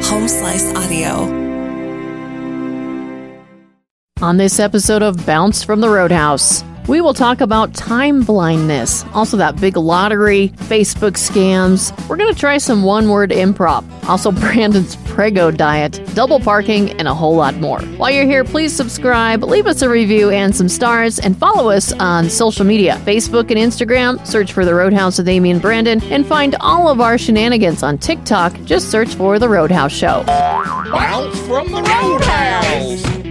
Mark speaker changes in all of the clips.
Speaker 1: Slice Audio.
Speaker 2: On this episode of Bounce from the Roadhouse, we will talk about time blindness, also that big lottery, Facebook scams. We're going to try some one word improv, also Brandon's Prego diet, double parking, and a whole lot more. While you're here, please subscribe, leave us a review and some stars, and follow us on social media Facebook and Instagram. Search for The Roadhouse with Amy and Brandon, and find all of our shenanigans on TikTok. Just search for The Roadhouse Show.
Speaker 3: Bounce from the roadhouse.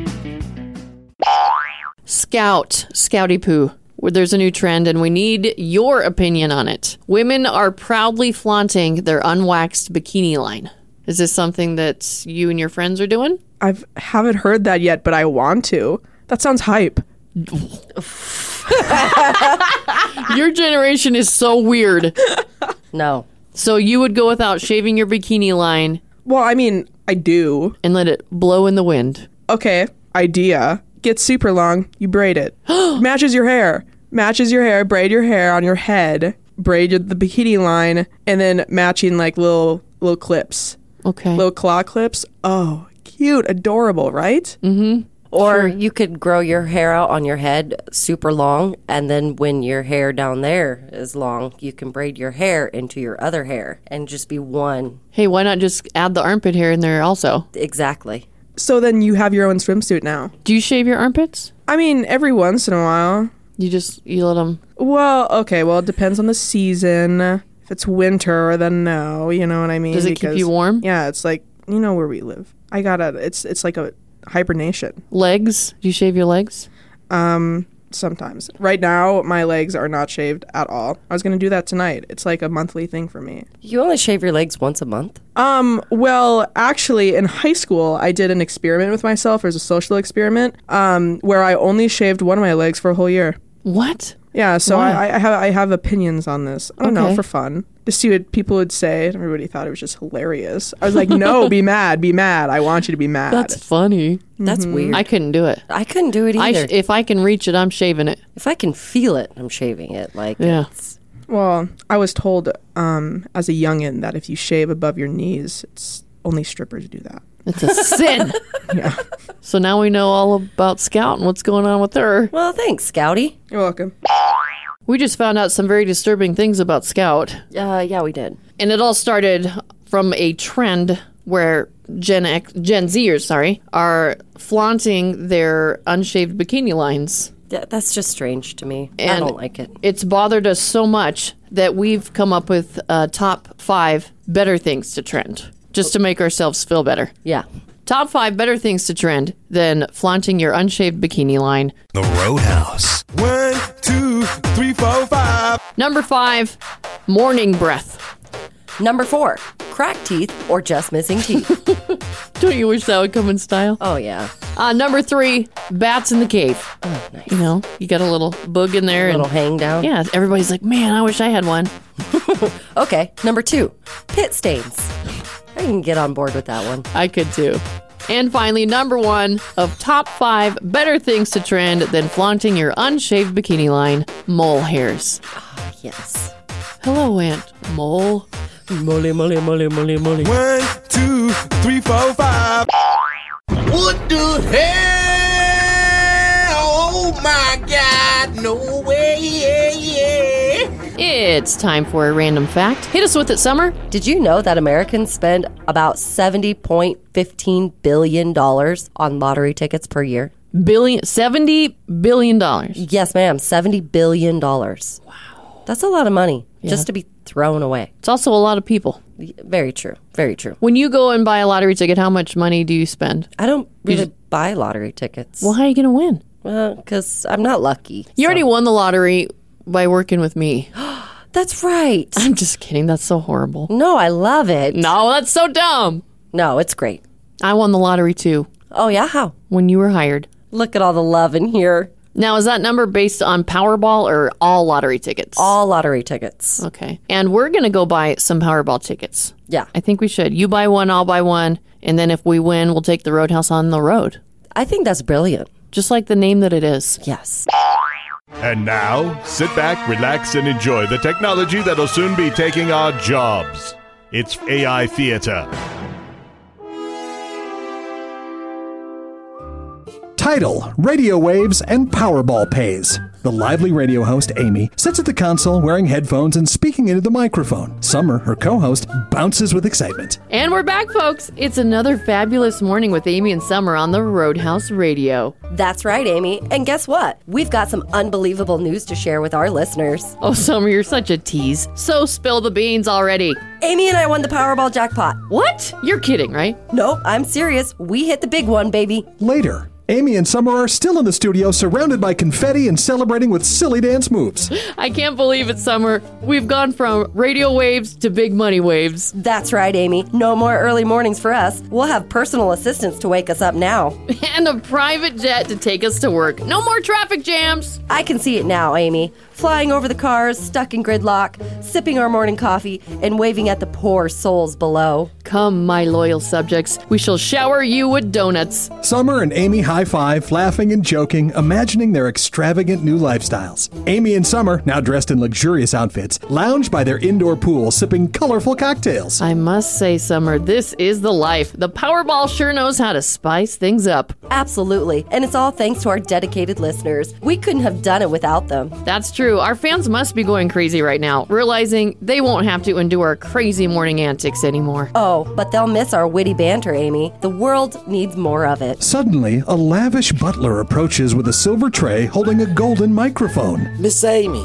Speaker 2: Scout, Scouty Poo. Where there's a new trend, and we need your opinion on it. Women are proudly flaunting their unwaxed bikini line. Is this something that you and your friends are doing?
Speaker 4: I've haven't heard that yet, but I want to. That sounds hype.
Speaker 2: Your generation is so weird.
Speaker 5: No.
Speaker 2: So you would go without shaving your bikini line
Speaker 4: Well, I mean, I do.
Speaker 2: and let it blow in the wind.
Speaker 4: Okay, idea. Get super long, you braid it. Matches your hair. Matches your hair, braid your hair on your head, braid your- the bikini line, and then matching like little little clips.
Speaker 2: Okay.
Speaker 4: Little claw clips. Oh, cute, adorable, right?
Speaker 5: Or Mm-hmm. you could grow your hair out on your head super long, and then when your hair down there is long, you can braid your hair into your other hair and just be one.
Speaker 2: Hey, why not just add the armpit hair in there also?
Speaker 5: Exactly.
Speaker 4: So then you have your own swimsuit now.
Speaker 2: Do you shave your armpits?
Speaker 4: I mean, every once in a while.
Speaker 2: You just you let them.
Speaker 4: Well, okay, well, it depends on the season. If it's winter, then no, you know what I mean?
Speaker 2: Does it keep you warm?
Speaker 4: Yeah, it's like, you know where we live. I gotta, it's it's like a hibernation Um,
Speaker 2: Legs? Do you shave your legs?
Speaker 4: sometimes. Right now, my legs are not shaved at all. I was gonna do that tonight. It's like a monthly thing for me.
Speaker 5: You only shave your legs once a month.
Speaker 4: Um, well, actually, in high school, I did an experiment with myself. It was a social experiment um, where I only shaved one of my legs for a whole year.
Speaker 2: What?
Speaker 4: Yeah, so I, I have I have opinions on this. I don't
Speaker 2: Okay.
Speaker 4: know for fun to see what people would say. and Everybody thought it was just hilarious. I was like, no, be mad, be mad. I want you to be mad. Mm-hmm.
Speaker 2: That's funny.
Speaker 5: That's
Speaker 2: I
Speaker 5: weird. Mm-hmm. I,
Speaker 2: couldn't do it.
Speaker 5: couldn't do it
Speaker 2: I
Speaker 5: either.
Speaker 2: sh- if I can reach it, I'm shaving it.
Speaker 5: if I can feel it, I'm shaving it. Like,
Speaker 2: Yeah.
Speaker 5: it's-
Speaker 4: well, I was told um, as a youngin that if you shave above your knees, it's only strippers do that.
Speaker 2: It's a sin.
Speaker 4: Yeah,
Speaker 2: So now we know all about Scout and what's going on with her.
Speaker 5: well, thanks, Scouty.
Speaker 4: you're welcome.
Speaker 2: We just found out some very disturbing things about Scout.
Speaker 5: Uh, yeah, we did.
Speaker 2: And it all started from a trend where Gen X, Gen Zers, sorry, are flaunting their unshaved bikini lines.
Speaker 5: Th- that's just strange to me. I
Speaker 2: And-
Speaker 5: don't like it.
Speaker 2: It's bothered us so much that we've come up with uh, top five better things to trend just to make ourselves feel better.
Speaker 5: Yeah.
Speaker 2: Top five better things to trend than flaunting your unshaved bikini line.
Speaker 3: The roadhouse. One, two, three, four, five.
Speaker 2: Number five, morning breath.
Speaker 5: Number four, cracked teeth or just missing teeth.
Speaker 2: Don't you wish that would come in style?
Speaker 5: oh, yeah. Oh,
Speaker 2: Uh, number three, bats in the cave. You know, you got a little bug in there,
Speaker 5: Little
Speaker 2: and
Speaker 5: hang down.
Speaker 2: yeah, everybody's like, "Man, I wish I had one."
Speaker 5: Okay, number two, pit stains. I can get on board with that one.
Speaker 2: I could too. And finally, number one of top five better things to trend than flaunting your unshaved bikini line: mole hairs.
Speaker 5: Yes.
Speaker 2: Hello, Aunt Mole.
Speaker 5: Molly, molly, molly, molly, molly.
Speaker 3: One, two, three, four, five. What the hell? Oh my God! No way! Yeah, yeah.
Speaker 2: It's time for a random fact. Hit us with it, Summer.
Speaker 5: Did you know that Americans spend about $70.15 billion on lottery tickets per year?
Speaker 2: Billion, seventy billion dollars.
Speaker 5: Yes, ma'am, $70 billion. Wow. That's a lot of money just to be thrown away.
Speaker 2: It's also a lot of people.
Speaker 5: Very true. Very true.
Speaker 2: When you go and buy a lottery ticket, how much money do you spend?
Speaker 5: I don't really buy lottery tickets.
Speaker 2: Well, how are you going to win?
Speaker 5: Well, because I'm not lucky.
Speaker 2: You already won the lottery by working with me.
Speaker 5: That's right.
Speaker 2: I'm just kidding. That's so horrible.
Speaker 5: No, I love it.
Speaker 2: No, that's so dumb.
Speaker 5: No, it's great.
Speaker 2: I won the lottery too
Speaker 5: Oh, yeah? How?
Speaker 2: when you were hired.
Speaker 5: Look at all the love in here.
Speaker 2: Now, is that number based on Powerball or all lottery tickets?
Speaker 5: All lottery tickets.
Speaker 2: Okay. And we're going to go buy some Powerball tickets.
Speaker 5: Yeah.
Speaker 2: I think we should. You buy one, I'll buy one. And then if we win, we'll take the Roadhouse on the road.
Speaker 5: I think that's brilliant.
Speaker 2: Just like the name that it is.
Speaker 5: Yes.
Speaker 6: And now, sit back, relax, and enjoy the technology that'll soon be taking our jobs. It's AI Theater.
Speaker 1: Title Radio Waves and Powerball Pays. The lively radio host, Amy, sits at the console wearing headphones and speaking into the microphone. Summer, her co host, bounces with excitement.
Speaker 2: And we're back, folks. It's another fabulous morning with Amy and Summer on the Roadhouse Radio.
Speaker 5: That's right, Amy. And guess what? We've got some unbelievable news to share with our listeners.
Speaker 2: Oh, Summer, you're such a tease. So spill the beans already.
Speaker 5: Amy and I won the Powerball jackpot.
Speaker 2: What? You're kidding, right?
Speaker 5: Nope, I'm serious. We hit the big one, baby.
Speaker 1: Later, Amy and Summer are still in the studio, surrounded by confetti and celebrating with silly dance moves.
Speaker 2: I can't believe it, Summer. We've gone from radio waves to big money waves.
Speaker 5: That's right, Amy. No more early mornings for us. We'll have personal assistants to wake us up now.
Speaker 2: And a private jet to take us to work. No more traffic jams.
Speaker 5: I can see it now, Amy. Flying over the cars, stuck in gridlock, sipping our morning coffee, and waving at the poor souls below.
Speaker 2: Come, my loyal subjects, we shall shower you with donuts.
Speaker 1: Summer and Amy high five, laughing and joking, imagining their extravagant new lifestyles. Amy and Summer, now dressed in luxurious outfits, lounge by their indoor pool, sipping colorful cocktails.
Speaker 2: I must say, Summer, this is the life. The Powerball sure knows how to spice things up.
Speaker 5: Absolutely. And it's all thanks to our dedicated listeners. We couldn't have done it without them.
Speaker 2: That's true. Our fans must be going crazy right now, realizing they won't have to endure our crazy morning antics anymore.
Speaker 5: Oh, but they'll miss our witty banter, Amy. The world needs more of it.
Speaker 1: Suddenly, a lavish butler approaches with a silver tray holding a golden microphone.
Speaker 7: Miss Amy,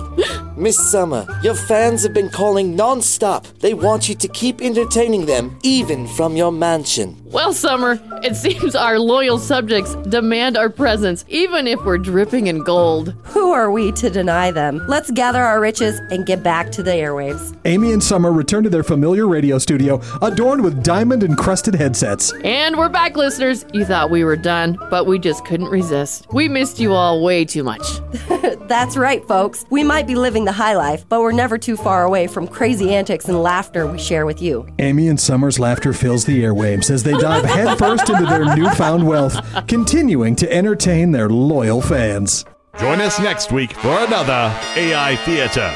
Speaker 7: Miss Summer, your fans have been calling non-stop. They want you to keep entertaining them, even from your mansion.
Speaker 2: Well, Summer, it seems our loyal subjects demand our presence, even if we're dripping in gold.
Speaker 5: Who are we to deny them? Let's gather our riches and get back to the airwaves.
Speaker 1: Amy and Summer return to their familiar radio studio, adorned with diamond encrusted headsets.
Speaker 2: And we're back, listeners. You thought we were done, but we just couldn't resist. We missed you all way too much.
Speaker 5: That's right, folks. We might be living the high life, but we're never too far away from crazy antics and laughter we share with you.
Speaker 1: Amy and Summer's laughter fills the airwaves as they dive headfirst into their newfound wealth, continuing to entertain their loyal fans.
Speaker 6: Join us next week for another AI Theater.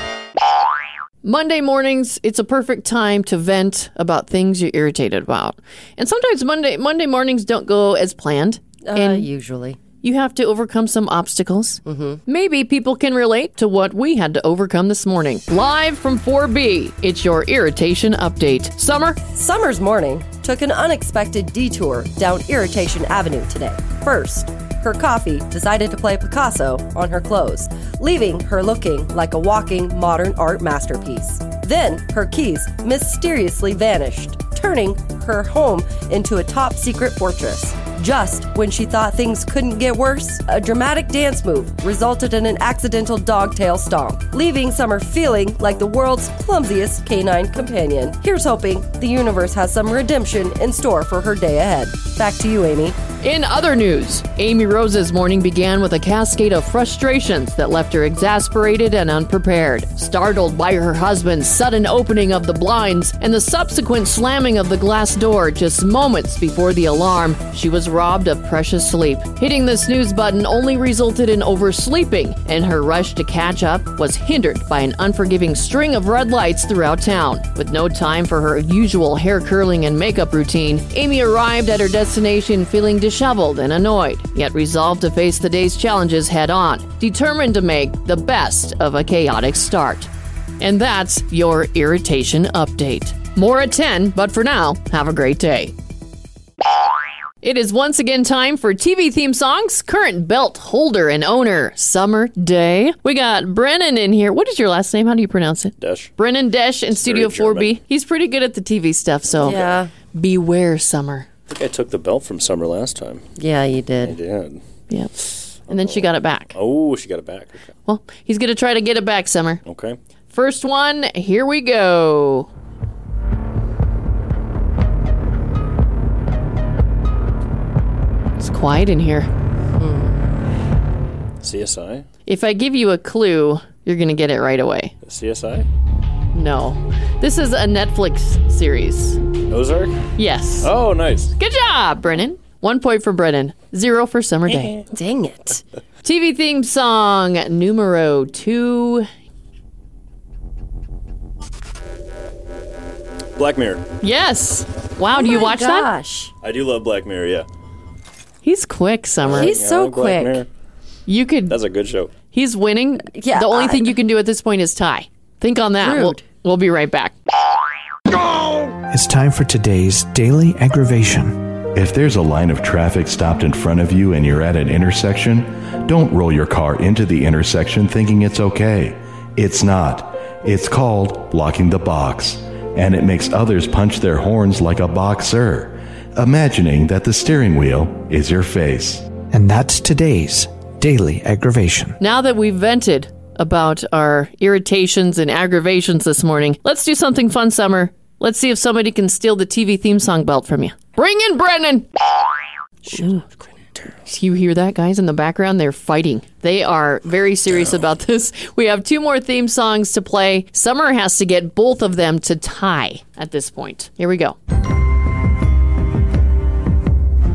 Speaker 2: Monday mornings, it's a perfect time to vent about things you're irritated about. And sometimes Monday Monday mornings don't go as planned.
Speaker 5: Uh,
Speaker 2: and
Speaker 5: usually.
Speaker 2: you have to overcome some obstacles. Mm-hmm. Maybe people can relate to what we had to overcome this morning. Live from 4B, it's your irritation update. Summer,
Speaker 5: Summer's morning took an unexpected detour down Irritation Avenue today. First, her coffee decided to play Picasso on her clothes, leaving her looking like a walking modern art masterpiece. Then, her keys mysteriously vanished, turning her home into a top secret fortress. Just when she thought things couldn't get worse, a dramatic dance move resulted in an accidental dogtail stomp, leaving Summer feeling like the world's clumsiest canine companion. Here's hoping the universe has some redemption in store for her day ahead. Back to you, Amy.
Speaker 2: In other news, Amy Rose's morning began with a cascade of frustrations that left her exasperated and unprepared. Startled by her husband's sudden opening of the blinds and the subsequent slamming of the glass door just moments before the alarm, she was robbed of precious sleep. Hitting the snooze button only resulted in oversleeping, and her rush to catch up was hindered by an unforgiving string of red lights throughout town. With no time for her usual hair curling and makeup routine, Amy arrived at her destination feeling disheveled and annoyed, yet resolved to face the day's challenges head on, determined to make the best of a chaotic start. And that's your irritation update. More at 10, but for now, have a great day. It is once again time for TV theme songs. Current belt holder and owner, Summer Day. We got Brennan in here. What is your last name? How do you pronounce it?
Speaker 8: Dash.
Speaker 2: Brennan Desh in Studio 4B. He's pretty good at the TV stuff, so
Speaker 5: Yeah.
Speaker 2: beware, Summer.
Speaker 8: I think I took the belt from Summer last time.
Speaker 5: Yeah, you
Speaker 8: I
Speaker 5: did.
Speaker 8: did.
Speaker 2: Yep. And then she got it back.
Speaker 8: Oh, she got it back. Okay.
Speaker 2: Well, he's going to try to get it back, Summer.
Speaker 8: Okay.
Speaker 2: First one, here we go. It's quiet in here.
Speaker 8: CSI.
Speaker 2: If I give you a clue, you're going to get it right away.
Speaker 8: CSI.
Speaker 2: No. This is a Netflix series.
Speaker 8: Ozark.
Speaker 2: Yes.
Speaker 8: Oh, nice.
Speaker 2: Good job, Brennan. One point for Brennan, zero for Summer Day.
Speaker 5: Eh, Dang it.
Speaker 2: TV theme song numero two.
Speaker 8: Black Mirror.
Speaker 2: Yes. Wow, do you
Speaker 5: My
Speaker 2: watch that?
Speaker 5: gosh.
Speaker 8: I do love Black Mirror. Yeah.
Speaker 2: He's quick, Summer.
Speaker 5: He's
Speaker 8: Yeah, I
Speaker 5: so
Speaker 8: like Black
Speaker 5: quick.
Speaker 8: Mirror.
Speaker 2: you could.
Speaker 8: That's a good show.
Speaker 2: He's winning.
Speaker 5: Yeah,
Speaker 2: The only
Speaker 5: I-
Speaker 2: thing you can do at this point is tie. Think on that. We'll,
Speaker 5: Rude.
Speaker 2: we'll be right back.
Speaker 9: It's time for today's Daily Aggravation.
Speaker 10: If there's a line of traffic stopped in front of you and you're at an intersection, don't roll your car into the intersection thinking it's okay. It's not. It's called blocking the box, and it makes others punch their horns like a boxer, imagining that the steering wheel is your face.
Speaker 9: And that's today's Daily Aggravation.
Speaker 2: Now that we've vented about our irritations and aggravations this morning, let's do something fun, Summer. Let's see if somebody can steal the TV theme song belt from you. Bring in Brennan. Ooh. Do you hear that, guys? In the background, they're fighting. They are very serious about this. We have two more theme songs to play. Summer has to get both of them to tie at this point. Here we go.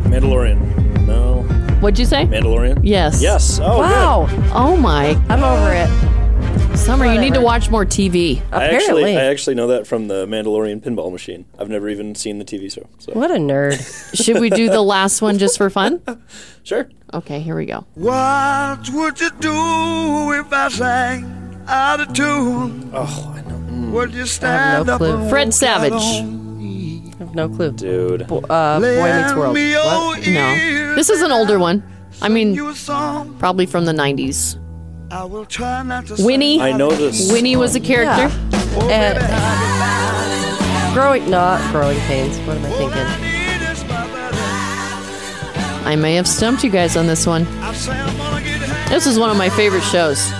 Speaker 8: Mandalorian. No.
Speaker 2: What'd you say?
Speaker 8: Mandalorian?
Speaker 2: Yes.
Speaker 8: Yes. Oh,
Speaker 5: Wow.
Speaker 2: Oh my.
Speaker 5: I'm over it.
Speaker 2: Summer, you need to watch more TV.
Speaker 8: good. I
Speaker 5: Apparently.
Speaker 8: actually, I actually know that from the Mandalorian pinball machine. I've never even seen the TV show. So.
Speaker 5: What a nerd.
Speaker 2: Should we do the last one just for fun?
Speaker 8: Sure.
Speaker 2: Okay, here we go.
Speaker 3: What would you do if I sang out of tune? Oh, I know. Would you stand
Speaker 5: no
Speaker 3: up
Speaker 5: clue.
Speaker 3: and
Speaker 2: Fred
Speaker 3: walk
Speaker 2: Savage.
Speaker 3: alone?
Speaker 5: No clue.
Speaker 8: Dude.
Speaker 5: Uh, Boy Meets World.
Speaker 3: Me, oh,
Speaker 2: No.
Speaker 3: ear,
Speaker 2: This is an older one. I mean,
Speaker 3: you a song.
Speaker 2: probably from the 90s.
Speaker 3: I will try not to
Speaker 2: Winnie.
Speaker 8: I know this.
Speaker 2: Winnie was a character. Uh,
Speaker 5: And growing, not growing pains. What am I thinking?
Speaker 2: I may have stumped you guys on this one. This is one of my favorite shows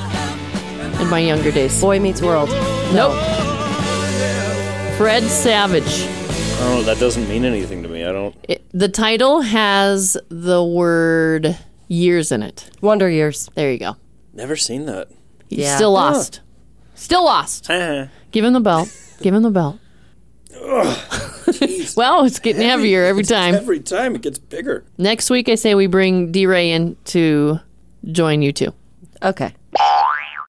Speaker 2: in my younger days.
Speaker 5: Boy Meets World.
Speaker 2: Nope. Fred Savage.
Speaker 8: I don't know. That doesn't mean anything to me. I don't.
Speaker 2: It- the title has the word years in it.
Speaker 5: Wonder Years.
Speaker 2: There you go.
Speaker 8: Never seen that.
Speaker 2: You
Speaker 5: Yeah.
Speaker 2: still lost. Still lost.
Speaker 8: Uh-huh.
Speaker 2: Give him the belt. Give him the belt. well, it's getting heavier every time.
Speaker 8: Every time it gets bigger.
Speaker 2: Next week, I say we bring D Ray in to join you two.
Speaker 5: Okay.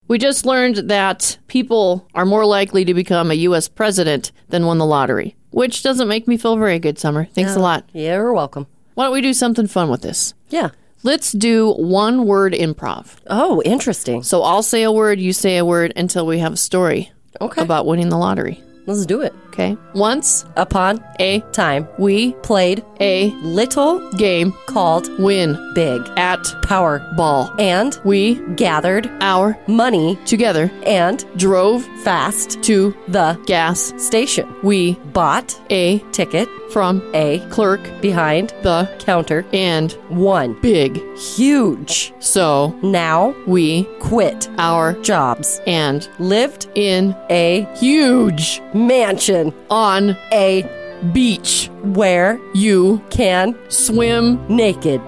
Speaker 2: We just learned that people are more likely to become a U.S. president than won the lottery, which doesn't make me feel very good, Summer. Thanks a lot.
Speaker 5: Yeah, you're welcome.
Speaker 2: Why don't we do something fun with this?
Speaker 5: Yeah.
Speaker 2: Let's do one word improv.
Speaker 5: Oh, interesting.
Speaker 2: So I'll say a word, you say a word until we have a story
Speaker 5: Okay.
Speaker 2: about winning the lottery.
Speaker 5: Let's do it.
Speaker 2: Okay. Once
Speaker 5: Upon
Speaker 2: a
Speaker 5: time,
Speaker 2: we
Speaker 5: played
Speaker 2: a
Speaker 5: little
Speaker 2: game
Speaker 5: called
Speaker 2: win
Speaker 5: big
Speaker 2: at
Speaker 5: power
Speaker 2: ball.
Speaker 5: and
Speaker 2: We
Speaker 5: gathered
Speaker 2: our
Speaker 5: money
Speaker 2: together
Speaker 5: and
Speaker 2: drove
Speaker 5: fast
Speaker 2: to
Speaker 5: the
Speaker 2: gas.
Speaker 5: station.
Speaker 2: We
Speaker 5: Bought
Speaker 2: a
Speaker 5: ticket,
Speaker 2: from
Speaker 5: a
Speaker 2: clerk
Speaker 5: behind
Speaker 2: the
Speaker 5: counter,
Speaker 2: and
Speaker 5: one
Speaker 2: big.
Speaker 5: huge.
Speaker 2: So
Speaker 5: Now
Speaker 2: we
Speaker 5: quit
Speaker 2: our
Speaker 5: jobs.
Speaker 2: and
Speaker 5: Lived
Speaker 2: in
Speaker 5: a
Speaker 2: huge
Speaker 5: mansion,
Speaker 2: on
Speaker 5: a
Speaker 2: beach.
Speaker 5: where
Speaker 2: You
Speaker 5: can
Speaker 2: swim
Speaker 5: naked.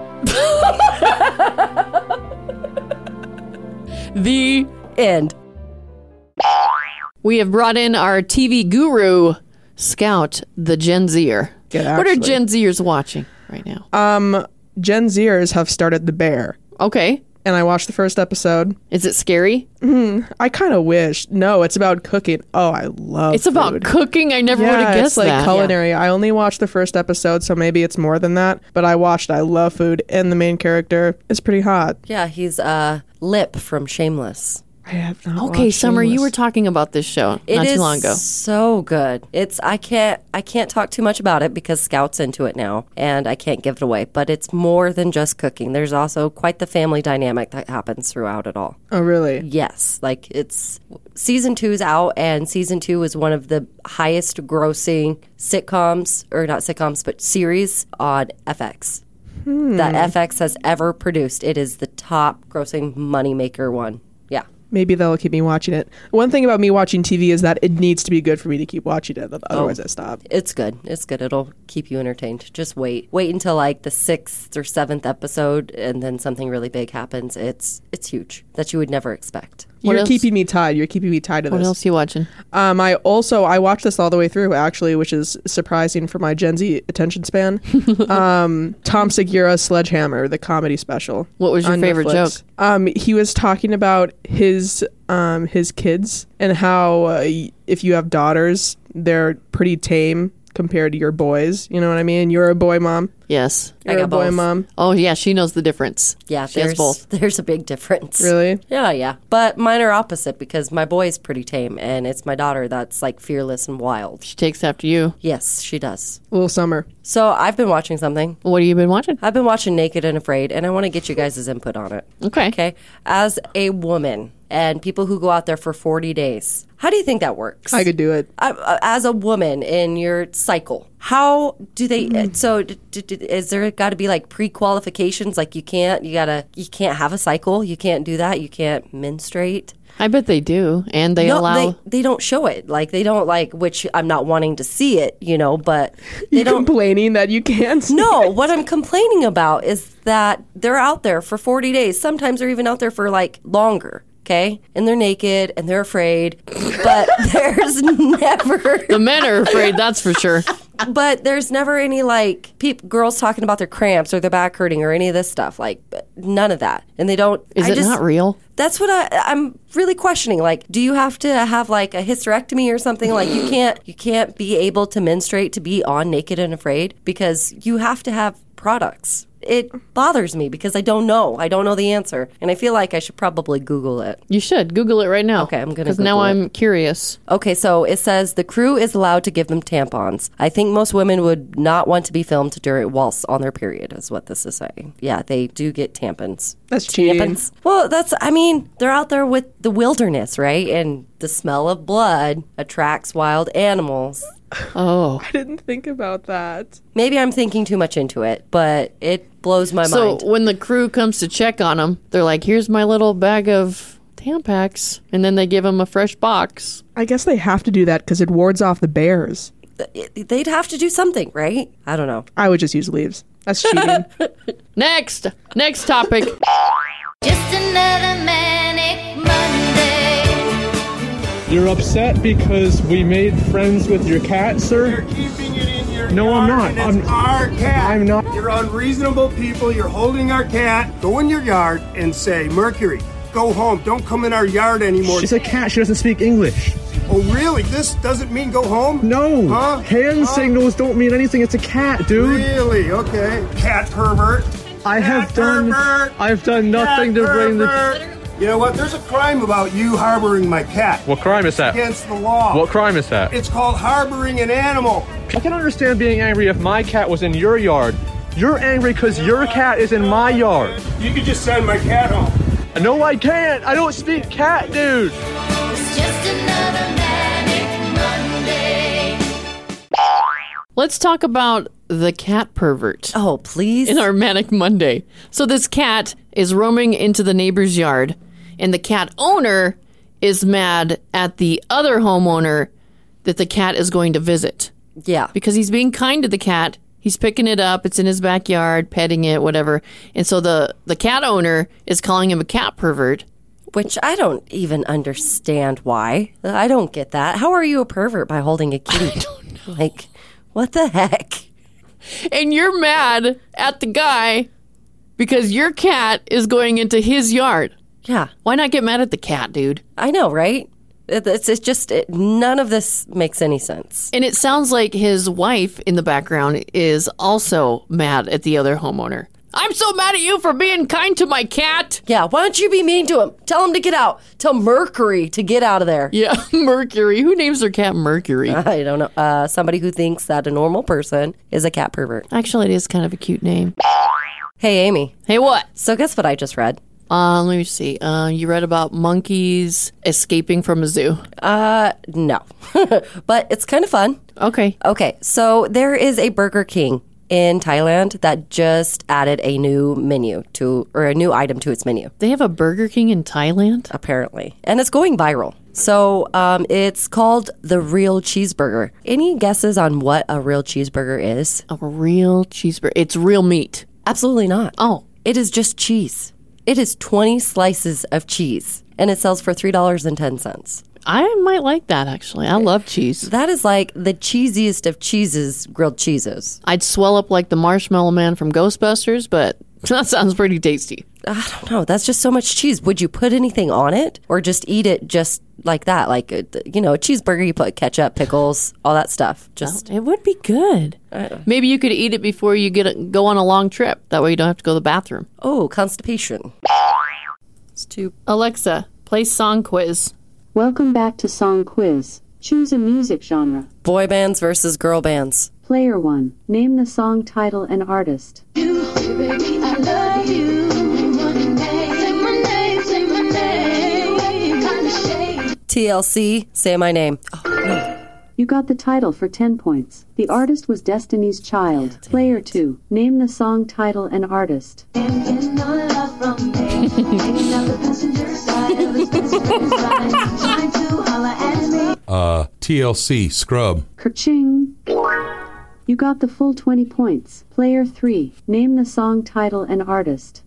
Speaker 2: the
Speaker 5: End.
Speaker 2: We have brought in our TV guru, Scout the Gen Zer.
Speaker 4: Good,
Speaker 2: what are
Speaker 4: actually.
Speaker 2: Gen Zers watching right now?
Speaker 4: Um, Gen Zers have started The Bear,
Speaker 2: okay.
Speaker 4: and I watched the first episode.
Speaker 2: Is it scary?
Speaker 4: I kind of wish. No, it's about cooking. Oh, I love.
Speaker 2: It's about
Speaker 4: food.
Speaker 2: cooking. I never would
Speaker 4: Yeah,
Speaker 2: have guessed
Speaker 4: it's like
Speaker 2: that.
Speaker 4: culinary. I only watched the first episode, so maybe it's more than that. But I watched. I love food, and the main character is pretty hot.
Speaker 5: Yeah, he's uh lip from Shameless.
Speaker 4: I have not.
Speaker 2: Okay,
Speaker 4: watched
Speaker 2: Summer, you were
Speaker 4: Shameless.
Speaker 2: talking about this show
Speaker 5: It
Speaker 2: not
Speaker 5: is
Speaker 2: too long ago.
Speaker 5: so good. It's I can't I can't talk too much about it because Scout's into it now and I can't give it away. But it's more than just cooking. There's also quite the family dynamic that happens throughout it all.
Speaker 4: Oh, really?
Speaker 5: Yes, like it's season two's out, and season two is one of the highest grossing sitcoms, or not sitcoms, but series on FX that FX has ever produced. It is the top grossing moneymaker one. Yeah.
Speaker 4: Maybe that'll keep me watching it. One thing about me watching TV is that it needs to be good for me to keep watching it. Otherwise, I stop.
Speaker 5: Oh. It's good. It's good. It'll keep you entertained. Just wait. Wait until like the sixth or seventh episode, and then something really big happens. It's it's huge that you would never expect.
Speaker 2: What
Speaker 4: You're
Speaker 2: else?
Speaker 4: keeping me tied. You're keeping me tied to
Speaker 2: What
Speaker 4: this.
Speaker 2: else you watching?
Speaker 4: Um, I also I watched this all the way through actually, which is surprising for my Gen Z attention span. um, Tom Segura's Sledgehammer, the comedy special.
Speaker 2: What was your
Speaker 4: on
Speaker 2: favorite
Speaker 4: Netflix.
Speaker 2: joke?
Speaker 4: Um, he was talking about his um, his kids and how uh, y- if you have daughters, they're pretty tame compared to your boys. You know what I mean? You're a boy mom.
Speaker 2: Yes.
Speaker 4: You're a boy mom.
Speaker 2: Oh, yeah. She knows the difference.
Speaker 5: Yeah,
Speaker 2: She has
Speaker 5: there's-
Speaker 2: both.
Speaker 5: There's a big difference.
Speaker 4: Really?
Speaker 5: Yeah, yeah. But mine are opposite because my boy's pretty tame and it's my daughter that's like fearless and wild. She
Speaker 2: takes after you.
Speaker 5: Yes, she does.
Speaker 4: Little summer.
Speaker 5: So I've been watching something.
Speaker 2: What have you been watching?
Speaker 5: I've been watching Naked and Afraid and I want to get you guys' input on it.
Speaker 2: Okay.
Speaker 5: Okay. As a woman and people who go out there for 40 days, how do you think that works?
Speaker 4: I could do it.
Speaker 5: I- as a woman in your cycle how do they uh,
Speaker 2: Mm-hmm.
Speaker 5: so d- d- d- is there got to be like pre-qualifications like you can't you gotta you can't have a cycle you can't do that you can't menstruate
Speaker 2: I bet they do. And they
Speaker 5: No,
Speaker 2: allow.
Speaker 5: they, they don't show it like they don't like which i'm not wanting to see it you know but they
Speaker 4: You
Speaker 5: don't
Speaker 4: complaining that you can't
Speaker 5: no what i'm complaining about is that they're out there for 40 days sometimes they're even out there for like longer okay and they're naked and they're afraid but there's never
Speaker 2: the men are afraid, that's for sure.
Speaker 5: but there's never any like peop girls talking about their cramps or their back hurting or any of this stuff. Like none of that, and they don't.
Speaker 2: Is
Speaker 5: I
Speaker 2: it
Speaker 5: just-
Speaker 2: not real?
Speaker 5: That's what I, I'm really questioning. Like, do you have to have like a hysterectomy or something? Like, you can't you can't be able to menstruate to be on Naked and Afraid because you have to have products. It bothers me because I don't know. I don't know the answer, and I feel like I should probably Google it.
Speaker 2: You should Google it right now. Okay, I'm
Speaker 5: gonna
Speaker 2: Because now
Speaker 5: Google it.
Speaker 2: I'm curious.
Speaker 5: Okay, so it says the crew is allowed to give them tampons. I think most women would not want to be filmed during whilst on their period, is what this is saying. Yeah, they do get tampons.
Speaker 4: That's cheating.
Speaker 5: Tampons. Well, that's I mean they're out there with the wilderness, right? And the smell of blood attracts wild animals.
Speaker 2: Oh,
Speaker 4: I didn't think about that.
Speaker 5: maybe I'm thinking too much into it, but it blows my
Speaker 2: so
Speaker 5: mind.
Speaker 2: when the crew comes to check on them, they're like, here's my little bag of Tampax. And then they give them a fresh box.
Speaker 4: I guess they have to do that because it wards off the bears.
Speaker 5: They'd have to do something, right? I don't know.
Speaker 4: I would just use leaves. That's cheating.
Speaker 2: Next. Next topic.
Speaker 11: Just another manic Monday.
Speaker 12: You're upset because we made friends with your cat, sir? no, I'm not.
Speaker 13: and
Speaker 12: I'm
Speaker 13: it's our cat.
Speaker 12: I'm not.
Speaker 13: You're unreasonable people. You're holding our cat. Go in your yard and say, Mercury, go home. Don't come in our yard anymore.
Speaker 12: She's a cat. She doesn't speak English.
Speaker 13: Oh, really? This doesn't mean go home?
Speaker 12: No.
Speaker 13: Huh?
Speaker 12: Hand signals don't mean anything. It's a cat, dude.
Speaker 13: Really? Okay. Cat pervert.
Speaker 12: I have done.
Speaker 13: pervert.
Speaker 12: I've done nothing to bring the.
Speaker 13: You know what? There's a crime about you harboring my cat.
Speaker 12: What crime is that?
Speaker 13: Against the law.
Speaker 12: What crime is that?
Speaker 13: It's called harboring an animal.
Speaker 12: I can understand being angry if my cat was in your yard. You're angry because your cat is in my yard.
Speaker 13: You could just send my cat home.
Speaker 12: No, I can't. I don't speak cat, dude.
Speaker 11: It's just another manic Monday.
Speaker 2: Let's talk about the cat pervert.
Speaker 5: Oh, please.
Speaker 2: In our Manic Monday. So, this cat is roaming into the neighbor's yard, and the cat owner is mad at the other homeowner that the cat is going to visit.
Speaker 5: Yeah.
Speaker 2: Because he's being kind to the cat. He's picking it up. It's in his backyard, petting it, whatever. And so the, the cat owner is calling him a cat pervert.
Speaker 5: Which I don't even understand why. I don't get that. How are you a pervert by holding a kitty? I don't know. Like, what the heck?
Speaker 2: And you're mad at the guy because your cat is going into his yard.
Speaker 5: Yeah.
Speaker 2: Why not get mad at the cat, dude?
Speaker 5: I know, right? It- It's, it's just it, none of this makes any sense.
Speaker 2: And it sounds like his wife in the background is also mad at the other homeowner. I'm so mad at you for being kind to my cat.
Speaker 5: Yeah, why don't you be mean to him? Tell him to get out. Tell Mercury to get out of there.
Speaker 2: Yeah, Mercury. Who names their cat Mercury?
Speaker 5: I don't know. Uh, somebody who thinks that a normal person is a cat pervert.
Speaker 2: Actually, it is kind of a cute name.
Speaker 5: Hey, Amy.
Speaker 2: Hey, what?
Speaker 5: So, guess what I just read?
Speaker 2: Uh, let me see. Uh, you read about monkeys escaping from a zoo.
Speaker 5: Uh, no. but it's kind of fun.
Speaker 2: Okay.
Speaker 5: Okay. So there is a Burger King in Thailand that just added a new menu to, or a new item to its menu.
Speaker 2: They have a Burger King in Thailand?
Speaker 5: Apparently. And it's going viral. So um, it's called the real cheeseburger. Any guesses on what a real cheeseburger is?
Speaker 2: A real cheeseburger. It's real meat.
Speaker 5: Absolutely not.
Speaker 2: Oh.
Speaker 5: It is just cheese. It is 20 slices of cheese and it sells for $3.10.
Speaker 2: I might like that actually. I love cheese.
Speaker 5: That is like the cheesiest of cheeses, grilled cheeses.
Speaker 2: I'd swell up like the marshmallow man from Ghostbusters, but That sounds pretty tasty.
Speaker 5: I don't know. That's just so much cheese. Would you put anything on it or just eat it just like that? Like, uh, you know, a cheeseburger, you put ketchup, pickles, all that stuff. Just
Speaker 2: It would be good.
Speaker 5: Uh,
Speaker 2: Maybe you could eat it before you get a, go on a long trip. That way you don't have to go to the bathroom.
Speaker 5: Oh, constipation.
Speaker 2: It's too. Alexa, play song quiz.
Speaker 14: Welcome back to Song Quiz. Choose a music genre.
Speaker 5: boy bands versus girl bands.
Speaker 14: Player 1. Name the song title and artist.
Speaker 5: TLC, say my name. Oh,
Speaker 14: You got the title for 10 points. The artist was Destiny's Child. Player 2. Name the song title and artist.
Speaker 15: Uh, TLC, Scrub.
Speaker 14: Kerching! You got the full 20 points. Player 3. Name the song title and artist.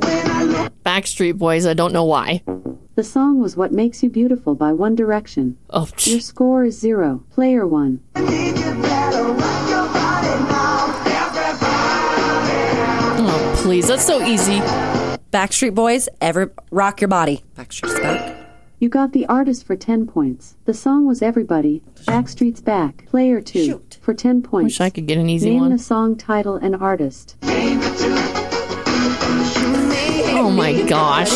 Speaker 2: Backstreet Boys, I don't know why.
Speaker 14: The song was What Makes You Beautiful by One Direction.
Speaker 2: Oh,
Speaker 14: Your score is 0. Player 1.
Speaker 2: Oh, please. That's so easy.
Speaker 5: Backstreet Boys, ever rock your body. Backstreet's back.
Speaker 14: You got the artist for 10 points. The song was Everybody, Backstreet's Back. Player 2. For 10 points.
Speaker 2: Wish I could get an easy
Speaker 14: Name
Speaker 2: one.
Speaker 14: the song title and artist.
Speaker 2: Oh my gosh.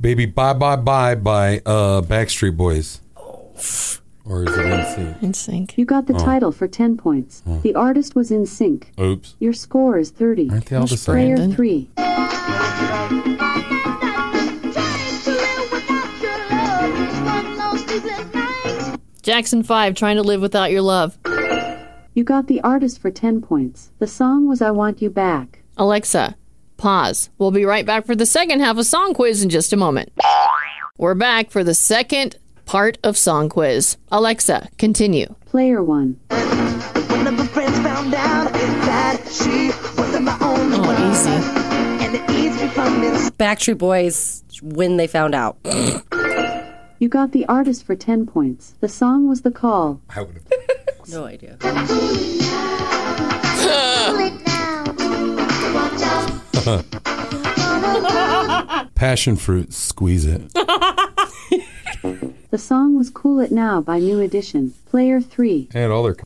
Speaker 15: Baby Bye Bye Bye by uh, Backstreet Boys. Or is it NSYNC?
Speaker 2: In sync.
Speaker 14: You got the
Speaker 15: Oh.
Speaker 14: title for 10 points.
Speaker 15: Oh.
Speaker 14: The artist was in sync.
Speaker 15: Oops.
Speaker 14: Your score is 30.
Speaker 15: Aren't they all the same?
Speaker 14: Player
Speaker 15: Brandon.
Speaker 14: 3.
Speaker 2: Jackson 5, Trying to Live Without Your Love.
Speaker 14: You got the artist for 10 points. The song was I Want You Back.
Speaker 2: Alexa, pause. We'll be right back for the second half of Song Quiz in just a moment. We're back for the second part of Song Quiz. Alexa, continue.
Speaker 14: Player 1.
Speaker 2: Oh, easy.
Speaker 5: Backstreet Boys, when they found out.
Speaker 14: You got the artist for 10 points. The song was The Call.
Speaker 5: no idea.
Speaker 15: Passion fruit, squeeze it.
Speaker 14: The song was Cool It Now by New Edition. Player 3.
Speaker 15: And all their.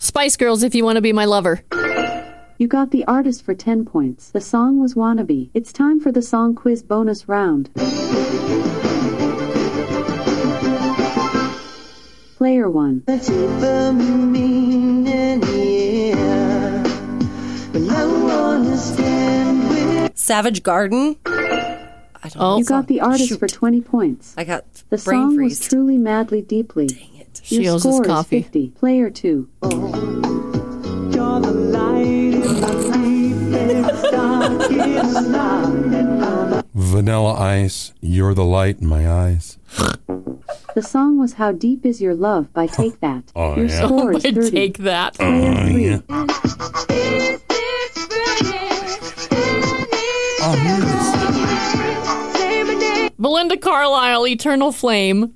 Speaker 2: Spice Girls, if you want to be my lover.
Speaker 14: You got the artist for 10 points. The song was Wannabe. It's time for the song quiz bonus round. Player 1.
Speaker 5: Savage Garden.
Speaker 14: you got the artist for 20 points.
Speaker 5: I got
Speaker 14: The
Speaker 5: brain
Speaker 14: song
Speaker 5: freeze.
Speaker 14: was truly madly deeply. Dang
Speaker 5: it.
Speaker 2: She
Speaker 14: Your
Speaker 2: owes us
Speaker 14: score is
Speaker 2: coffee.
Speaker 14: 50. Player 2.
Speaker 15: Vanilla Ice, You're the Light in My Eyes.
Speaker 14: The song was How Deep Is Your Love by Take That.
Speaker 15: Oh,
Speaker 14: Your
Speaker 15: yeah.
Speaker 14: score is
Speaker 2: By
Speaker 14: 30.
Speaker 2: Take That.
Speaker 15: Oh, yeah.
Speaker 2: Belinda Carlisle, Eternal Flame.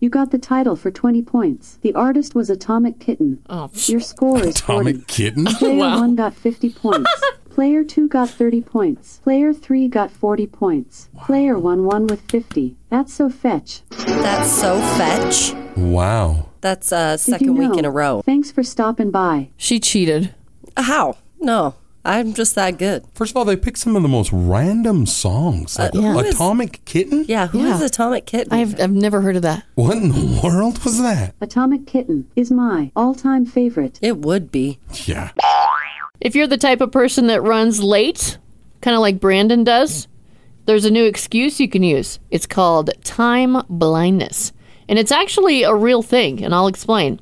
Speaker 14: You got the title for 20 points. The artist was Atomic Kitten.
Speaker 2: Oh,
Speaker 14: Your score is 40.
Speaker 15: Atomic Kitten?
Speaker 14: Player 1 got 50 points. Player 2 got 30 points. Player 3 got 40 points. Player 1 won with 50. That's so fetch.
Speaker 5: That's so fetch.
Speaker 15: Wow.
Speaker 5: That's uh, second week in a row.
Speaker 14: Oh. Thanks for stopping by.
Speaker 2: She cheated.
Speaker 5: How? No, I'm just that good.
Speaker 15: First of all, they picked some of the most random songs. Like
Speaker 5: Uh, yeah.
Speaker 15: Atomic Kitten?
Speaker 5: Yeah, who is
Speaker 2: Yeah.
Speaker 5: Atomic Kitten?
Speaker 2: I've, I've never heard of that.
Speaker 15: What in the world was that?
Speaker 14: Atomic Kitten is my all time favorite.
Speaker 5: It would be.
Speaker 15: Yeah.
Speaker 2: If you're the type of person that runs late, kind of like Brandon does, there's a new excuse you can use. It's called time blindness. And it's actually a real thing, and I'll explain.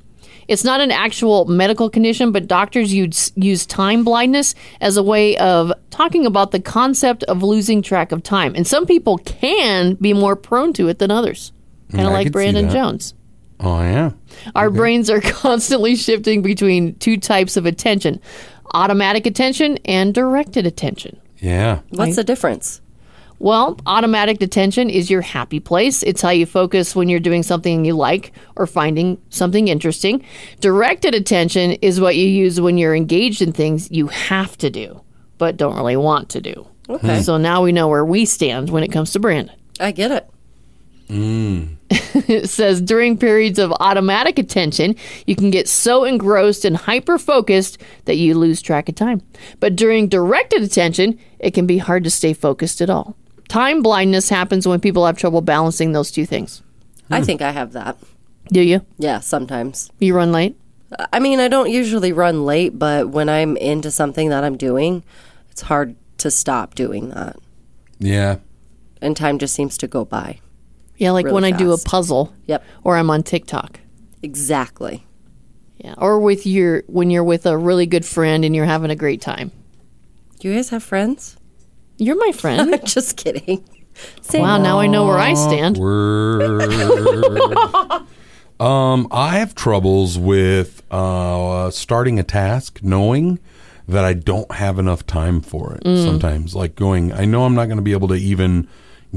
Speaker 2: It's not an actual medical condition, but doctors use, use time blindness as a way of talking about the concept of losing track of time. And some people can be more prone to it than others, kind
Speaker 15: I
Speaker 2: of like
Speaker 15: could see
Speaker 2: Brandon
Speaker 15: that.
Speaker 2: Jones.
Speaker 15: Oh, yeah.
Speaker 2: Our brains are constantly shifting between two types of attention automatic attention and directed attention.
Speaker 15: Yeah.
Speaker 5: What's the difference?
Speaker 2: Well, automatic detention is your happy place. It's how you focus when you're doing something you like or finding something interesting. Directed attention is what you use when you're engaged in things you have to do, but don't really want to do.
Speaker 5: Okay. Hmm.
Speaker 2: So now we know where we stand when it comes to Brandon.
Speaker 5: I get it.
Speaker 15: Mm.
Speaker 2: it says during periods of automatic attention, you can get so engrossed and hyper focused that you lose track of time. But during directed attention, it can be hard to stay focused at all. Time blindness happens when people have trouble balancing those two things.
Speaker 5: I think I have that.
Speaker 2: Do you?
Speaker 5: Yeah, sometimes.
Speaker 2: You run late?
Speaker 5: I mean, I don't usually run late, but when I'm into something that I'm doing, it's hard to stop doing that.
Speaker 15: Yeah.
Speaker 5: And time just seems to go by.
Speaker 2: Yeah, like
Speaker 5: Really
Speaker 2: when I do a
Speaker 5: fast.
Speaker 2: puzzle.
Speaker 5: Yep.
Speaker 2: Or I'm on TikTok.
Speaker 5: Exactly.
Speaker 2: Yeah. Or with your when you're with a really good friend and you're having a great time.
Speaker 5: You guys have friends?
Speaker 2: You're my friend.
Speaker 5: I'm just kidding.
Speaker 2: Wow, now I know where I stand.
Speaker 15: Awkward. um, I have troubles with uh, starting a task knowing that I don't have enough time for it
Speaker 16: Mm.
Speaker 15: sometimes. Like going, I know I'm not going to be able to even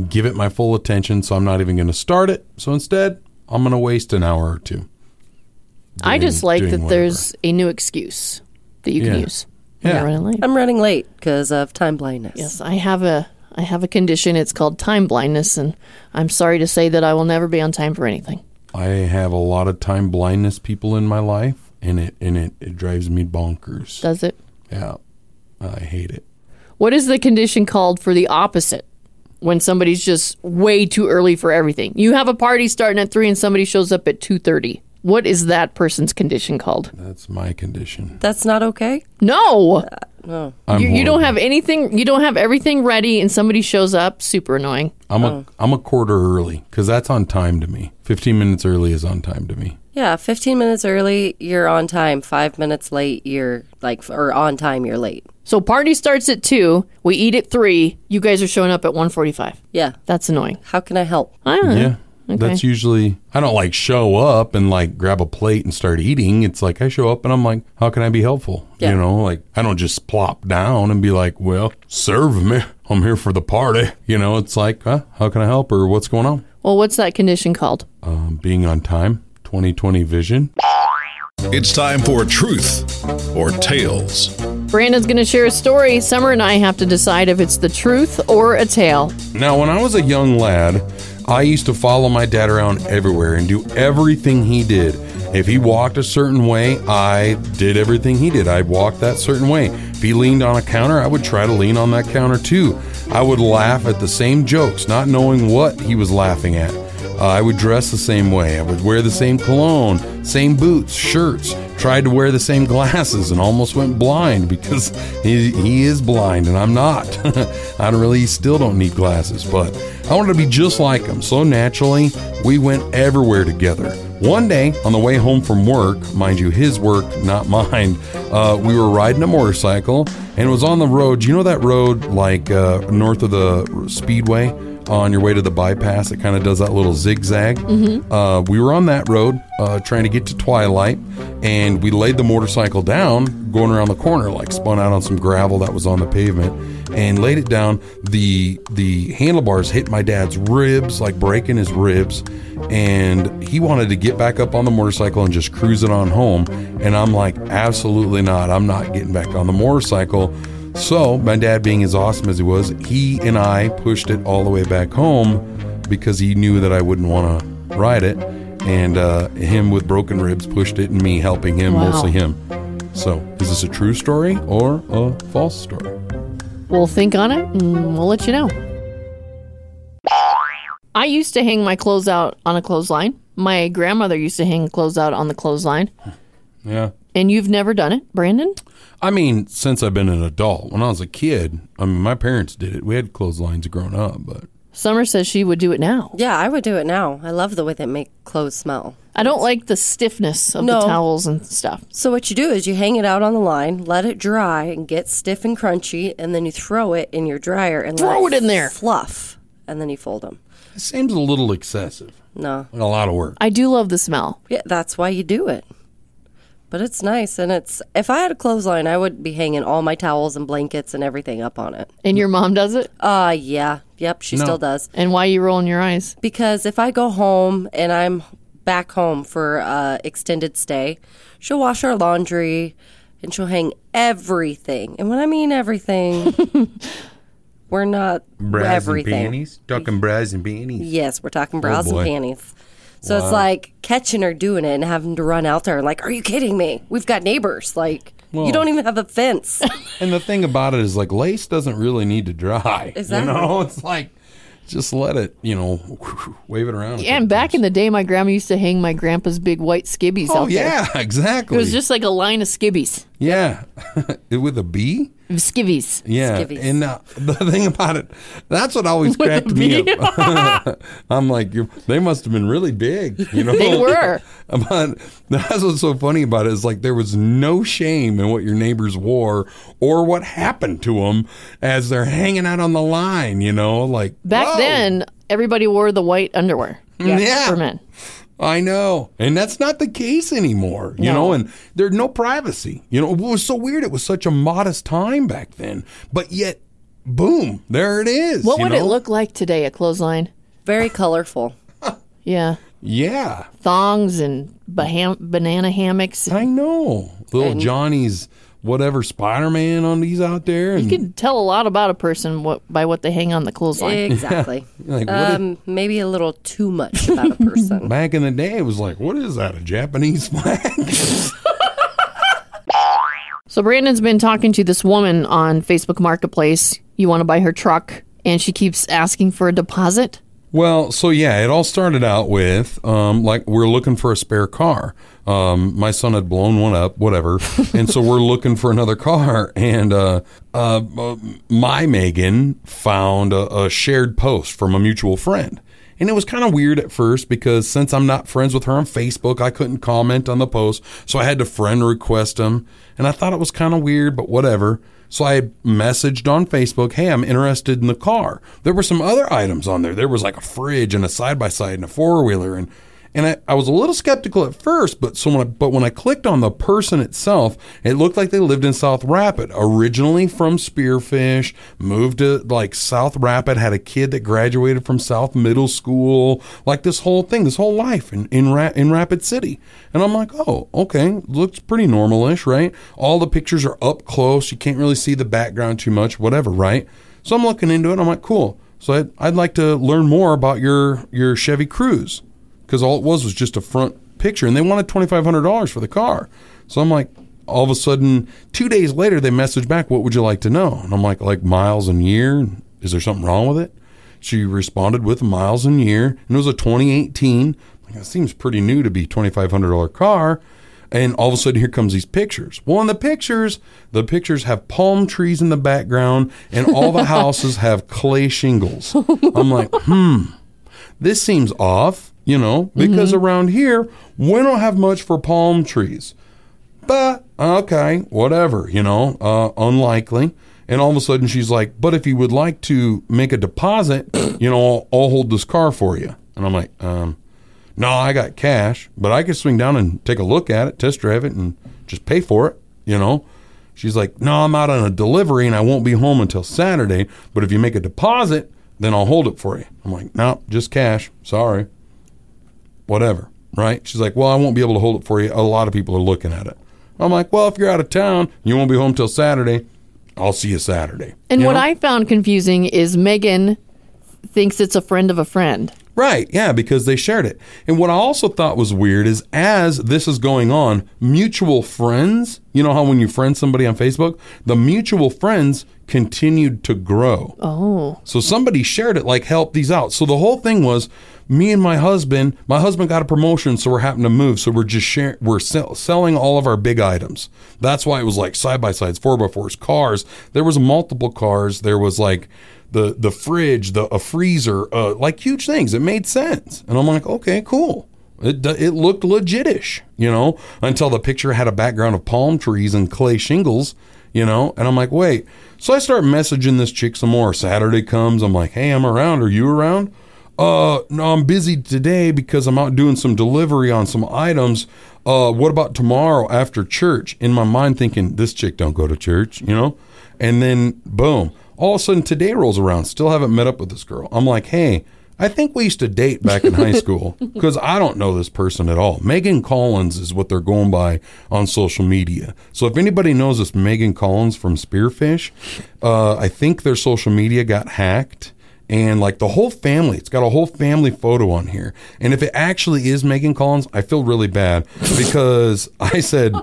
Speaker 15: give it my full attention, so I'm not even going to start it. So instead, I'm going to waste an hour or two.
Speaker 2: I
Speaker 15: doing-
Speaker 2: just like that
Speaker 15: doing
Speaker 2: there's a new excuse that you can
Speaker 15: Yeah.
Speaker 2: use. when you're running late.
Speaker 5: I'm running late because of time blindness.
Speaker 2: Yes, I have a I have a condition. It's called time blindness, and I'm sorry to say that I will never be on time for anything.
Speaker 15: I have a lot of time blindness people in my life, and it and it, it drives me bonkers.
Speaker 2: Does it?
Speaker 15: Yeah, I hate it.
Speaker 2: What is the condition called for the opposite? When somebody's just way too early for everything. You have a party starting at three, and somebody shows up at two thirty. What is that person's condition called?
Speaker 15: That's my condition.
Speaker 5: That's not okay?
Speaker 2: No. Oh.
Speaker 5: No.
Speaker 15: I'm
Speaker 2: You, you
Speaker 15: horrible.
Speaker 2: don't have anything. You don't have everything ready, and somebody shows up. Super annoying.
Speaker 15: I'm
Speaker 5: Oh.
Speaker 2: Oh.
Speaker 15: a am a quarter early because that's on time to me. Fifteen minutes early is on time to me.
Speaker 5: Yeah, 15 minutes early, you're on time. Five minutes late, you're like, or on time, you're late.
Speaker 2: So party starts at two. We eat at three. You guys are showing up at one forty-five.
Speaker 5: Yeah.
Speaker 2: That's annoying.
Speaker 5: How can I help?
Speaker 2: I don't know.
Speaker 15: Yeah,
Speaker 2: Oh, Okay.
Speaker 15: that's usually I don't like show up and like grab a plate and start eating. It's like I show up and I'm like, how can I be helpful?
Speaker 5: Yeah.
Speaker 15: You know, like I don't just plop down and be like, well, serve me. I'm here for the party. You know, it's like, huh, how can I help or what's going on?
Speaker 2: Well, what's that condition called?
Speaker 15: Um, being on time, 2020 vision.
Speaker 17: It's time for truth or tales.
Speaker 2: Brandon's going to share a story. Summer and I have to decide if it's the truth or a tale.
Speaker 15: Now, when I was a young lad, I used to follow my dad around everywhere and do everything he did. If he walked a certain way, I did everything he did. I walked that certain way. If he leaned on a counter, I would try to lean on that counter too. I would laugh at the same jokes, not knowing what he was laughing at. Uh, I would dress the same way. I would wear the same cologne, same boots, shirts. Tried to wear the same glasses and almost went blind because he, he is blind and I'm not. I don't really still don't need glasses, but I wanted to be just like him. So naturally, we went everywhere together. One day, on the way home from work, mind you, his work, not mine, uh, we were riding a motorcycle and it was on the road. You know that road like uh, north of the speedway? on your way to the bypass. It kind of does that little zigzag.
Speaker 2: Mm-hmm.
Speaker 18: Mhm.
Speaker 15: Uh, we were on that road uh, trying to get to Twilight, and we laid the motorcycle down, going around the corner, like spun out on some gravel that was on the pavement, and laid it down. the The handlebars hit my dad's ribs, like breaking his ribs, and he wanted to get back up on the motorcycle and just cruise it on home. And I'm like, absolutely not. I'm not getting back on the motorcycle. So, my dad, being as awesome as he was, he and I pushed it all the way back home because he knew that I wouldn't want to ride it. And uh, him with broken ribs pushed it, and me helping him,
Speaker 2: Wow.
Speaker 15: mostly him. So, is this a true story or a false story?
Speaker 2: We'll think on it and we'll let you know. I used to hang my clothes out on a clothesline. My grandmother used to hang clothes out on the clothesline.
Speaker 15: Yeah.
Speaker 2: And you've never done it, Brandon?
Speaker 15: I mean, since I've been an adult, when I was a kid, I mean, my parents did it. We had clotheslines growing up, but
Speaker 2: Summer says she would do it now.
Speaker 5: Yeah, I would do it now. I love the way they make clothes smell.
Speaker 2: I don't like the stiffness of the
Speaker 5: No.
Speaker 2: towels and stuff.
Speaker 5: So what you do is you hang it out on the line, let it dry and get stiff and crunchy, and then you throw it in your dryer and let
Speaker 2: Throw it in there.
Speaker 5: fluff, and then you fold them.
Speaker 15: it seems a little excessive.
Speaker 5: No,
Speaker 15: Like a lot of work.
Speaker 2: I do love the smell.
Speaker 5: yeah, that's why you do it. But it's nice, and it's if I had a clothesline, I would be hanging all my towels and blankets and everything up on it.
Speaker 2: And your mom does it?
Speaker 5: Uh yeah. Yep, she
Speaker 2: No.
Speaker 5: still does.
Speaker 2: And why are you rolling your eyes?
Speaker 5: Because if I go home and I'm back home for uh extended stay, she'll wash our laundry and she'll hang everything. And when I mean everything, we're not
Speaker 15: Bras
Speaker 5: everything.
Speaker 15: and panties? Talking bras and panties.
Speaker 5: Yes, we're talking
Speaker 15: Oh,
Speaker 5: bras
Speaker 15: boy.
Speaker 5: and panties. So
Speaker 15: Wow.
Speaker 5: it's like catching her doing it and having to run out there and like, are you kidding me? We've got neighbors. Like,
Speaker 15: Well-
Speaker 5: you don't even have a fence.
Speaker 15: And the thing about it is, like, lace doesn't really need to dry.
Speaker 5: Exactly.
Speaker 15: You know, it's like, just let it, you know, wave it around.
Speaker 2: Yeah, and back in the day, my grandma used to hang my grandpa's big white skibbies
Speaker 15: oh,
Speaker 2: out there.
Speaker 15: yeah, exactly.
Speaker 2: It was just like a line of skibbies.
Speaker 15: Yeah. With a B?
Speaker 2: Skivvies.
Speaker 15: Yeah.
Speaker 2: Skivvies.
Speaker 15: And uh, the thing about it, that's what always
Speaker 2: With a
Speaker 15: cracked
Speaker 2: B?
Speaker 15: me up. I'm like, you they must have been really big, you know?
Speaker 2: They were.
Speaker 15: But that's what's so funny about it is like there was no shame in what your neighbors wore or what happened to them as they're hanging out on the line, you know? Like,
Speaker 2: Back
Speaker 15: whoa. Mm,
Speaker 2: then, everybody wore the white underwear.
Speaker 15: Yeah.
Speaker 2: For men.
Speaker 15: I know. And that's not the case anymore, you know, and there's no privacy. You know, it was so weird. It was such a modest time back then, but yet, boom, there it is.
Speaker 2: What
Speaker 15: you
Speaker 2: would it
Speaker 15: know?
Speaker 2: look like today, a clothesline?
Speaker 5: Very colorful.
Speaker 2: yeah.
Speaker 15: Yeah.
Speaker 2: Thongs and baham- banana hammocks.
Speaker 15: I know. Little
Speaker 2: And-
Speaker 15: Johnny's whatever Spider Man on these out there. And
Speaker 2: You can tell a lot about a person what, by what they hang on the clothesline.
Speaker 5: Exactly.
Speaker 15: Yeah. Like, what is-
Speaker 5: um, maybe a little too much about a person.
Speaker 15: back in the day, it was like, what is that? A Japanese flag?
Speaker 2: So Brandon's been talking to this woman on Facebook Marketplace. You want to buy her truck, and she keeps asking for a deposit.
Speaker 15: Well, so yeah, it all started out with um, like we're looking for a spare car. Um, my son had blown one up, whatever, and so we're looking for another car. And uh, uh, uh, my Megan found a, a shared post from a mutual friend, and it was kind of weird at first because since I'm not friends with her on Facebook, I couldn't comment on the post, so I had to friend request him, and I thought it was kind of weird, but whatever. So I messaged on Facebook, hey, I'm interested in the car. There were some other items on there. There was like a fridge and a side by side and a four wheeler and and I, I was a little skeptical at first, but so when I, but when I clicked on the person itself, it looked like they lived in South Rapid, originally from Spearfish, moved to like South Rapid, had a kid that graduated from South Middle School, like this whole thing, this whole life in in, Ra- in Rapid City. And I'm like, oh, okay, looks pretty normalish, right? All the pictures are up close, you can't really see the background too much, whatever, right? So I'm looking into it. I'm like, cool. So I'd, I'd like to learn more about your your Chevy Cruze because all it was was just a front picture, and they wanted twenty five hundred dollars for the car. So I'm like, all of a sudden, two days later, they message back, "What would you like to know?" And I'm like, like miles and year. Is there something wrong with it? She responded with miles and year, and it was a 2018. Like, that seems pretty new to be twenty five hundred dollar car. And all of a sudden, here comes these pictures. Well, in the pictures, the pictures have palm trees in the background, and all the houses have clay shingles. I'm like, hmm, this seems off, you know, because around here, we don't have much for palm trees. But, okay, whatever, you know, uh, unlikely. And all of a sudden, she's like, but if you would like to make a deposit, you know, I'll, I'll hold this car for you. And I'm like, um, no, I got cash, but I could swing down and take a look at it, test drive it, and just pay for it, you know? She's like, no, I'm out on a delivery and I won't be home until Saturday, but if you make a deposit, then I'll hold it for you. I'm like, no, just cash. Sorry. Whatever, right? She's like, well, I won't be able to hold it for you. A lot of people are looking at it. I'm like, well, if you're out of town, you won't be home till Saturday. I'll see you Saturday.
Speaker 2: And
Speaker 15: You
Speaker 2: what
Speaker 15: know?
Speaker 2: I found confusing is Megan thinks it's a friend of a friend.
Speaker 15: Right, yeah, because they shared it. And what I also thought was weird is as this is going on, mutual friends, you know how when you friend somebody on Facebook, the mutual friends continued to grow.
Speaker 2: Oh.
Speaker 15: So somebody shared it, like help these out. So the whole thing was me and my husband. My husband got a promotion, so we're having to move. So we're just share, we're sell, selling all of our big items. That's why it was like side by sides, four by fours, cars. There was multiple cars. There was like the the fridge, the a freezer, uh, like huge things. It made sense, and I'm like, okay, cool. It, do- it looked legitish, you know, until the picture had a background of palm trees and clay shingles, you know, and I'm like, wait. So I start messaging this chick some more. Saturday comes, I'm like, hey, I'm around. Are you around? Uh, no, I'm busy today because I'm out doing some delivery on some items. uh, what about tomorrow after church? In my mind, thinking this chick don't go to church, you know. And then boom, all of a sudden today rolls around. Still haven't met up with this girl. I'm like, hey, I think we used to date back in high school because I don't know this person at all. Megan Collins is what they're going by on social media. So if anybody knows this Megan Collins from Spearfish, uh, I think their social media got hacked and like the whole family it's got a whole family photo on here and if it actually is megan collins i feel really bad because i said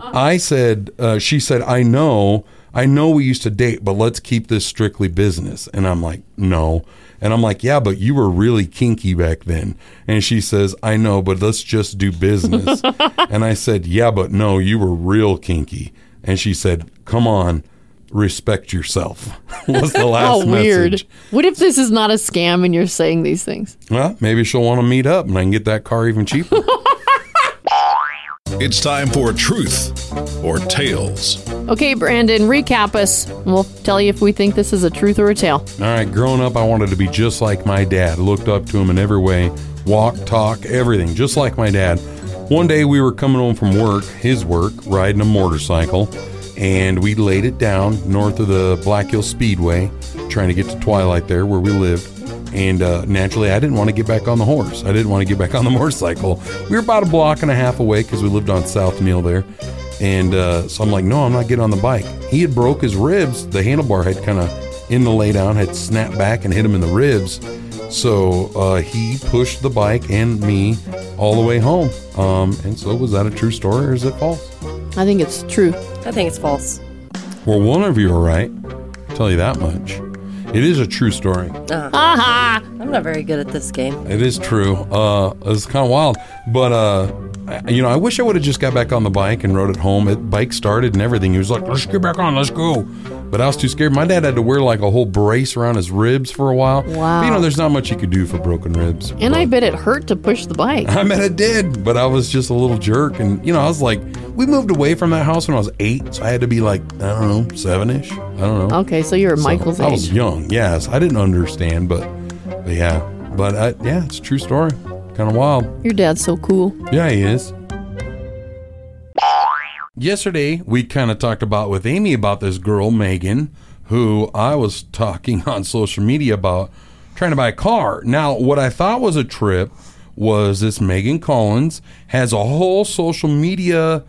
Speaker 15: i said uh, she said i know i know we used to date but let's keep this strictly business and i'm like no and i'm like yeah but you were really kinky back then and she says i know but let's just do business and i said yeah but no you were real kinky and she said come on respect yourself was the last
Speaker 2: oh, weird.
Speaker 15: message
Speaker 2: What if this is not a scam and you're saying these things?
Speaker 15: well, maybe she'll want to meet up and I can get that car even cheaper.
Speaker 17: It's time for truth or tales.
Speaker 2: Okay, Brandon, recap us. and We'll tell you if we think this is a truth or a tale.
Speaker 15: All right, growing up, I wanted to be just like my dad. Looked up to him in every way walk, talk, everything, just like my dad. One day, we were coming home from work, his work, riding a motorcycle, and we laid it down north of the Black Hill Speedway, trying to get to Twilight there where we lived. And uh, naturally, I didn't want to get back on the horse. I didn't want to get back on the motorcycle. We were about a block and a half away because we lived on South Neal there. And uh, so I'm like, no, I'm not getting on the bike. He had broke his ribs. The handlebar had kind of in the laydown had snapped back and hit him in the ribs. So uh, he pushed the bike and me all the way home. Um, and so was that a true story or is it false?
Speaker 2: I think it's true.
Speaker 5: I think it's false.
Speaker 15: Well, one of you are right. tell you that much. It is a true story.
Speaker 5: Uh, I'm not very good at this game.
Speaker 15: It is true. Uh, it's kind of wild, but uh, I- you know, I wish I would have just got back on the bike and rode it home. It bike started and everything. He was like, "Let's get back on, let's go," but I was too scared. My dad had to wear like a whole brace around his ribs for a while.
Speaker 2: Wow.
Speaker 15: But, you know, there's not much you could do for broken ribs.
Speaker 2: And I bet it hurt to push the bike.
Speaker 15: I mean, it did, but I was just a little jerk, and you know, I was like, we moved away from that house when I was eight, so I had to be like, I don't know, seven ish. I don't know.
Speaker 2: Okay, so you're
Speaker 15: So,
Speaker 2: Michael's
Speaker 15: I
Speaker 2: age.
Speaker 15: was young. Yes, I didn't understand, but, but yeah, but I, yeah, it's a true story. Kind of wild.
Speaker 2: Your dad's so cool.
Speaker 15: Yeah, he is. Yesterday, we kind of talked about with Amy about this girl Megan, who I was talking on social media about trying to buy a car. Now, what I thought was a trip was this Megan Collins has a whole social media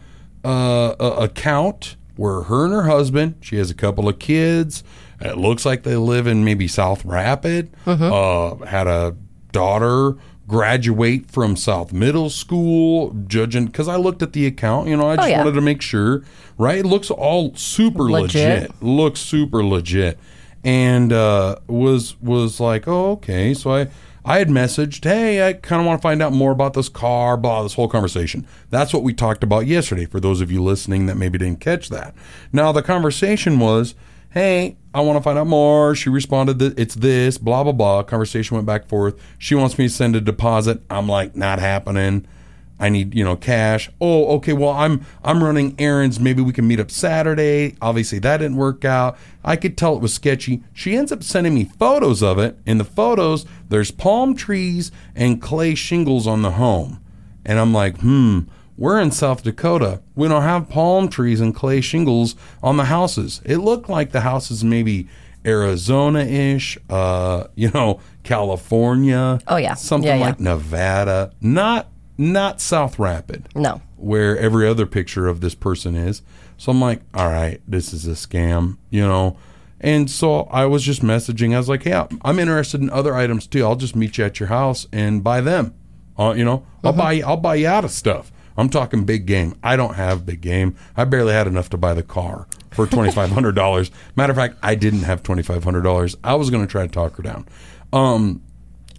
Speaker 15: uh, a- account where her and her husband, she has a couple of kids. and It looks like they live in maybe South Rapid.
Speaker 16: Mm-hmm.
Speaker 15: Uh, had a daughter graduate from South Middle School, judging because I looked at the account. You know, I
Speaker 16: Oh,
Speaker 15: just
Speaker 16: yeah.
Speaker 15: wanted to make sure. Right? It looks all super legit.
Speaker 16: Legit.
Speaker 15: Looks super legit. And uh, was was like, oh, okay. So I I had messaged, hey, I kind of want to find out more about this car, blah, this whole conversation. That's what we talked about yesterday. For those of you listening that maybe didn't catch that. Now the conversation was, hey, I want to find out more. She responded that it's this, blah blah blah. Conversation went back and forth. She wants me to send a deposit. I'm like, not happening. I need, you know, cash. Oh, okay. Well, I'm I'm running errands. Maybe we can meet up Saturday. Obviously, that didn't work out. I could tell it was sketchy. She ends up sending me photos of it. In the photos, there's palm trees and clay shingles on the home. And I'm like, "Hmm, we're in South Dakota. We don't have palm trees and clay shingles on the houses." It looked like the houses maybe Arizona-ish, uh, you know, California.
Speaker 5: Oh, yeah.
Speaker 15: Something
Speaker 5: Yeah, yeah.
Speaker 15: like Nevada, not not South Rapid.
Speaker 5: No.
Speaker 15: Where every other picture of this person is. So I'm like, all right, this is a scam, you know. And so I was just messaging. I was like, yeah, I'm interested in other items too. I'll just meet you at your house and buy them. Uh, you know,
Speaker 5: Uh-huh.
Speaker 15: I'll buy I'll buy you out of stuff. I'm talking big game. I don't have big game. I barely had enough to buy the car for twenty five hundred dollars. Matter of fact, I didn't have twenty five hundred dollars. I was going to try to talk her down. Um,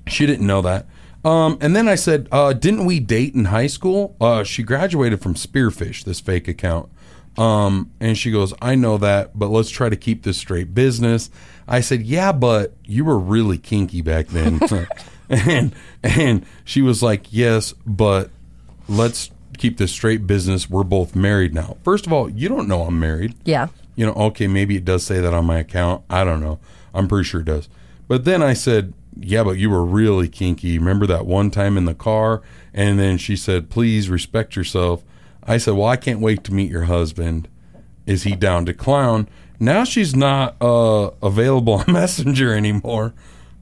Speaker 15: she didn't know that. Um, and then I said, uh, didn't we date in high school? Uh, she graduated from Spearfish, this fake account. Um, and she goes, I know that, but let's try to keep this straight business. I said, yeah, but you were really kinky back then. and, and she was like, yes, but let's keep this straight business. We're both married now. First of all, you don't know I'm married
Speaker 5: Yeah.
Speaker 15: you know, okay, maybe it does say that on my account. I don't know. I'm pretty sure it does. But then I said, yeah, but you were really kinky. Remember that one time in the car? And then she said, please respect yourself. I said, well, I can't wait to meet your husband. Is he down to clown? Now she's not uh, available on Messenger anymore.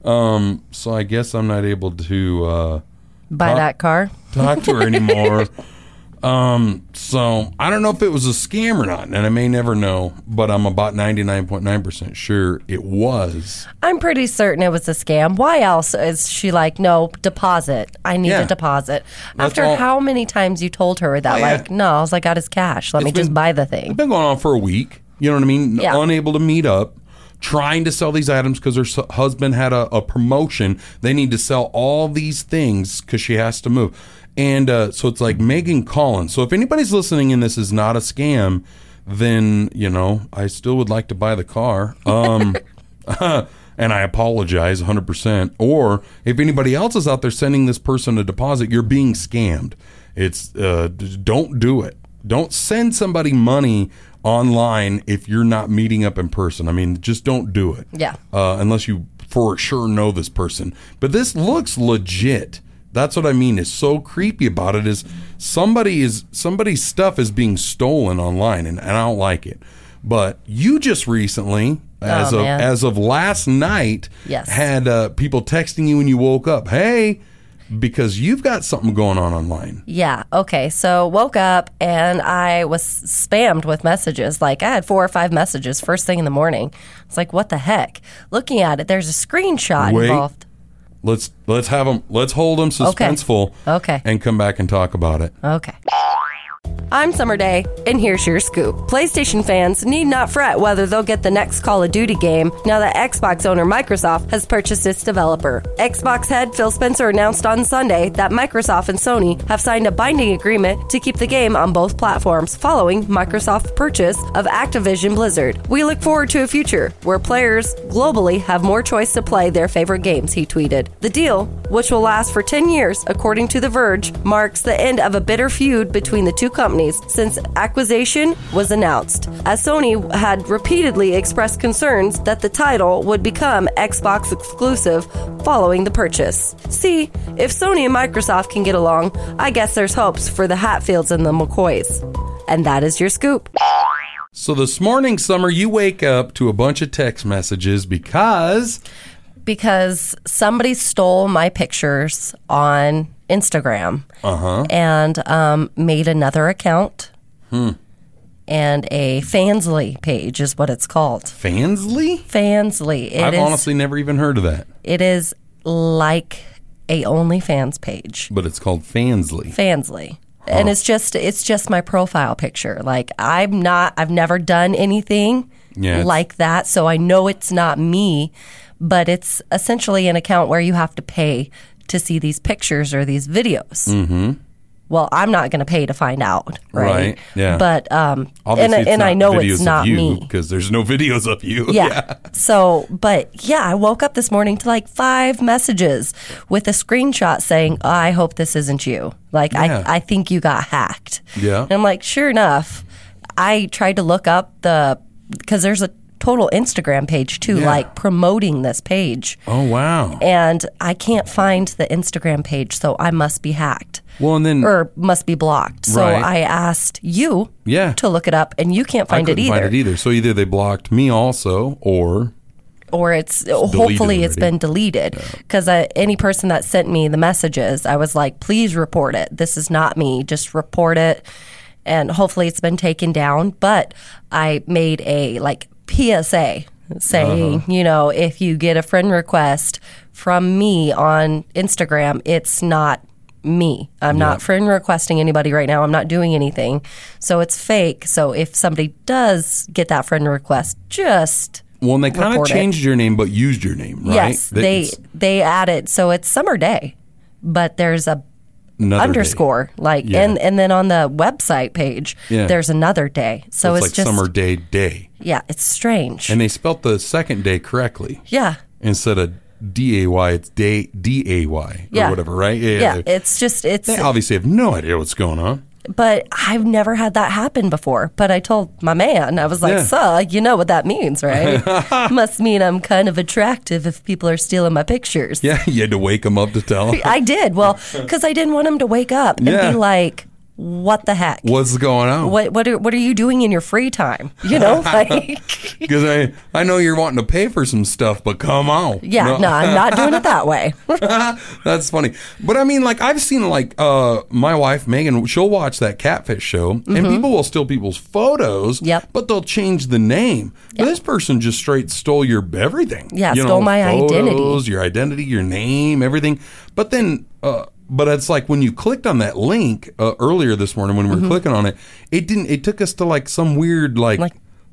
Speaker 15: Um, so I guess I'm not able to uh,
Speaker 5: Buy
Speaker 15: talk-
Speaker 5: that car.
Speaker 15: talk to her anymore. um, so I don't know if it was a scam or not, and I may never know, but I'm about 99.9% sure it was.
Speaker 5: I'm pretty certain it was a scam. Why else is she like, no, deposit? I need
Speaker 15: Yeah.
Speaker 5: a deposit.
Speaker 15: That's
Speaker 5: After
Speaker 15: all-
Speaker 5: how many times you told her that,
Speaker 15: Oh, yeah.
Speaker 5: like, no, all I got is cash. Let me just buy the thing.
Speaker 15: It's been going on for a week. You know what I mean?
Speaker 5: Yeah.
Speaker 15: Unable to meet up, trying to sell these items because her s- husband had a, a promotion. They need to sell all these things because she has to move. And uh, so it's like Megan Collins. So if anybody's listening and this is not a scam, then, you know, I still would like to buy the car. Um, and I apologize 100%. Or if anybody else is out there sending this person a deposit, you're being scammed. It's uh, d- don't do it. Don't send somebody money online if you're not meeting up in person. I mean, just don't do it.
Speaker 5: Yeah.
Speaker 15: Uh, unless you for sure know this person. But this looks legit. That's what I mean. Is so creepy about it is somebody is somebody's stuff is being stolen online, and, and I don't like it. But you just recently, as of
Speaker 5: Oh, man.
Speaker 15: as of last night,
Speaker 5: Yes.
Speaker 15: had uh, people texting you when you woke up, hey, because you've got something going on online.
Speaker 5: Yeah. Okay. So woke up and I was spammed with messages. Like I had four or five messages first thing in the morning. It's like, what the heck? Looking at it, there's a screenshot
Speaker 15: Wait.
Speaker 5: Uh, involved.
Speaker 15: Let's let's have them. Let's hold them
Speaker 5: Okay.
Speaker 15: suspenseful.
Speaker 5: Okay.
Speaker 15: And come back and talk about it.
Speaker 5: Okay. I'm Summer Day, and here's your scoop. PlayStation fans need not fret whether they'll get the next Call of Duty game now that Xbox owner Microsoft has purchased its developer. Xbox head Phil Spencer announced on Sunday that Microsoft and Sony have signed a binding agreement to keep the game on both platforms following Microsoft's purchase of Activision Blizzard. We look forward to a future where players globally have more choice to play their favorite games, he tweeted. The deal, which will last for 10 years, according to The Verge, marks the end of a bitter feud between the two companies since acquisition was announced, as Sony had repeatedly expressed concerns that the title would become Xbox exclusive following the purchase. See, if Sony and Microsoft can get along, I guess there's hopes for the Hatfields and the McCoys. And that is your scoop.
Speaker 15: So this morning, Summer, you wake up to a bunch of text messages because
Speaker 5: Because somebody stole my pictures on Instagram.
Speaker 15: uh huh.
Speaker 5: and um, made another account
Speaker 15: Hmm.
Speaker 5: and a Fansly page is what it's called.
Speaker 15: Fansly?
Speaker 5: Fansly. It is.
Speaker 15: I've honestly never even heard of that,
Speaker 5: it is like a OnlyFans page.
Speaker 15: but it's called Fansly.
Speaker 5: Fansly. And
Speaker 15: Huh.
Speaker 5: it's just it's just my profile picture. Like I'm not I've never done anything
Speaker 15: Yeah, it's-
Speaker 5: like that, so I know it's not me, but it's essentially an account where you have to pay to see these pictures or these videos.
Speaker 15: mm-hmm.
Speaker 5: well, I'm not going to pay to find out, right?
Speaker 15: Right, yeah.
Speaker 5: But um, and
Speaker 15: Obviously, it's
Speaker 5: and I
Speaker 15: not
Speaker 5: know
Speaker 15: videos
Speaker 5: it's
Speaker 15: of
Speaker 5: not
Speaker 15: you
Speaker 5: me.
Speaker 15: because there's no videos of you.
Speaker 5: Yeah. So, but yeah, I woke up this morning to like five messages with a screenshot saying, "I hope this isn't you." Like,
Speaker 15: Yeah.
Speaker 5: I I think you got hacked.
Speaker 15: Yeah.
Speaker 5: And I'm like, sure enough, I tried to look up the because there's a total Instagram page too,
Speaker 15: Yeah.
Speaker 5: like promoting this page,
Speaker 15: Oh wow.
Speaker 5: and I can't find the Instagram page, so I must be hacked
Speaker 15: Well, and then
Speaker 5: or must be blocked. So
Speaker 15: Right.
Speaker 5: I asked you
Speaker 15: yeah,
Speaker 5: to look it up, and you can't
Speaker 15: I
Speaker 5: find it
Speaker 15: couldn't
Speaker 5: either.
Speaker 15: find it either. So either they blocked me also, or
Speaker 5: Or it's,
Speaker 15: deleted
Speaker 5: hopefully it's
Speaker 15: already.
Speaker 5: been deleted because any person that sent me the messages, I was like, please report it. This is not me. Just report it, and hopefully it's been taken down. But I made a like PSA saying,
Speaker 11: Uh-huh.
Speaker 5: you know, if you get a friend request from me on Instagram, it's not me. I'm not
Speaker 11: Yeah.
Speaker 5: friend requesting anybody right now. I'm not doing anything. So it's fake. So if somebody does get that friend request, just
Speaker 15: well, and they kind of
Speaker 5: Report it.
Speaker 15: changed your name but used your name, right?
Speaker 5: yes,
Speaker 15: That
Speaker 5: they
Speaker 15: it's
Speaker 5: they added so it's summer day, but there's a
Speaker 15: another day.
Speaker 5: underscore like
Speaker 15: Yeah.
Speaker 5: and and then on the website page
Speaker 15: Yeah.
Speaker 5: there's another day. So it's,
Speaker 15: like
Speaker 5: just
Speaker 15: summer day day,
Speaker 5: yeah, it's strange.
Speaker 15: and they spelt the second day correctly
Speaker 5: yeah.
Speaker 15: instead of D A Y. It's day D A Y or
Speaker 5: Yeah.
Speaker 15: whatever, right?
Speaker 5: Yeah,
Speaker 15: they-
Speaker 5: it's just it's
Speaker 15: they obviously have no idea what's going on.
Speaker 5: But I've never had that happen before. But I told my man, I was like,
Speaker 11: Yeah.
Speaker 5: "Suh, you know what that means, right? Must mean I'm kind of attractive if people are stealing my pictures."
Speaker 15: Yeah, you had to wake him up to tell. him.
Speaker 5: I did. Well, because I didn't want him to wake up and
Speaker 15: Oh. Yeah.
Speaker 5: be like, "What the heck?
Speaker 15: What's going on?
Speaker 5: What what are, what are you doing in your free time?" You know, like
Speaker 15: Because I, I know you're wanting to pay for some stuff, but come on.
Speaker 5: yeah, no, I'm not doing it that way.
Speaker 15: That's funny. But I mean, like, I've seen, like, uh, my wife, Megan, she'll watch that catfish show, and
Speaker 5: Mhm.
Speaker 15: people will steal people's photos, yep. but they'll change the name. But This person just straight stole your everything.
Speaker 5: Yeah, stole my identity.
Speaker 15: identity. Your identity, your name, everything. But then, uh, but it's like when you clicked on that link uh, earlier this morning when we were
Speaker 5: Mhm.
Speaker 15: clicking on it, it didn't, it took us to like some weird, like,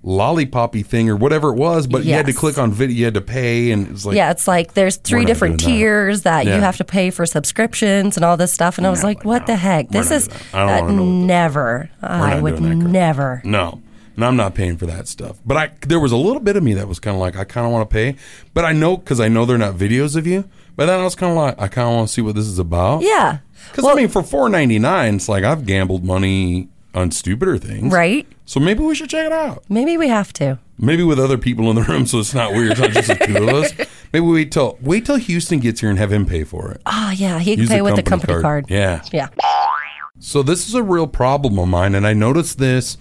Speaker 15: lollipoppy thing or whatever it was, but you had to
Speaker 5: Yes.
Speaker 15: click on video, you had to pay, and it's like,
Speaker 5: yeah, it's like there's
Speaker 15: We're
Speaker 5: three
Speaker 15: not
Speaker 5: different
Speaker 15: doing that.
Speaker 5: tiers that,
Speaker 15: Yeah.
Speaker 5: you have to pay for subscriptions and all this stuff. And I was like, what the heck? This
Speaker 15: not
Speaker 5: is
Speaker 15: doing that. I don't
Speaker 5: uh,
Speaker 15: wanna know
Speaker 5: never. I
Speaker 15: not
Speaker 5: would
Speaker 15: doing
Speaker 5: never.
Speaker 15: No. And I'm not paying for that stuff. But I there was a little bit of me that was kind of like I kind of want to pay, but I know cuz I know they're not videos of you. But then I was kind of like I kind of want to see what this is about.
Speaker 5: Yeah.
Speaker 15: Cuz I mean for 4.99 it's like I've gambled money on stupider things.
Speaker 5: Right?
Speaker 15: So maybe we should check it out.
Speaker 5: Maybe we have to.
Speaker 15: Maybe with other people in the room so it's not weird, it's not just the two of us. Maybe wait till wait till Houston gets here and have him pay for it.
Speaker 5: Oh, yeah. He can
Speaker 15: Use
Speaker 5: pay with the company card.
Speaker 15: Yeah.
Speaker 5: Yeah.
Speaker 15: So this is a real problem of mine, and I noticed this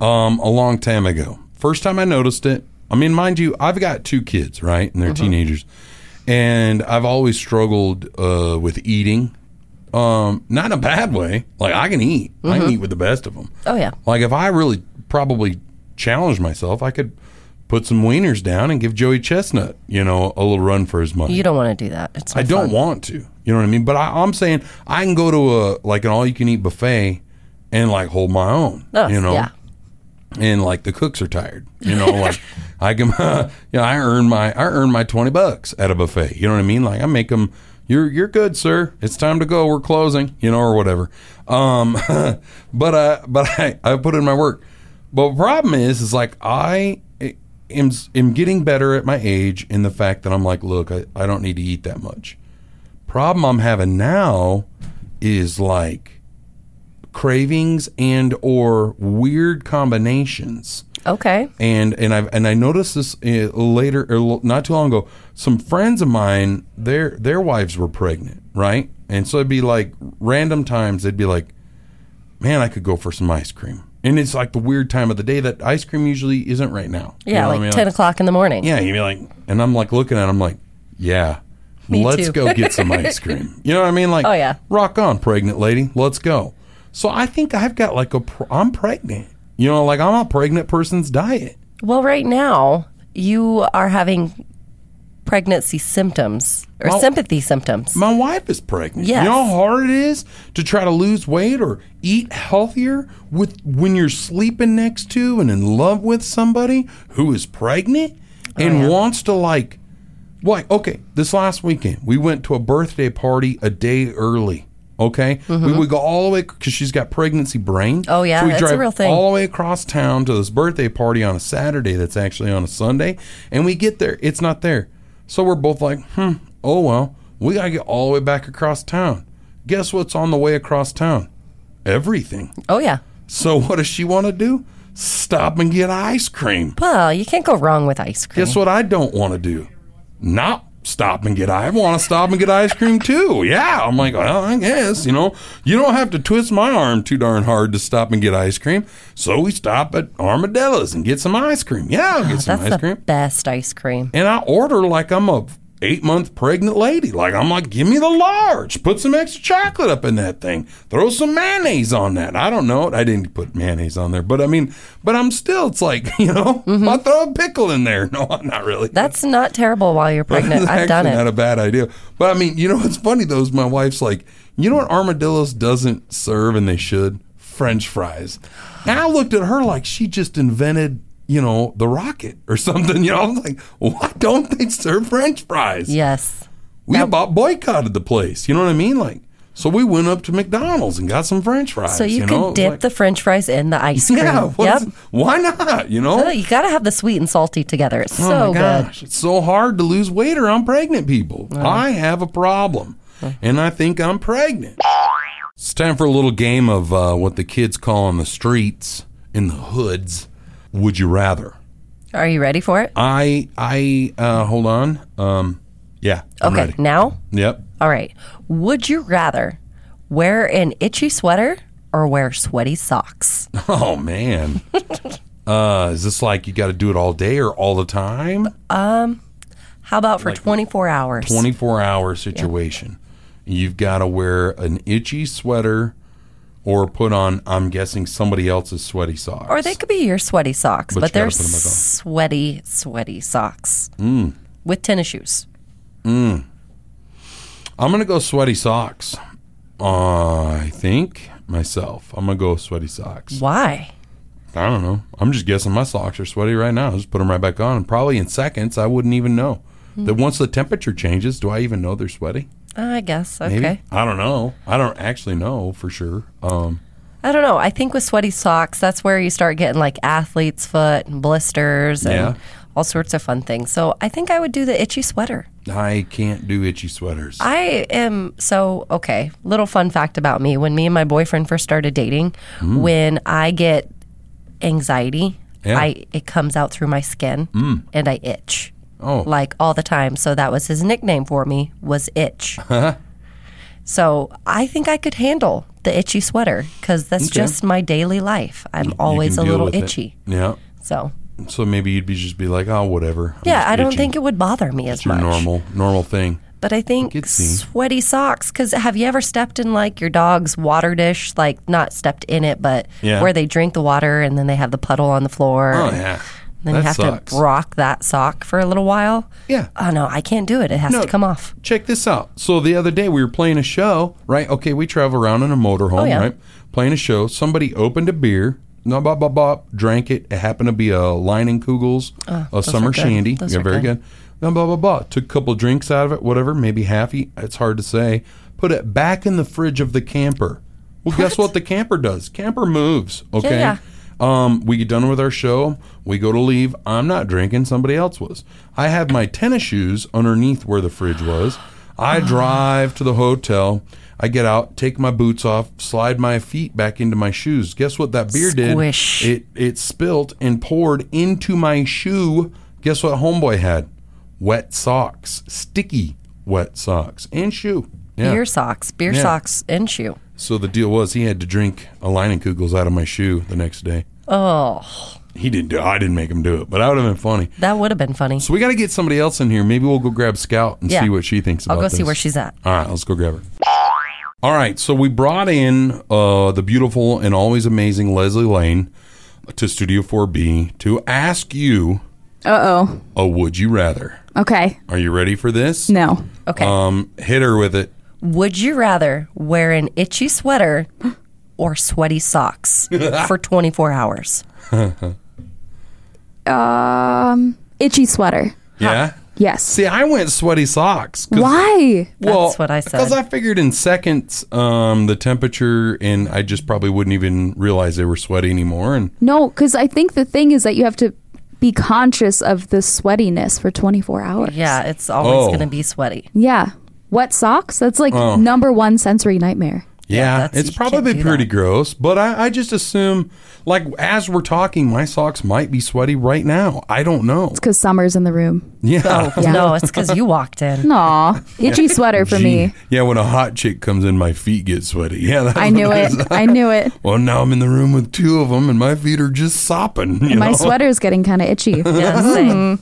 Speaker 15: um, a long time ago. First time I noticed it. I mean, mind you, I've got two kids, right, and they're teenagers, and I've always struggled uh, with eating. Um, not in a bad way. Like I can eat. I can
Speaker 5: Mhm.
Speaker 15: eat with the best of them.
Speaker 5: Oh, yeah.
Speaker 15: Like if I really probably challenged myself, I could put some wieners down and give Joey Chestnut, you know, a little run for his money.
Speaker 5: You don't want to do that. It's
Speaker 15: I
Speaker 5: not
Speaker 15: don't
Speaker 5: fun.
Speaker 15: want to. You know what I mean? But I, I'm saying I can go to a like an all you can eat buffet and like hold my own.
Speaker 5: Oh,
Speaker 15: you know.
Speaker 5: yeah.
Speaker 15: And like the cooks are tired. You know, like I can, you know, I earn my I earn my twenty bucks at a buffet. You know what I mean? Like I make them. You're you're good, sir. It's time to go. We're closing. You know, or whatever. Um, but uh, but I I put in my work. But the problem is, is like I eh, am am getting better at my age in the fact that I'm like, look, I, I don't need to eat that much problem I'm having now is like cravings and or weird combinations.
Speaker 5: Okay.
Speaker 15: And and I have and I noticed this uh, later or l- not too long ago. Some friends of mine, their their wives were pregnant, right? And so it'd be like random times they'd be like, "Man, I could go for some ice cream." And it's like the weird time of the day that ice cream usually isn't right now. You
Speaker 5: Yeah,
Speaker 15: know what
Speaker 5: like
Speaker 15: I mean?
Speaker 5: 10 o'clock in the morning.
Speaker 15: Yeah, you'd be like, and I'm like looking at him like, yeah,
Speaker 5: Me
Speaker 15: let's
Speaker 5: too.
Speaker 15: go get some ice cream. You know what I mean? Like,
Speaker 5: Oh, yeah.
Speaker 15: rock on, pregnant lady, let's go. So I think I've got like a, pr- I'm pregnant. You know, like I'm a pregnant person's diet.
Speaker 5: Well, right now, you are having pregnancy symptoms or
Speaker 15: Well-
Speaker 5: sympathy symptoms.
Speaker 15: My wife is pregnant.
Speaker 5: Yes.
Speaker 15: You know how hard it is to try to lose weight or eat healthier with when you're sleeping next to and in love with somebody who is pregnant and wants to like why okay, this last weekend we went to a birthday party a day early. Okay, we would go all the way because she's got pregnancy brain.
Speaker 5: Mm-hmm. Oh, yeah,
Speaker 15: so we
Speaker 5: that's a
Speaker 15: drive
Speaker 5: real thing.
Speaker 15: all the way across town to this birthday party on a Saturday that's actually on a Sunday, and we get there, it's not there. So we're both like, hmm, oh well, we gotta get all the way back across town. Guess what's on the way across town? Everything.
Speaker 5: Oh, yeah.
Speaker 15: So what does she want to do? Stop and get ice cream.
Speaker 5: Well, you can't go wrong with ice cream.
Speaker 15: Guess what I don't want to do? Not stop and get I want to stop and get ice cream too. Yeah. I'm like, well, I guess, you know, you don't have to twist my arm too darn hard to stop and get ice cream. So we stop at Armadillo's and get some ice cream. Yeah, I'll get some
Speaker 5: That's
Speaker 15: ice
Speaker 5: the
Speaker 15: cream.
Speaker 5: best ice cream.
Speaker 15: And I order like I'm a eight month pregnant lady. Like I'm like, give me the large. Put some extra chocolate up in that thing. Throw some mayonnaise on that. I don't know. I didn't put mayonnaise on there, but I mean, but I'm still. It's like you know, I'll throw a pickle in there. No, I'm not really.
Speaker 5: That's not terrible while you're pregnant.
Speaker 15: That's
Speaker 5: I've done
Speaker 15: actually
Speaker 5: it.
Speaker 15: Not a bad idea. But I mean, you know what's funny though is my wife's like, you know what armadillos doesn't serve and they should French fries. And I looked at her like she just invented, you know, the rocket or something. You know, I was like, why don't they serve French fries?
Speaker 5: Yes.
Speaker 15: We about boycotted the place. You know what I mean? Like, so we went up to McDonald's and got some French fries.
Speaker 5: So you,
Speaker 15: you
Speaker 5: can
Speaker 15: know? It was
Speaker 5: dip
Speaker 15: like,
Speaker 5: the French fries in the ice cream.
Speaker 15: Yeah, what's-
Speaker 5: yep.
Speaker 15: why not? You know,
Speaker 5: Oh, you gotta have the sweet and salty together. It's so
Speaker 15: oh my
Speaker 5: good.
Speaker 15: gosh, it's so hard to lose weight around pregnant people. I have a problem, and I think I'm pregnant. It's time for a little game of uh, what the kids call on the streets, in the hoods. Would you rather?
Speaker 5: Are you ready for it?
Speaker 15: I I uh, hold on. Um, yeah. I'm
Speaker 5: okay,
Speaker 15: ready.
Speaker 5: now?
Speaker 15: Yep.
Speaker 5: All right. Would you rather wear an itchy sweater or wear sweaty socks?
Speaker 15: Oh man. uh, is this like you got to do it all day or all the time?
Speaker 5: Um, how about for 24 hours?
Speaker 15: Twenty-four hour situation. You've got to wear an itchy sweater, or put on. I'm guessing somebody else's sweaty sock.
Speaker 5: Or they could be your sweaty socks,
Speaker 15: But
Speaker 5: but,
Speaker 15: you
Speaker 5: they're
Speaker 15: gotta put 'em back on.
Speaker 5: sweaty, sweaty socks
Speaker 15: Mm.
Speaker 5: with tennis shoes.
Speaker 15: Mm. I'm gonna go sweaty socks. Uh, I think myself. I'm gonna go sweaty socks.
Speaker 5: Why?
Speaker 15: I don't know. I'm just guessing my socks are sweaty right now. I'll just put them right back on, and probably in seconds, I wouldn't even know.
Speaker 5: Hmm.
Speaker 15: That once the temperature changes, do I even know they're sweaty?
Speaker 5: Uh, I guess. Okay.
Speaker 15: Maybe I don't know. I don't actually know for sure. Um,
Speaker 5: I don't know. I think with sweaty socks, that's where you start getting like athlete's foot and blisters and
Speaker 15: Yeah.
Speaker 5: all sorts of fun things. So I think I would do the itchy sweater.
Speaker 15: I can't do itchy sweaters.
Speaker 5: I am so okay. Little fun fact about me when me and my boyfriend first started dating,
Speaker 15: Mm.
Speaker 5: when I get anxiety,
Speaker 15: Yeah.
Speaker 5: I it comes out through my skin
Speaker 15: Mm.
Speaker 5: and I itch.
Speaker 15: Oh.
Speaker 5: Like all the time. So that was his nickname for me was itch.
Speaker 15: Huh?
Speaker 5: So I think I could handle the itchy sweater cuz that's
Speaker 15: Okay.
Speaker 5: just my daily life. I'm
Speaker 15: You can
Speaker 5: always a
Speaker 15: deal
Speaker 5: little
Speaker 15: with it.
Speaker 5: itchy.
Speaker 15: Yeah.
Speaker 5: So
Speaker 15: So maybe you'd be just be like, oh, whatever. I'm
Speaker 5: yeah,
Speaker 15: just
Speaker 5: I don't
Speaker 15: itchy.
Speaker 5: think it would bother me as
Speaker 15: it's your
Speaker 5: much.
Speaker 15: normal normal thing.
Speaker 5: But I think
Speaker 15: could see.
Speaker 5: sweaty socks. Because have you ever stepped in like your dog's water dish? Like not stepped in it, but
Speaker 15: Yeah.
Speaker 5: where they drink the water and then they have the puddle on the floor.
Speaker 15: Oh
Speaker 5: and
Speaker 15: yeah.
Speaker 5: Then
Speaker 15: That
Speaker 5: you have
Speaker 15: sucks.
Speaker 5: to rock that sock for a little while.
Speaker 15: Yeah.
Speaker 5: Oh no, I can't do it. It has
Speaker 15: No.
Speaker 5: to come off.
Speaker 15: Check this out. So the other day we were playing a show, right? Okay, we travel around in a motorhome,
Speaker 5: Oh, yeah.
Speaker 15: right? Playing a show. Somebody opened a beer. No, bop, bop, bop. Drank it. It happened to be a Lion and Kugel's,
Speaker 5: Ah,
Speaker 17: Oh,
Speaker 15: a
Speaker 17: those are
Speaker 15: summer
Speaker 17: good.
Speaker 15: shandy.
Speaker 17: Those
Speaker 15: yeah,
Speaker 17: are
Speaker 15: very
Speaker 17: good.
Speaker 15: good. Blah, blah, blah, blah. Took a couple drinks out of it, whatever, maybe halfy. It's hard to say. Put it back in the fridge of the camper. Well, guess what the camper does? Camper moves, okay?
Speaker 17: yeah.
Speaker 15: Um, we get done with our show. We go to leave. I'm not drinking. Somebody else was. I have my tennis shoes underneath where the fridge was. I drive to the hotel. I get out, take my boots off, slide my feet back into my shoes. Guess what that beer
Speaker 5: Squish.
Speaker 15: did? It it spilt and poured into my shoe. Guess what homeboy had? Wet socks, sticky wet socks, and shoe. Yeah.
Speaker 5: Beer socks, beer
Speaker 15: Yeah.
Speaker 5: socks, and shoe.
Speaker 15: So the deal was he had to drink a line of Kugels out of my shoe the next day.
Speaker 5: Oh,
Speaker 15: He didn't do. I didn't make him do it, but that would have been funny.
Speaker 5: that would have been funny.
Speaker 15: So we got to get somebody else in here. Maybe we'll go grab Scout and
Speaker 5: Yeah.
Speaker 15: see what she thinks
Speaker 5: I'll
Speaker 15: about
Speaker 5: go see
Speaker 15: this.
Speaker 5: where she's at.
Speaker 15: All right, let's go grab her. All right, so we brought in uh, the beautiful and always amazing Leslie Lane to Studio 4B to ask you
Speaker 16: Uh oh.
Speaker 15: a would you rather.
Speaker 16: Okay.
Speaker 15: Are you ready for this?
Speaker 16: No.
Speaker 5: Okay.
Speaker 15: Um, hit her with it.
Speaker 5: Would you rather wear an itchy sweater or sweaty socks for 24 hours?
Speaker 16: Um, itchy sweater.
Speaker 15: Yeah.
Speaker 16: Yes.
Speaker 15: See, I went sweaty socks. 'cause-
Speaker 16: Why?
Speaker 15: Well,
Speaker 5: That's what I said.
Speaker 15: Because I figured in seconds, um, the temperature, and I just probably wouldn't even realize they were sweaty anymore. And
Speaker 16: No, because I think the thing is that you have to be conscious of the sweatiness for 24 hours.
Speaker 5: Yeah, it's always
Speaker 15: Oh.
Speaker 5: going to be sweaty.
Speaker 16: Yeah. Wet socks? That's like
Speaker 15: Oh.
Speaker 16: number one sensory nightmare.
Speaker 15: yeah, it's probably pretty gross, but I, I just assume, like, as we're talking, my socks might be sweaty right now. I don't know.
Speaker 16: It's because summer's in the room.
Speaker 15: Yeah.
Speaker 16: Yeah.
Speaker 5: Oh, No, it's because you walked in.
Speaker 16: Aw, itchy sweater for me.
Speaker 15: Gee. Yeah, when a hot chick comes in, my feet get sweaty. Yeah, that's
Speaker 16: I knew
Speaker 15: what
Speaker 16: it.
Speaker 15: is.
Speaker 16: I knew it.
Speaker 15: Well, now I'm in the room with two of them, and my feet are just sopping. You
Speaker 16: And my
Speaker 15: know?
Speaker 16: sweater's getting kind of itchy.
Speaker 15: same.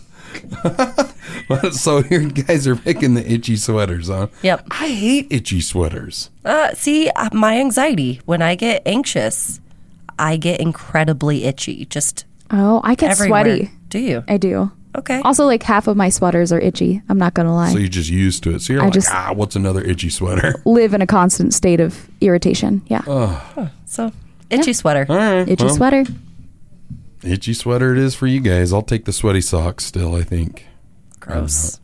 Speaker 15: so here, you guys are picking the itchy sweaters, huh?
Speaker 5: Yep.
Speaker 15: I hate itchy sweaters.
Speaker 5: Uh, see, uh, my anxiety, when I get anxious, I get incredibly itchy. Just
Speaker 16: Oh, I get
Speaker 5: everywhere.
Speaker 16: sweaty.
Speaker 5: Do you?
Speaker 16: I do.
Speaker 5: Okay.
Speaker 16: Also, like half of my sweaters are itchy. I'm not going to lie.
Speaker 15: So you're just used to it. So you're
Speaker 16: I
Speaker 15: like,
Speaker 16: just-
Speaker 15: ah, what's another itchy sweater?
Speaker 16: Live in a constant state of irritation. Yeah.
Speaker 15: Ugh.
Speaker 5: So, itchy sweater.
Speaker 16: Itchy
Speaker 15: well.
Speaker 16: sweater.
Speaker 15: itchy sweater it is for you guys. I'll take the sweaty socks still, I think.
Speaker 5: Gross.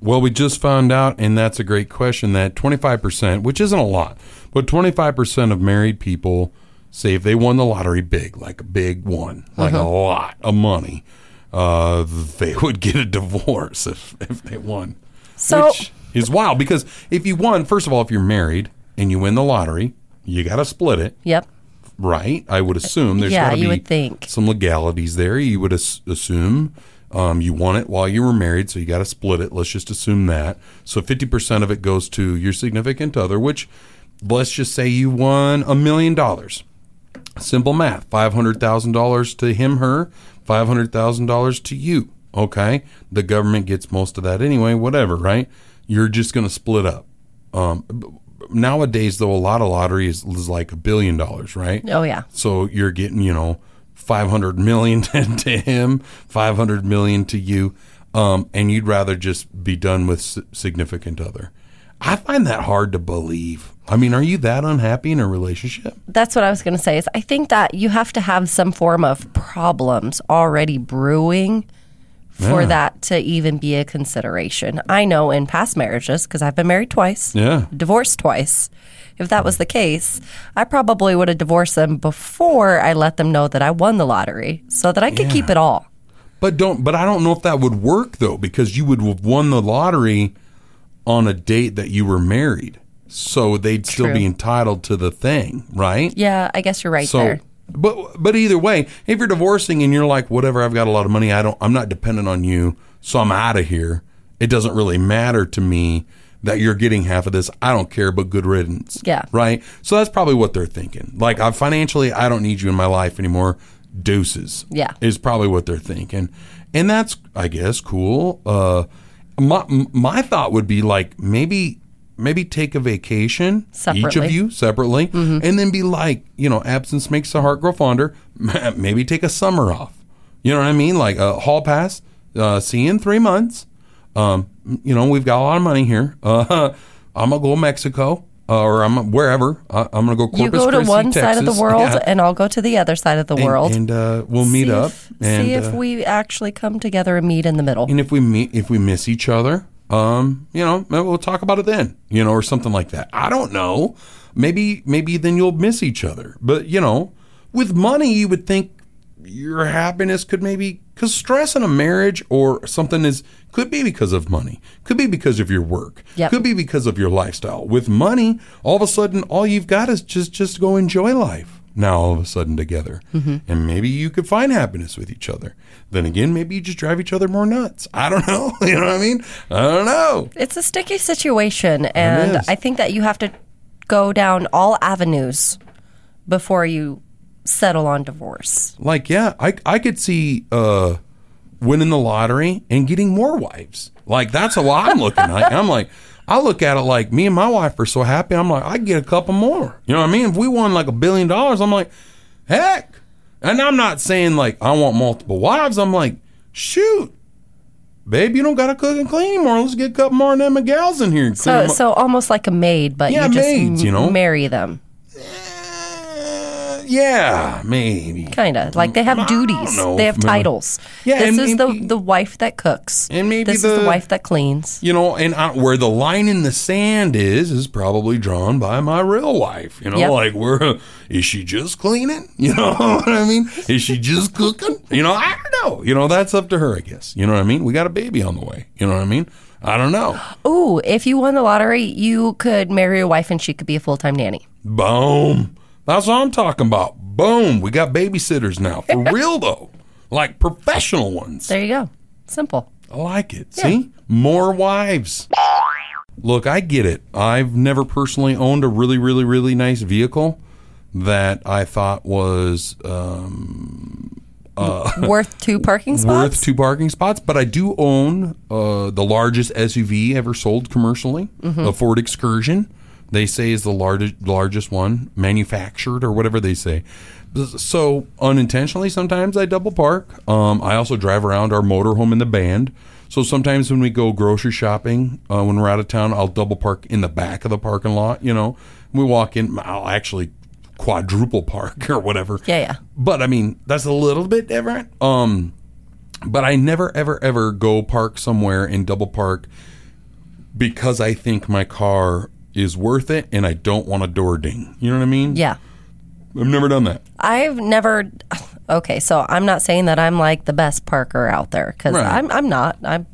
Speaker 15: Well, we just found out, and that's a great question, that 25%, which isn't a lot, but 25% of married people say if they won the lottery big, like a big one, like a
Speaker 17: Uh-huh.
Speaker 15: lot of money, uh, they would get a divorce if, if they won.
Speaker 5: So-
Speaker 15: which is wild because if you won, first of all, if you're married, and you win the lottery, you got to split it.
Speaker 5: Yep.
Speaker 15: Right? I would assume there's
Speaker 5: Yeah,
Speaker 15: got to be
Speaker 5: you would think.
Speaker 15: some legalities there. You would as- assume um, you won it while you were married, so you got to split it. Let's just assume that. So 50% of it goes to your significant other, which let's just say you won a million dollars. Simple math $500,000 to him, her, $500,000 to you. Okay. The government gets most of that anyway, whatever, right? You're just going to split up. Um, b- b- nowadays, though, a lot of lottery is, is like a billion dollars, right?
Speaker 5: Oh, yeah.
Speaker 15: So you're getting, you know, 500 million to, to him, 500 million to you, um, and you'd rather just be done with s- significant other. I find that hard to believe. I mean, are you that unhappy in a relationship?
Speaker 5: That's what I was going to say. Is I think that you have to have some form of problems already brewing for
Speaker 15: Yeah.
Speaker 5: that to even be a consideration. I know in past marriages because I've been married twice,
Speaker 15: Yeah.
Speaker 5: divorced twice. If that was the case, I probably would have divorced them before I let them know that I won the lottery so that I could keep it all.
Speaker 15: But don't. But I don't know if that would work though, because you would have won the lottery on a date that you were married, so they'd still
Speaker 5: True.
Speaker 15: be entitled to the thing, right?
Speaker 5: Yeah, I guess you're right
Speaker 15: so,
Speaker 5: there.
Speaker 15: But but either way, if you're divorcing and you're like, whatever, I've got a lot of money. I don't. I'm not dependent on you, so I'm out of here. It doesn't really matter to me that you're getting half of this. I don't care, but good riddance.
Speaker 5: Yeah.
Speaker 15: Right. So that's probably what they're thinking. Like, I financially, I don't need you in my life anymore. Deuces.
Speaker 5: Yeah.
Speaker 15: Is probably what they're thinking, and that's I guess cool. Uh, my my thought would be like maybe maybe take a vacation each
Speaker 5: Separately. Mm-hmm.
Speaker 15: of you separately, and then be like you know absence makes the heart grow fonder. Maybe take a summer off. You know what I mean? Like a hall pass. Uh, see you in three months. Um, you know we've got a lot of money here. Uh, I'm gonna go to Mexico. Uh, or I'm wherever I, I'm gonna go. Corpus
Speaker 5: you go to
Speaker 15: Christi,
Speaker 5: one side of
Speaker 15: Texas.
Speaker 5: the world,
Speaker 15: Yeah.
Speaker 5: and I'll go to the other side of the
Speaker 15: And-
Speaker 5: world.
Speaker 15: and, uh, we'll meet
Speaker 5: See
Speaker 15: up
Speaker 5: if-
Speaker 15: and
Speaker 5: see if
Speaker 15: uh,
Speaker 5: we actually come together and meet in the middle.
Speaker 15: and if we meet, if we miss each other, um, you know, maybe we'll talk about it then, you know, or something like that. I don't know. Maybe, maybe then you'll miss each other. But you know, with money, you would think your happiness could maybe because stress in a marriage or something is could be because of money, could be because of your work,
Speaker 5: Yep.
Speaker 15: could be because of your lifestyle. With money, all of a sudden, all you've got is just just go enjoy life. Now all of a sudden together, and maybe you could find happiness with each other. Then again, maybe you just drive each other more nuts. I don't know. You know what I mean? I don't know.
Speaker 5: It's a sticky situation, and
Speaker 15: is.
Speaker 5: I think that you have to go down all avenues before you settle on divorce.
Speaker 15: Like, yeah, I I could see uh, winning the lottery and getting more wives. Like that's how I'm looking. at it. I'm like, I look at it like me and my wife are so happy. I'm like, I could get a couple more. You know what I mean? If we won like a billion dollars, I'm like, heck. And I'm not saying like I want multiple wives. I'm like, shoot, babe, you don't gotta cook and clean anymore. Let's get a couple more of them gals in here. and clean
Speaker 5: So,
Speaker 15: 'em up.
Speaker 5: so almost like a maid, but
Speaker 15: Yeah,
Speaker 5: you just
Speaker 15: maids, you know?
Speaker 5: m- marry them,
Speaker 15: yeah, maybe.
Speaker 5: kind of like they have duties,
Speaker 15: know
Speaker 5: they
Speaker 15: if
Speaker 5: have
Speaker 15: maybe-
Speaker 5: titles.
Speaker 15: Yeah,
Speaker 5: this
Speaker 15: and
Speaker 5: is the the wife that cooks, and maybe this is
Speaker 15: the-
Speaker 5: the wife that cleans.
Speaker 15: You know, and I, where the line in the sand is is probably drawn by my real wife. You know,
Speaker 5: Yep.
Speaker 15: like where is she just cleaning? You know what I mean? Is she just cooking? You know, I don't know. You know, that's up to her, I guess. You know what I mean? We got a baby on the way. You know what I mean? I don't know.
Speaker 5: Ooh, if you won the lottery, you could marry your wife, and she could be a full time nanny.
Speaker 15: Boom. That's what I'm talking about. Boom. We got babysitters now. For real though. Like professional ones.
Speaker 5: There you go, simple.
Speaker 15: I like it. See? More wives. Look, I get it. I've never personally owned a really, really, really nice vehicle that I thought was um, uh,
Speaker 5: Worth two parking spots.
Speaker 15: worth two parking spots. But I do own uh, the largest SUV ever sold commercially,
Speaker 5: Mhm.
Speaker 15: the Ford Excursion. They say is the largest largest one manufactured or whatever they say. So unintentionally, sometimes I double park. Um, I also drive around our motorhome in the band. So sometimes when we go grocery shopping, uh, when we're out of town, I'll double park in the back of the parking lot. You know, we walk in. I'll actually quadruple park or whatever.
Speaker 5: Yeah, yeah.
Speaker 15: But I mean, that's a little bit different. Um, but I never, ever, ever go park somewhere and double park because I think my car is worth it and I don't want a door ding. You know what I mean?
Speaker 5: Yeah.
Speaker 15: I've never done that.
Speaker 5: I've never. Okay, so I'm not saying that I'm like the best parker out there because
Speaker 15: Right.
Speaker 5: I'm I'm not. I'm.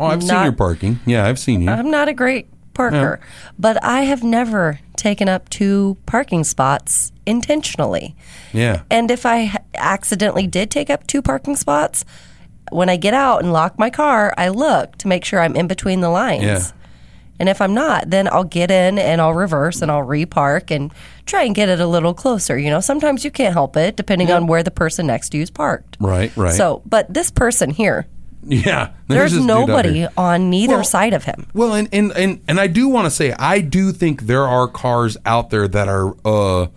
Speaker 15: Oh, I've seen
Speaker 5: not-
Speaker 15: your parking. Yeah, I've seen you.
Speaker 5: I'm not a great parker. But I have never taken up two parking spots intentionally.
Speaker 15: Yeah.
Speaker 5: And if I ha- accidentally did take up two parking spots, when I get out and lock my car, I look to make sure I'm in between the lines.
Speaker 15: Yeah.
Speaker 5: And if I'm not, then I'll get in and I'll reverse and I'll repark and try and get it a little closer. You know, sometimes you can't help it depending on where the person next to you is parked.
Speaker 15: Right, right.
Speaker 5: So, but this person here,
Speaker 15: yeah,
Speaker 5: there's,
Speaker 15: this dude up here.
Speaker 5: nobody on neither
Speaker 15: Well-
Speaker 5: side of him.
Speaker 15: Well, and and and, and I do want to say I do think there are cars out there that are uh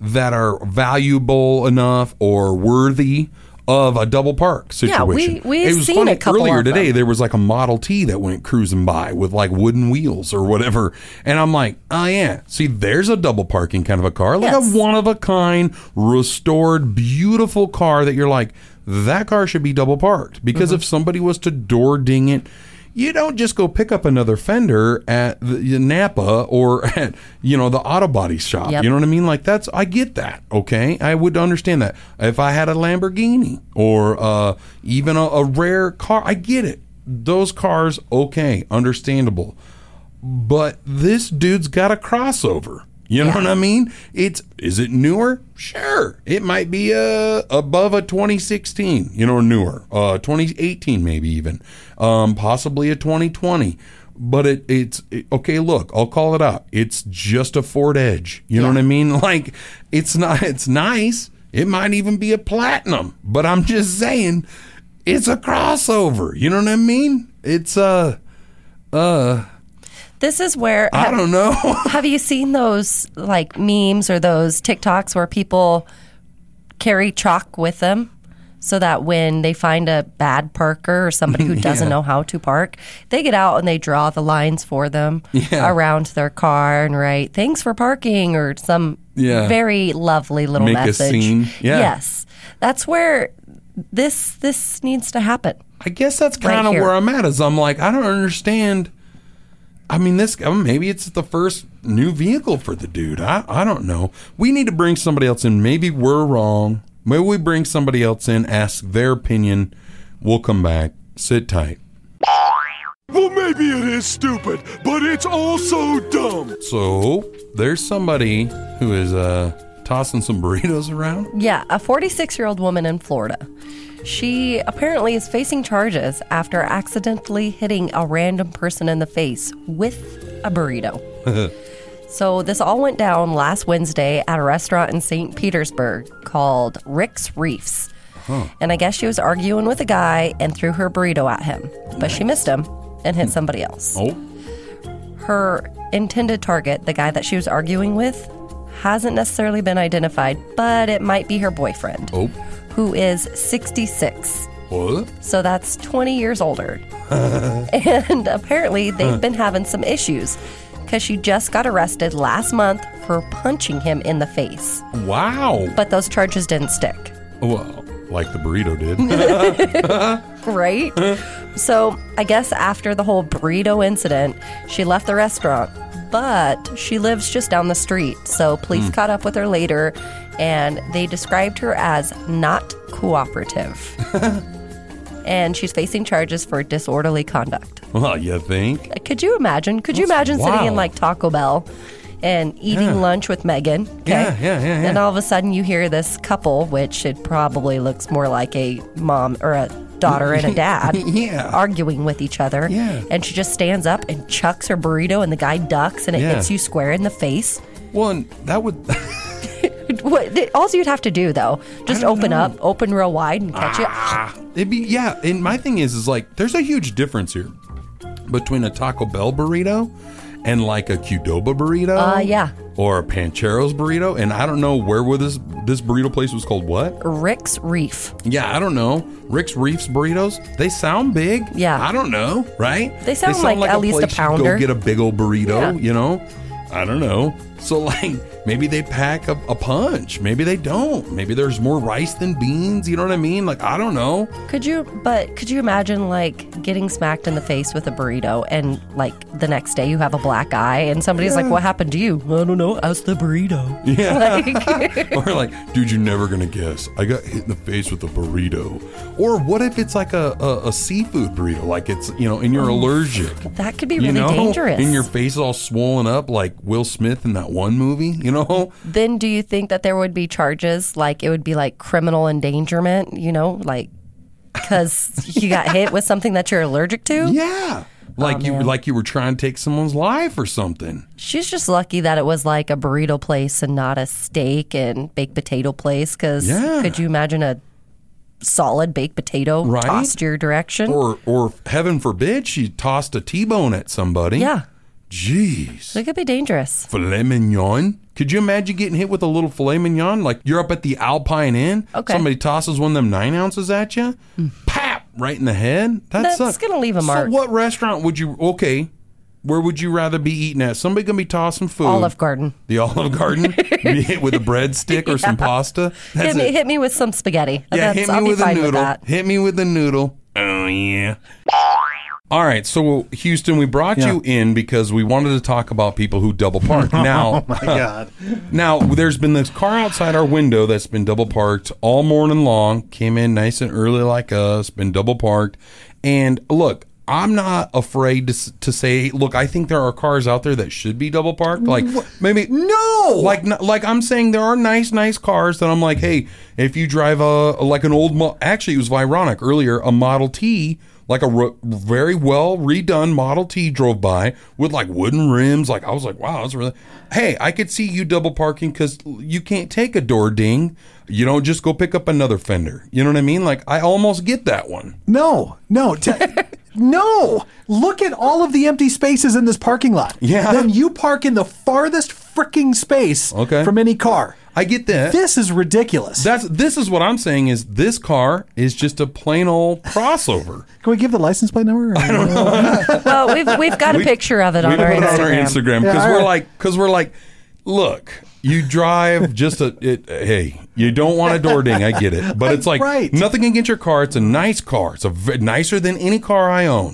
Speaker 15: that are valuable enough or worthy of a double park
Speaker 5: Yeah, we-
Speaker 15: situation.
Speaker 5: we've
Speaker 15: it was
Speaker 5: seen
Speaker 15: funny,
Speaker 5: a couple
Speaker 15: earlier
Speaker 5: of
Speaker 15: today.
Speaker 5: them.
Speaker 15: There was like a Model T that went cruising by with like wooden wheels or whatever, and I'm like, oh yeah, see, there's a double parking kind of a car, like a one of a kind, restored, beautiful car that you're like, that car should be double parked because if somebody was to door ding it. You don't just go pick up another fender at the, Napa or at you know the auto body shop.
Speaker 5: Yep.
Speaker 15: You know what I mean? Like that's I get that. Okay, I would understand that if I had a Lamborghini or uh, even a, a rare car. I get it. Those cars, okay, understandable. But this dude's got a crossover. You know what I mean? It's is it newer? Sure, it might be uh, above a 2016. You know, newer, uh, 2018 maybe even, um, possibly a 2020. But it it's it- okay. Look, I'll call it out. It's just a Ford Edge. You know what I mean? Like it's not. It's nice. It might even be a platinum. But I'm just saying, it's a crossover. You know what I mean? It's uh uh.
Speaker 5: This is where
Speaker 15: I don't know.
Speaker 5: have you seen those like memes or those TikToks where people carry chalk with them? So that when they find a bad parker or somebody who doesn't
Speaker 11: Yeah.
Speaker 5: know how to park, they get out and they draw the lines for them
Speaker 11: Yeah.
Speaker 5: around their car and write "Thanks for parking" or some
Speaker 11: Yeah.
Speaker 5: very lovely little
Speaker 15: Make a
Speaker 5: message.
Speaker 15: scene. Yeah.
Speaker 5: Yes, that's where this this needs to happen.
Speaker 15: I guess that's kind of where I'm at. Is I'm like, I don't understand. I mean, this I mean, maybe it's the first new vehicle for the dude. I I don't know. We need to bring somebody else in. Maybe we're wrong. Maybe we bring somebody else in, ask their opinion. We'll come back. Sit tight.
Speaker 18: Well, maybe it is stupid, but it's also dumb.
Speaker 15: So there's somebody who is uh tossing some burritos around.
Speaker 5: Yeah, a 46 year old woman in Florida. She apparently is facing charges after accidentally hitting a random person in the face with a burrito. So, this all went down last Wednesday at a restaurant in St. Petersburg called Rick's Reefs.
Speaker 11: Huh.
Speaker 5: And I guess she was arguing with a guy and threw her burrito at him, but she missed him and hit somebody else.
Speaker 15: Oh.
Speaker 5: Her intended target, the guy that she was arguing with, hasn't necessarily been identified, but it might be her boyfriend,
Speaker 15: Oh.
Speaker 5: who is 66.
Speaker 15: What?
Speaker 5: So that's 20 years older. and apparently
Speaker 15: Huh.
Speaker 5: they've been having some issues because she just got arrested last month for punching him in the face.
Speaker 15: wow.
Speaker 5: But those charges didn't stick,
Speaker 15: Well, like the burrito did.
Speaker 5: right? so I guess after the whole burrito incident, she left the restaurant, but she lives just down the street. So police
Speaker 11: Hmm.
Speaker 5: caught up with her later and they described her as not cooperative. and she's facing charges for disorderly conduct.
Speaker 15: well, you think?
Speaker 5: Could you imagine? Could you imagine sitting in
Speaker 15: wild.
Speaker 5: like Taco Bell and eating
Speaker 15: Yeah.
Speaker 5: lunch with Megan? Okay.
Speaker 15: Yeah, yeah, yeah, yeah.
Speaker 5: And all of a sudden you hear this couple, which it probably looks more like a mom or a daughter and a dad
Speaker 11: Yeah.
Speaker 5: arguing with each other.
Speaker 11: Yeah.
Speaker 5: And she just stands up and chucks her burrito and the guy ducks and it
Speaker 15: Yeah.
Speaker 5: hits you square in the face.
Speaker 15: Well, and that would
Speaker 5: what all you'd have to do though, just open up, open real wide and catch it.
Speaker 15: Ah, it'd be yeah. And my thing is, is like there's a huge difference here between a Taco Bell burrito and like a Qdoba burrito.
Speaker 5: Uh, yeah.
Speaker 15: Or a Pancheros burrito, and I don't know where was this this burrito place was called what?
Speaker 5: Rick's Reef.
Speaker 15: Yeah, I don't know. Rick's Reef's burritos. They sound big. Yeah. I don't know, right?
Speaker 5: They sound like at least a
Speaker 15: place you'd
Speaker 5: pounder.
Speaker 15: Go get a big old burrito.
Speaker 5: Yeah.
Speaker 15: You know, I don't know. So like, Maybe they pack a, a punch. Maybe they don't. Maybe there's more rice than beans. You know what I mean? Like, I don't know.
Speaker 5: Could you, but could you imagine like getting smacked in the face with a burrito and like the next day you have a black eye and somebody's like,
Speaker 15: Yeah.
Speaker 5: what happened to you? I don't know. Ask the burrito.
Speaker 15: Yeah.
Speaker 5: Like-
Speaker 15: or like, dude, you're never gonna guess. I got hit in the face with a burrito. Or what if it's like a, a, a seafood burrito? Like it's you know, and
Speaker 5: Oh.
Speaker 15: you're allergic.
Speaker 5: that could be
Speaker 15: you
Speaker 5: really
Speaker 15: know?
Speaker 5: dangerous.
Speaker 15: And your face is all swollen up like Will Smith in that one movie, you know?
Speaker 5: then do you think that there would be charges? Like it would be like criminal endangerment, you know, like because you got hit with something that you're allergic to?
Speaker 15: Yeah. Like
Speaker 5: Oh,
Speaker 15: you like you were trying to take someone's life or something.
Speaker 5: She's just lucky that it was like a burrito place and not a steak and baked potato place. Because
Speaker 15: Yeah.
Speaker 5: could you imagine a solid baked potato
Speaker 15: Right?
Speaker 5: tossed your direction?
Speaker 15: Or or heaven forbid she tossed a T bone at somebody.
Speaker 5: Yeah.
Speaker 15: Jeez.
Speaker 5: it could be dangerous.
Speaker 15: filet mignon. Could you imagine getting hit with a little filet mignon? Like you're up at the Alpine Inn,
Speaker 5: Okay. Hmm.
Speaker 15: somebody tosses one of them nine ounces at you, pap, right in the head. That
Speaker 5: That's
Speaker 15: sucks.
Speaker 5: gonna leave a mark.
Speaker 15: So what restaurant would you? Okay, where would you rather be eating at? Somebody gonna be tossing food.
Speaker 5: Olive Garden.
Speaker 15: The Olive Garden. be hit with a breadstick or some
Speaker 5: Yeah.
Speaker 15: pasta. That's
Speaker 5: Hit me,
Speaker 15: it.
Speaker 5: hit me with some spaghetti.
Speaker 15: yeah,
Speaker 5: That's-
Speaker 15: hit me
Speaker 5: I'll
Speaker 15: with
Speaker 5: be
Speaker 15: a
Speaker 5: fine
Speaker 15: noodle.
Speaker 5: with that.
Speaker 15: Hit me with a noodle. Oh yeah. All right, so Houston, we brought you in because we wanted to talk about people who double park. Now,
Speaker 1: Oh, my God.
Speaker 15: Now, there's been this car outside our window that's been double parked all morning long. Came in nice and early, like us, been double parked. And look, I'm not afraid to, s- to say, look, I think there are cars out there that should be double parked. Like, maybe. No! Like, n- like I'm saying there are nice, nice cars that I'm like, hey, if you drive a, like an old, mo- actually, it was Vironic earlier, a Model T. Like a re- very well redone Model T drove by with like wooden rims. Like I was like, wow, that's really. Hey, I could see you double parking because you can't take a door ding. You don't just go pick up another fender. You know what I mean? Like I almost get that one.
Speaker 1: No, no, te- no. Look at all of the empty spaces in this parking lot.
Speaker 15: Yeah.
Speaker 1: Then you park in the farthest freaking space
Speaker 15: Okay.
Speaker 1: from any car.
Speaker 15: I get that.
Speaker 1: This is ridiculous.
Speaker 15: That's this is what I'm saying is this car is just a plain old crossover.
Speaker 1: Can we give the license plate number? I don't know.
Speaker 5: well, we've we've got a
Speaker 15: We-
Speaker 5: picture of it
Speaker 15: we
Speaker 5: on our,
Speaker 15: put it
Speaker 5: Instagram.
Speaker 15: on our Instagram because
Speaker 1: Yeah, I-
Speaker 15: we're like because we're like, look, you drive just a it, hey, you don't want a door ding, I get it, but it's like
Speaker 1: Right.
Speaker 15: nothing against your car. It's a nice car. It's a v- nicer than any car I own.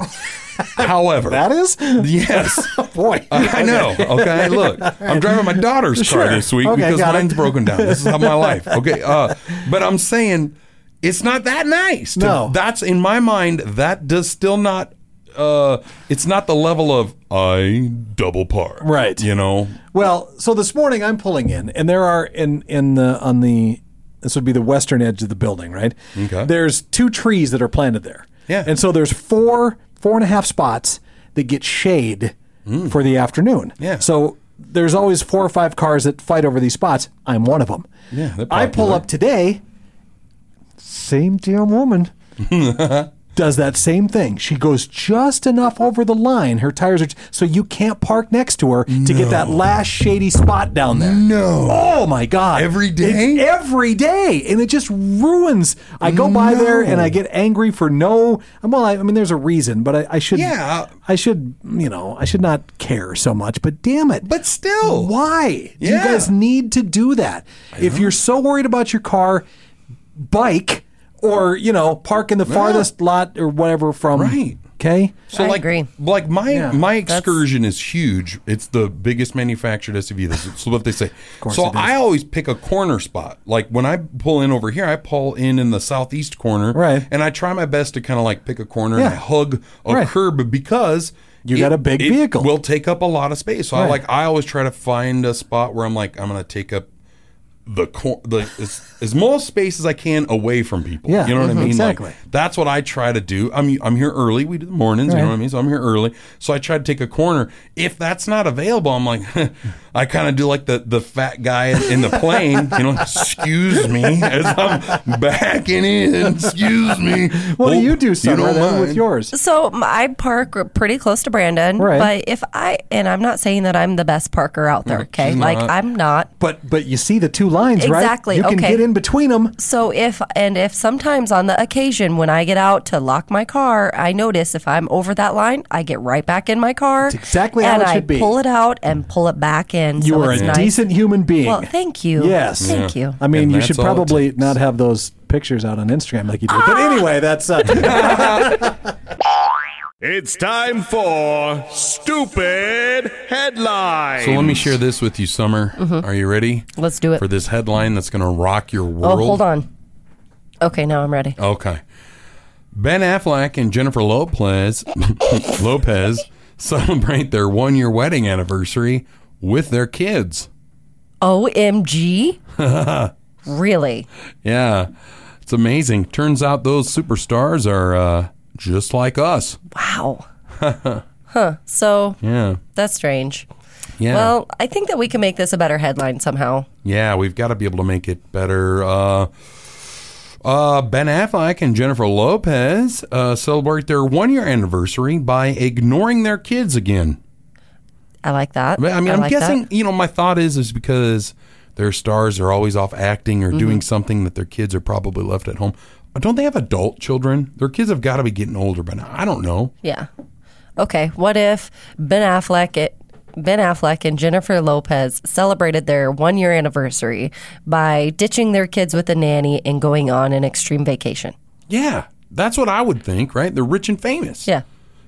Speaker 15: However,
Speaker 1: That is?
Speaker 15: yes.
Speaker 1: Boy.
Speaker 15: I know. Uh, Okay, look, I'm driving my daughter's
Speaker 1: Sure.
Speaker 15: car this week
Speaker 1: Okay,
Speaker 15: because
Speaker 1: got it.
Speaker 15: mine's broken down. This is how my life. Okay, uh, but I'm saying it's not that nice. to-
Speaker 1: No.
Speaker 15: that's in my mind. That does still not. Uh, it's not the level of I double park.
Speaker 1: Right.
Speaker 15: You know.
Speaker 1: Well, so this morning I'm pulling in, and there are in in the on the this would be the western edge of the building, right?
Speaker 15: Okay.
Speaker 1: There's two trees that are planted there.
Speaker 15: Yeah.
Speaker 1: And so there's four four and a half spots that get shade for the afternoon.
Speaker 15: Mm. Yeah.
Speaker 1: So there's always four or five cars that fight over these spots. I'm one of them.
Speaker 15: Yeah. they're
Speaker 1: I pull
Speaker 15: popular.
Speaker 1: up today. Same damn woman. Does that same thing. She goes just enough over the line. Her tires are so you can't park next to her to get that last shady spot down there. No. Oh my god.
Speaker 15: Every
Speaker 1: It-
Speaker 15: day?
Speaker 1: every day. And it just ruins. I go by there and I get angry for no well, I, I mean there's a reason, but I, I should
Speaker 15: Yeah.
Speaker 1: I should you know, I should not care so much, but damn it.
Speaker 15: But still.
Speaker 1: Why? Do
Speaker 15: Yeah.
Speaker 1: you guys need to do that? If you're so worried about your car, bike or, you know, park in the farthest lot or whatever from.
Speaker 15: Right.
Speaker 1: Okay.
Speaker 15: So
Speaker 5: I
Speaker 15: like,
Speaker 5: agree.
Speaker 15: Like my
Speaker 1: Yeah.
Speaker 15: my
Speaker 1: That's-
Speaker 15: excursion is huge. It's the biggest manufactured SUV. That's what they say.
Speaker 1: course
Speaker 15: so
Speaker 1: it is.
Speaker 15: I always pick a corner spot. Like when I pull in over here, I pull in in the southeast corner,
Speaker 1: Right.
Speaker 15: And I try my best to kind of like pick a corner and
Speaker 1: Yeah.
Speaker 15: I hug a
Speaker 1: Right.
Speaker 15: curb because
Speaker 1: You got a big vehicle.
Speaker 15: Will take up a lot of space. So I
Speaker 1: Right.
Speaker 15: like I always try to find a spot where I'm like I'm going to take up. The, cor- the as, as most space as I can away from people.
Speaker 1: Yeah.
Speaker 15: you know what I
Speaker 1: Mhm.
Speaker 5: Mm-hmm.
Speaker 15: mean. Like,
Speaker 1: Exactly.
Speaker 15: that's what I try to do. I'm I'm here early. We do the mornings, you know
Speaker 1: Right.
Speaker 15: what I mean? So I'm here early. So I try to take a corner. If that's not available, I'm like I kind of do like the the fat guy in the plane, you know, excuse me as I'm backing in. Excuse me.
Speaker 1: What
Speaker 15: Oh,
Speaker 1: do you do, Summer,
Speaker 15: don't
Speaker 1: then, with
Speaker 15: mind.
Speaker 1: yours?
Speaker 5: So m- I park pretty close to Brandon,
Speaker 1: Right.
Speaker 5: but if I and I'm not saying that I'm the best parker out there, okay?
Speaker 15: she's
Speaker 5: Like
Speaker 15: not.
Speaker 5: I'm not.
Speaker 1: But but you see the two lines, right?
Speaker 5: Exactly,
Speaker 1: You can
Speaker 5: okay.
Speaker 1: get in between them.
Speaker 5: So if and if sometimes on the occasion when I get out to lock my car, I notice if I'm over that line, I get right back in my car.
Speaker 1: exactly how
Speaker 5: and
Speaker 1: it
Speaker 5: I
Speaker 1: should be.
Speaker 5: pull it out and pull it back in. skin.
Speaker 1: You
Speaker 5: so
Speaker 1: are a
Speaker 5: it's nice.
Speaker 1: decent human being.
Speaker 5: Well, thank you.
Speaker 1: Yes.
Speaker 5: Thank you.
Speaker 1: I mean,
Speaker 5: And
Speaker 1: you
Speaker 5: that's
Speaker 1: should
Speaker 5: all it
Speaker 1: probably not have those pictures out on Instagram like you do. But
Speaker 5: Ah!
Speaker 1: anyway, that's uh,
Speaker 6: It's time for Stupid Headlines.
Speaker 15: So let me share this with you, Summer.
Speaker 5: Mhm.
Speaker 15: Are you ready?
Speaker 5: Let's do it.
Speaker 15: For this headline that's going to rock your
Speaker 5: Oh,
Speaker 15: world.
Speaker 5: hold on. Okay, now I'm ready.
Speaker 15: Okay. Ben Affleck and Jennifer Lopez Lopez celebrate their one year wedding anniversary with their kids.
Speaker 5: OMG.
Speaker 15: yeah.
Speaker 5: Really?
Speaker 15: It's amazing. Turns out those superstars are uh, just like us.
Speaker 5: Wow. Huh. So
Speaker 15: yeah.
Speaker 5: that's strange.
Speaker 15: Yeah.
Speaker 5: Well, I think that we can make this a better headline somehow.
Speaker 15: Yeah, we've got to be able to make it better. Uh, uh, ben Affleck and Jennifer Lopez uh, celebrate their one year anniversary by ignoring their kids again.
Speaker 5: I like that.
Speaker 15: I mean,
Speaker 5: I
Speaker 15: I'm
Speaker 5: like
Speaker 15: guessing,
Speaker 5: that.
Speaker 15: you know, my thought is is because their stars are always off acting or doing
Speaker 5: Mhm.
Speaker 15: something that their kids are probably left at home. Don't they have adult children? Their kids have got to be getting older by now. I don't know.
Speaker 5: Yeah. Okay. What if Ben Affleck it Ben Affleck and Jennifer Lopez celebrated their one year anniversary by ditching their kids with a nanny and going on an extreme vacation?
Speaker 15: Yeah, that's what I would think, right? They're rich and famous.
Speaker 5: Yeah.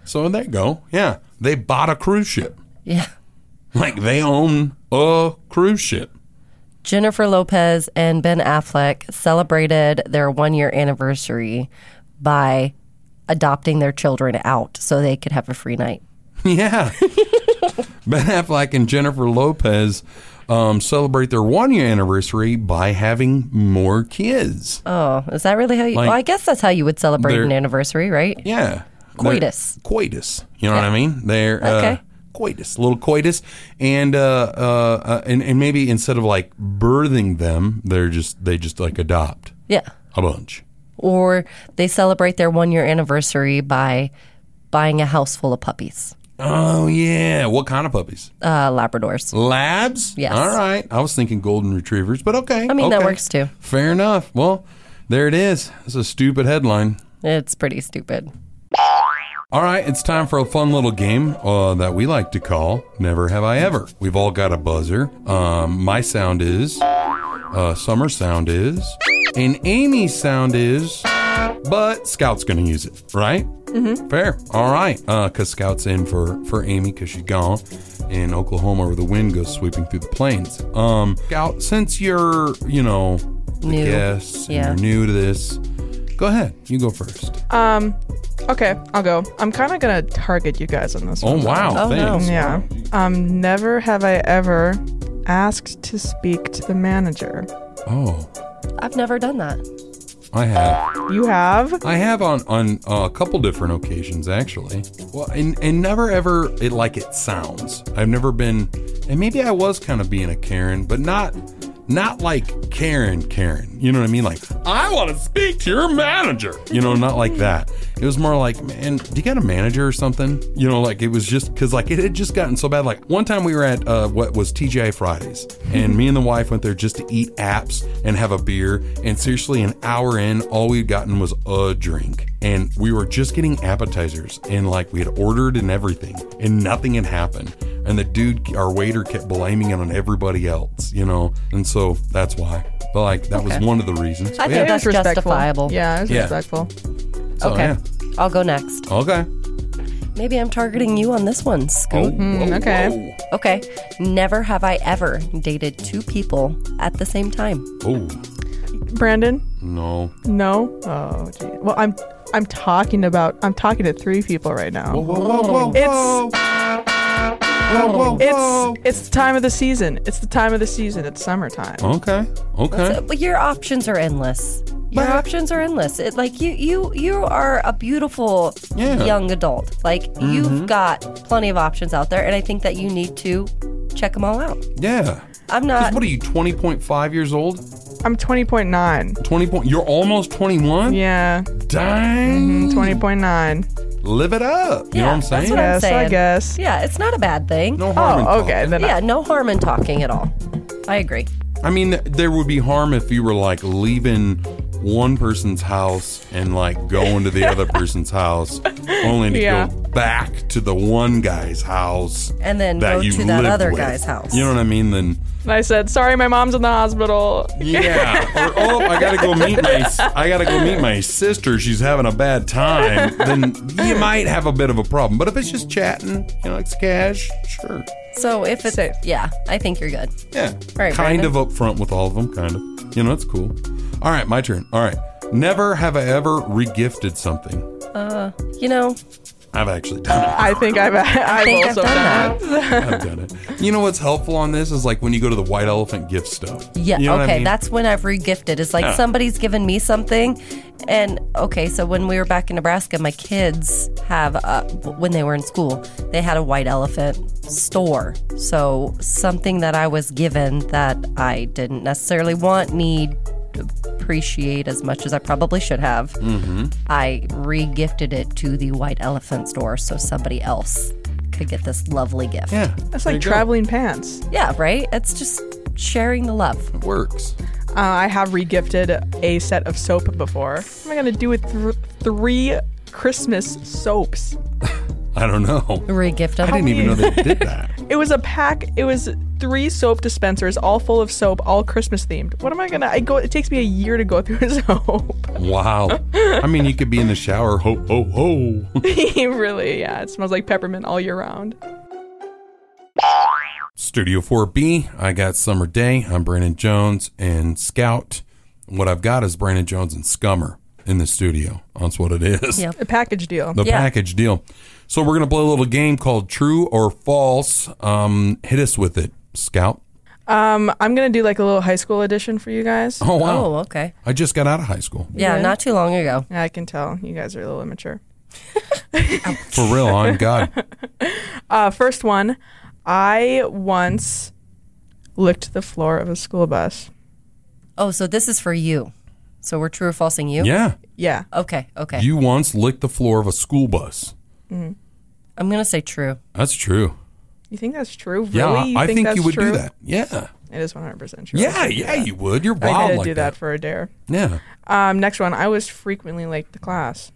Speaker 15: So there you go. Yeah, they bought a cruise ship.
Speaker 5: Yeah.
Speaker 15: Like they own a cruise ship.
Speaker 5: Jennifer Lopez and Ben Affleck celebrated their one year anniversary by adopting their children out so they could have a free night.
Speaker 15: Yeah. ben Affleck and Jennifer Lopez um, celebrate their one year anniversary by having more kids.
Speaker 5: Oh, is that really how you?
Speaker 15: Like,
Speaker 5: well, I guess that's how you would celebrate
Speaker 15: they're-
Speaker 5: an anniversary, right?
Speaker 15: Yeah.
Speaker 5: Coitus.
Speaker 15: They're- Coitus. You know what I mean? They're uh,
Speaker 5: Okay.
Speaker 15: coitus, little coitus, and uh, uh, uh, and and maybe instead of like birthing them, they're just they just like adopt
Speaker 5: Yeah.
Speaker 15: a bunch.
Speaker 5: Or they celebrate their one year anniversary by buying a house full of puppies,
Speaker 15: Oh yeah, what kind of puppies?
Speaker 5: uh, Labradors.
Speaker 15: Labs?
Speaker 5: Yes.
Speaker 15: All right. I was thinking golden retrievers, but okay.
Speaker 5: I mean, that
Speaker 15: okay.
Speaker 5: works too.
Speaker 15: Fair enough. Well, there it is. It's a stupid headline.
Speaker 5: It's pretty stupid.
Speaker 15: All right, it's time for a fun little game uh, that we like to call Never Have I Ever. We've all got a buzzer. Um, my sound is, uh, Summer's sound is, and Amy's sound is, but Scout's going to use it, right?
Speaker 4: Mm-hmm.
Speaker 11: Mhm.
Speaker 15: Fair. All right, because Scout's in for, for Amy because she's gone in Oklahoma where the wind goes sweeping through the plains. Um, Scout, since you're, you know, the
Speaker 4: New.
Speaker 15: guest, and
Speaker 4: Yeah.
Speaker 15: you're new to this, go ahead. You go first.
Speaker 4: Um, okay, I'll go. I'm kind of gonna target you guys on this
Speaker 15: Oh,
Speaker 4: one.
Speaker 15: wow, Oh, no. thanks.
Speaker 4: Yeah. Um, never have I ever asked to speak to the manager.
Speaker 15: Oh,
Speaker 5: I've never done that.
Speaker 15: I have.
Speaker 4: You have?
Speaker 15: I have on on uh, a couple different occasions actually. Well, and and never ever it like it sounds. I've never been, and maybe I was kind of being a Karen, but not not like Karen Karen. You know what I mean? Like I want to speak to your manager. you know, not like that. It was more like, man, do you got a manager or something? You know, like it was just because like it had just gotten so bad. Like one time we were at uh, what was TGI Fridays, and me and the wife went there just to eat apps and have a beer. And seriously, an hour in, all we'd gotten was a drink, and we were just getting appetizers, and like we had ordered and everything, and nothing had happened. And the dude, our waiter, kept blaming it on everybody else, you know, and so that's why. But like that
Speaker 5: Okay.
Speaker 15: was one of the reasons.
Speaker 5: I
Speaker 15: But,
Speaker 5: think
Speaker 15: yeah.
Speaker 5: that's
Speaker 4: respectful.
Speaker 5: justifiable.
Speaker 4: Yeah,
Speaker 15: it's Yeah. respectful. So,
Speaker 5: okay.
Speaker 15: yeah.
Speaker 5: I'll go next.
Speaker 15: Okay.
Speaker 5: Maybe I'm targeting you on this one, Scoot.
Speaker 4: Oh, whoa, Hmm, okay.
Speaker 5: Hmm, Okay. Never have I ever dated two people at the same time.
Speaker 15: Oh
Speaker 4: Brandon?
Speaker 15: no.
Speaker 4: No. Oh, gee. Well, I'm I'm talking about I'm talking to three people right now.
Speaker 15: Whoa, whoa, whoa, whoa,
Speaker 4: It's it's it's the time of the season. It's the time of the season. It's summertime.
Speaker 15: Okay. Okay.
Speaker 5: But your options are endless. Your options are endless. It, like you, you, you are a beautiful
Speaker 15: Yeah.
Speaker 5: young adult. Like you've
Speaker 15: Mhm.
Speaker 5: got plenty of options out there, and I think that you need to check them all out.
Speaker 15: Yeah.
Speaker 5: I'm
Speaker 15: 'Cause
Speaker 5: not.
Speaker 15: What are you, 20.5 years old?
Speaker 4: I'm 20.9.
Speaker 15: 20 point. You're almost 21?
Speaker 4: Yeah.
Speaker 15: Dang.
Speaker 4: Mhm, 20.9.
Speaker 15: Live it up. You know what I'm saying?
Speaker 5: That's what I'm
Speaker 4: Yes, I
Speaker 5: saying.
Speaker 4: guess.
Speaker 5: Yeah, it's not a bad thing. No
Speaker 15: harm in
Speaker 5: Oh,
Speaker 15: talking.
Speaker 5: okay.
Speaker 15: then I-
Speaker 5: yeah, no harm in talking at all. I agree.
Speaker 15: I mean, th- there would be harm if you were like leaving one person's house and like going to the other person's house, only to
Speaker 5: Yeah.
Speaker 15: go back to the one guy's house
Speaker 4: And then
Speaker 15: that
Speaker 4: go
Speaker 15: you
Speaker 4: to that
Speaker 15: lived
Speaker 4: other
Speaker 15: with.
Speaker 4: guy's house.
Speaker 15: You know what I mean? Then
Speaker 4: And I said, sorry, my mom's in the hospital.
Speaker 15: yeah, or oh, I gotta go meet my I gotta go meet my sister. She's having a bad time. Then you might have a bit of a problem. But if it's just chatting, you know, it's cash, sure.
Speaker 5: So if it's yeah, I think you're good.
Speaker 15: Yeah.
Speaker 5: All right.
Speaker 15: kind
Speaker 5: Brandon.
Speaker 15: of upfront with all of them, kind of. You know, it's cool. All right, my turn. All right. Never have I ever regifted something.
Speaker 5: Uh, you know,
Speaker 15: I've actually done it.
Speaker 4: I think I've, I've
Speaker 5: think I've
Speaker 4: also done, that.
Speaker 15: I've done it. You know what's helpful on this is like when you go to the white elephant gift stuff.
Speaker 5: yeah.
Speaker 15: You know what I
Speaker 5: okay,
Speaker 15: mean?
Speaker 5: that's when I've regifted. It's like
Speaker 15: Yeah.
Speaker 5: somebody's given me something, and okay, so when we were back in Nebraska, my kids have uh, when they were in school, they had a white elephant store. So something that I was given that I didn't necessarily want, need, appreciate as much as I probably should have.
Speaker 11: Mm-hmm.
Speaker 5: I regifted it to the White Elephant store so somebody else could get this lovely gift.
Speaker 15: Yeah.
Speaker 4: That's like traveling pants.
Speaker 5: Yeah, right? It's just sharing the love.
Speaker 15: It works.
Speaker 4: Uh, I have regifted a set of soap before. What am I going to do with th- three Christmas soaps?
Speaker 15: I don't know.
Speaker 5: Regift
Speaker 15: I didn't even know they did that.
Speaker 4: It was a pack. It was three soap dispensers, all full of soap, all Christmas themed. What am I gonna? I go. It takes me a year to go through soap.
Speaker 15: Wow. I mean, you could be in the shower. Ho, ho, ho.
Speaker 4: really? Yeah. It smells like peppermint all year round.
Speaker 15: Studio 4B, I got Summer Day. I'm Brandon Jones and Scout. What I've got is Brandon Jones and Scummer in the studio. That's what it is.
Speaker 4: A package deal.
Speaker 15: The package deal. So we're going to play a little game called True or False. Um, hit us with it, Scout.
Speaker 4: Um, I'm gonna do like a little high school edition for you guys.
Speaker 15: Oh, wow. Oh,
Speaker 5: okay.
Speaker 15: I just got out of high school.
Speaker 5: Yeah, not too long ago.
Speaker 4: I can tell you guys are a little immature.
Speaker 15: For real, on Oh, God.
Speaker 4: Uh, first one, I once licked the floor of a school bus.
Speaker 5: Oh, so this is for you. So we're true or falsing you?
Speaker 15: Yeah.
Speaker 4: Yeah.
Speaker 5: Okay, okay.
Speaker 15: You once licked the floor of a school bus.
Speaker 4: Mhm.
Speaker 5: I'm going to say true.
Speaker 15: That's true.
Speaker 4: You think that's true? Really?
Speaker 15: Yeah,
Speaker 4: you
Speaker 15: I think you
Speaker 4: that's
Speaker 15: would do
Speaker 4: true?
Speaker 15: that. Yeah.
Speaker 4: It is 100% true.
Speaker 15: Yeah,
Speaker 4: I did
Speaker 15: yeah,
Speaker 4: that.
Speaker 15: you would. You're
Speaker 4: I
Speaker 15: wild
Speaker 4: did
Speaker 15: like
Speaker 4: do that. for a dare.
Speaker 15: Yeah.
Speaker 4: Um, next one. I was frequently late to class.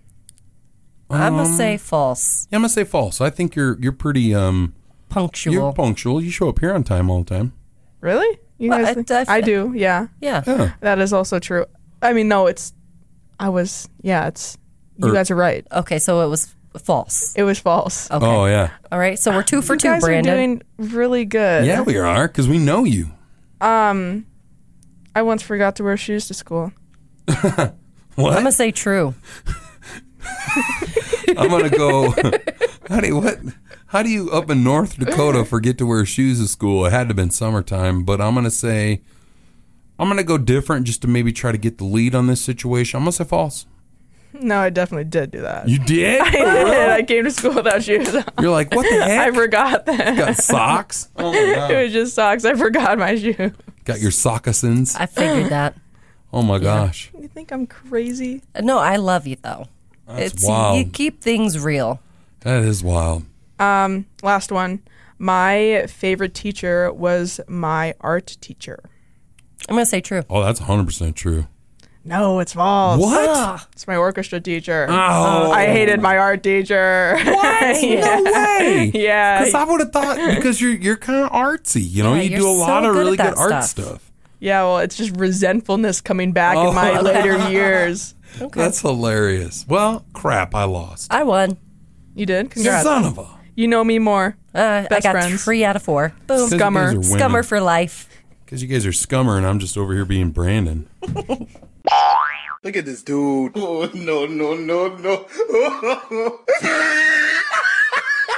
Speaker 5: I'm going
Speaker 15: Um,
Speaker 5: to say false.
Speaker 15: Yeah, I'm gonna say false. I think you're you're pretty um
Speaker 5: punctual.
Speaker 15: You're punctual. You show up here on time all the time.
Speaker 4: Really? You
Speaker 5: Well,
Speaker 4: guys
Speaker 5: I-
Speaker 4: think-
Speaker 5: I f-
Speaker 4: I do. Yeah.
Speaker 5: Yeah.
Speaker 15: Yeah.
Speaker 4: That is also true. I mean, no, it's. I was. Yeah, it's. You
Speaker 15: Er,
Speaker 5: Or-
Speaker 4: guys are right.
Speaker 5: Okay, so it was false.
Speaker 4: It was false.
Speaker 5: Okay.
Speaker 15: Oh yeah.
Speaker 5: All right, so we're two for
Speaker 4: you
Speaker 5: two,
Speaker 4: guys
Speaker 5: Brandon.
Speaker 4: are doing really good.
Speaker 15: Yeah, we are because we know you.
Speaker 4: Um, I once forgot to wear shoes to school.
Speaker 15: What?
Speaker 5: I'm going to say true.
Speaker 15: I'm gonna go. how do you what? How do you up in North Dakota forget to wear shoes at school? It had to have been summertime, but I'm gonna say I'm gonna go different just to maybe try to get the lead on this situation. I'm gonna say false.
Speaker 4: No, I definitely did do that.
Speaker 15: You did?
Speaker 4: I did. I came to school without shoes. on.
Speaker 15: You're like, what the heck?
Speaker 4: I forgot that.
Speaker 15: Got socks? Oh my God.
Speaker 4: It was just socks. I forgot my shoe.
Speaker 15: Got your sockasins?
Speaker 5: I figured that.
Speaker 15: Oh my gosh.
Speaker 4: You think I'm crazy?
Speaker 5: No, I love you, though.
Speaker 15: That's
Speaker 5: it's
Speaker 15: wild.
Speaker 5: You keep things real.
Speaker 15: That is wild.
Speaker 4: Um, last one. My favorite teacher was my art teacher.
Speaker 5: I'm gonna say true.
Speaker 15: Oh, that's 100% true.
Speaker 4: No, it's false. Ah.
Speaker 15: What?
Speaker 4: It's my orchestra teacher.
Speaker 15: Oh.
Speaker 4: I hated my art teacher. What?
Speaker 15: No way.
Speaker 4: yeah.
Speaker 15: Because I would have thought, Uh, because you're, you're kind of artsy, you know,
Speaker 4: Yeah,
Speaker 15: you
Speaker 4: you're
Speaker 15: do a
Speaker 4: so
Speaker 15: lot of
Speaker 4: good at
Speaker 15: really good
Speaker 4: that
Speaker 15: art
Speaker 4: stuff.
Speaker 15: stuff.
Speaker 4: Yeah, well, it's just resentfulness coming back
Speaker 15: Oh.
Speaker 4: in my later years.
Speaker 15: That's hilarious. Well, crap, I lost.
Speaker 5: I won.
Speaker 4: You did? Congrats.
Speaker 15: Son of a.
Speaker 4: You know me more.
Speaker 5: Uh, I
Speaker 4: Best
Speaker 5: got
Speaker 4: friends.
Speaker 5: three out of four. Boom.
Speaker 15: Because you guys Scummer. are women.
Speaker 5: Scummer for life.
Speaker 15: Because you guys are scummer and I'm just over here being Brandon.
Speaker 19: Look at this dude. Oh, no, no, no, no.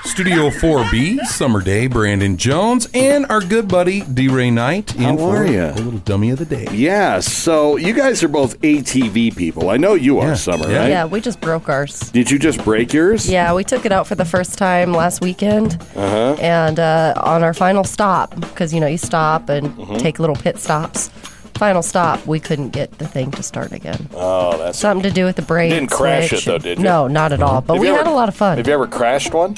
Speaker 15: Studio 4B, Summer Day, Brandon Jones, and our good buddy D Ray Knight. in
Speaker 20: How
Speaker 15: for
Speaker 20: are ya?
Speaker 15: A little dummy of the day.
Speaker 20: Yeah, so you guys are both ATV people. I know you are, Summer, right?
Speaker 5: Yeah, we just broke ours.
Speaker 20: Did you just break yours?
Speaker 5: Yeah, we took it out for the first time last weekend.
Speaker 20: Uh huh.
Speaker 5: And uh, on our final stop, because you know, you stop and
Speaker 20: Mhm.
Speaker 5: take little pit stops. Final stop, we couldn't get the thing to start again.
Speaker 20: Oh, that's
Speaker 5: Something to do with the brakes.
Speaker 20: Didn't crash
Speaker 5: which-
Speaker 20: it, though, did you? Mm-hmm.
Speaker 5: No, not at all. But
Speaker 20: Have
Speaker 5: we
Speaker 20: you
Speaker 5: had
Speaker 20: ever-
Speaker 5: a lot of fun.
Speaker 20: Have you ever crashed one?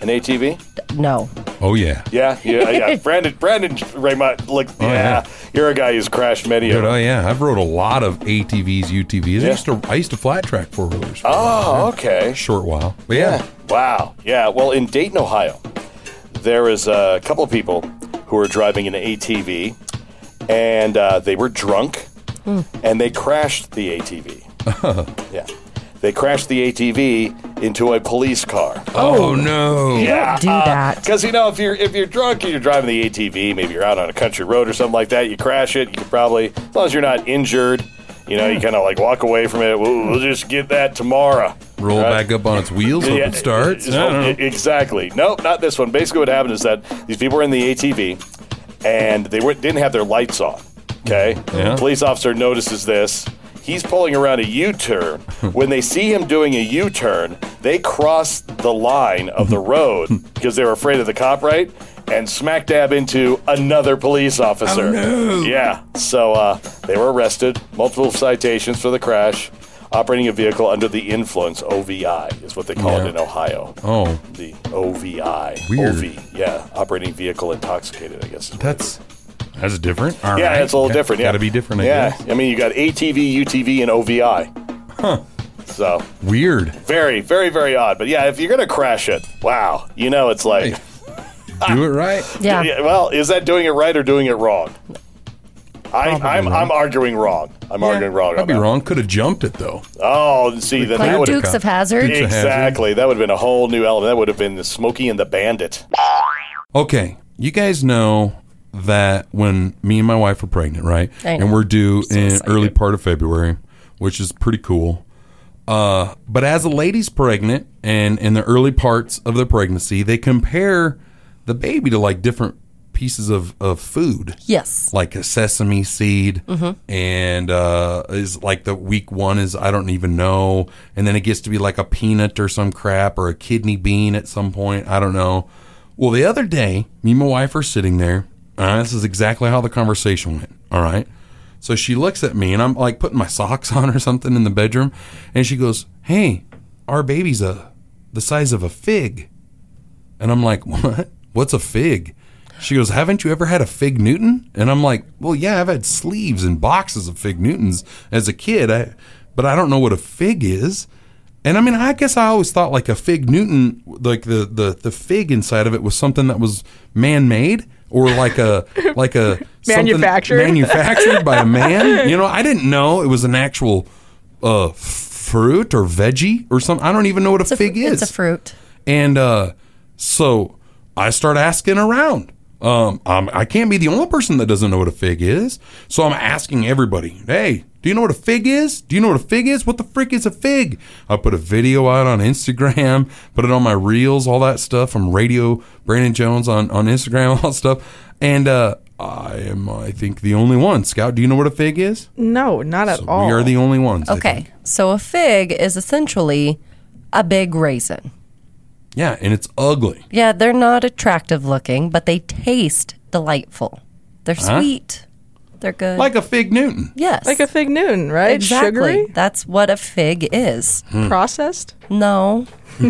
Speaker 20: An ATV?
Speaker 5: No.
Speaker 15: Oh yeah. Oh,
Speaker 20: Yeah, yeah, yeah. Brandon, Brandon Raymond, like, yeah, you're a guy who's crashed many
Speaker 15: Dude,
Speaker 20: of
Speaker 15: oh
Speaker 20: them.
Speaker 15: yeah, I've rode a lot of ATVs, UTVs. I
Speaker 20: Yeah.
Speaker 15: used to I used to flat track four wheelers. for a
Speaker 20: Oh,
Speaker 15: while.
Speaker 20: okay.
Speaker 15: Short while, but yeah,
Speaker 20: Wow. Yeah. Well, in Dayton, Ohio, there is a couple of people who were driving an ATV, and uh, they were drunk, and they crashed the ATV. Yeah. They crashed the ATV into a police car.
Speaker 15: Oh, no!
Speaker 11: You don't do that.
Speaker 20: Because you know, if you're if you're drunk and you're driving the ATV, maybe you're out on a country road or something like that. You crash it. You could probably, as long as you're not injured, you know, you kind of like walk away from it. We'll, we'll just get that tomorrow.
Speaker 15: roll
Speaker 20: Right?
Speaker 15: back up on its wheels, hope
Speaker 20: Yeah,
Speaker 15: it starts.
Speaker 20: it's-
Speaker 15: I don't know.
Speaker 20: e- Exactly. Nope, not this one. Basically, what happened is that these people were in the ATV and they were, didn't have their lights on. Okay.
Speaker 15: Yeah.
Speaker 20: Police officer notices this. He's pulling around a U turn. when they see him doing a U turn, they cross the line of the road because they were afraid of the cop, right? And smack dab into another police
Speaker 15: Oh,
Speaker 20: officer. Yeah. So uh, they were arrested, multiple citations for the crash. Operating a vehicle under the influence, OVI, is what they call it
Speaker 15: Yeah.
Speaker 20: in Ohio.
Speaker 15: Oh,
Speaker 20: The OVI.
Speaker 15: Weird.
Speaker 20: OV, yeah. Operating vehicle intoxicated, I guess. is what
Speaker 15: that's that's different. All
Speaker 20: yeah,
Speaker 15: right.
Speaker 20: it's a little
Speaker 15: Got-
Speaker 20: different. Yeah,
Speaker 15: gotta be different. I
Speaker 20: yeah,
Speaker 15: guess.
Speaker 20: I mean, you got ATV, UTV, and OVI.
Speaker 15: Huh.
Speaker 20: So
Speaker 15: Weird.
Speaker 20: very, very, very odd. But yeah, if you're gonna crash it, wow, you know, it's like
Speaker 15: Do it right.
Speaker 20: yeah. Well, is that doing it right or doing it wrong? I, I'm, I'm arguing wrong. I'm arguing wrong.
Speaker 15: I'd be wrong. Could have jumped it though.
Speaker 20: Oh, see, then
Speaker 15: Like
Speaker 20: that would
Speaker 15: Dukes of Hazzard? Dukes of Hazzard.
Speaker 20: Exactly. That would have been a whole new element. That would have been the Smokey and the Bandit.
Speaker 15: Okay, you guys know that when me and my wife were pregnant, right?
Speaker 20: I know.
Speaker 15: And we're due in early part of February, which is pretty cool. Uh, but as a lady's pregnant and in the early parts of the pregnancy, they compare the baby to like different pieces of, of food.
Speaker 5: Yes.
Speaker 15: Like a sesame seed
Speaker 5: Mhm.
Speaker 15: and uh is like the week one is I don't even know. And then it gets to be like a peanut or some crap or a kidney bean at some point. I don't know. Well, the other day, me and my wife are sitting there. Uh, this is exactly how the conversation went. All right. So she looks at me and I'm like putting my socks on or something in the bedroom. And she goes, Hey, our baby's a, the size of a fig. And I'm like, What? What's a fig? She goes, Haven't you ever had a fig Newton? And I'm like, Well, yeah, I've had sleeves and boxes of fig Newtons as a kid, I, but I don't know what a fig is. And I mean, I guess I always thought like a fig Newton, like the, the, the fig inside of it was something that was man made or like a like a something
Speaker 4: Manufactured.
Speaker 15: manufactured by a man. You know, I didn't know it was an actual uh, f- fruit or veggie or something. I don't even know what a fig is.
Speaker 13: It's a fruit.
Speaker 15: And uh, so I start asking around. Um, I'm, I can't be the only person that doesn't know what a fig is. So I'm asking everybody, hey, do you know what a fig is? Do you know what a fig is? What the frick is a fig? I put a video out on Instagram, put it on my reels, all that stuff. I'm radio Brandon Jones on, on Instagram, all that stuff. And uh, I am, I think, the only one. Scout, do you know what a fig is?
Speaker 13: No, not at all.
Speaker 15: We are the only ones. I think.
Speaker 13: Okay.
Speaker 5: So a fig is essentially a big raisin.
Speaker 15: Yeah, and it's ugly.
Speaker 5: Yeah, they're not attractive looking, but they taste delightful. They're
Speaker 15: Huh?
Speaker 5: sweet. They're good.
Speaker 15: Like a fig Newton.
Speaker 5: Yes.
Speaker 4: Like a fig Newton, right?
Speaker 5: Exactly.
Speaker 4: Sugary?
Speaker 5: That's what a fig is.
Speaker 15: Hmm.
Speaker 4: Processed?
Speaker 5: No.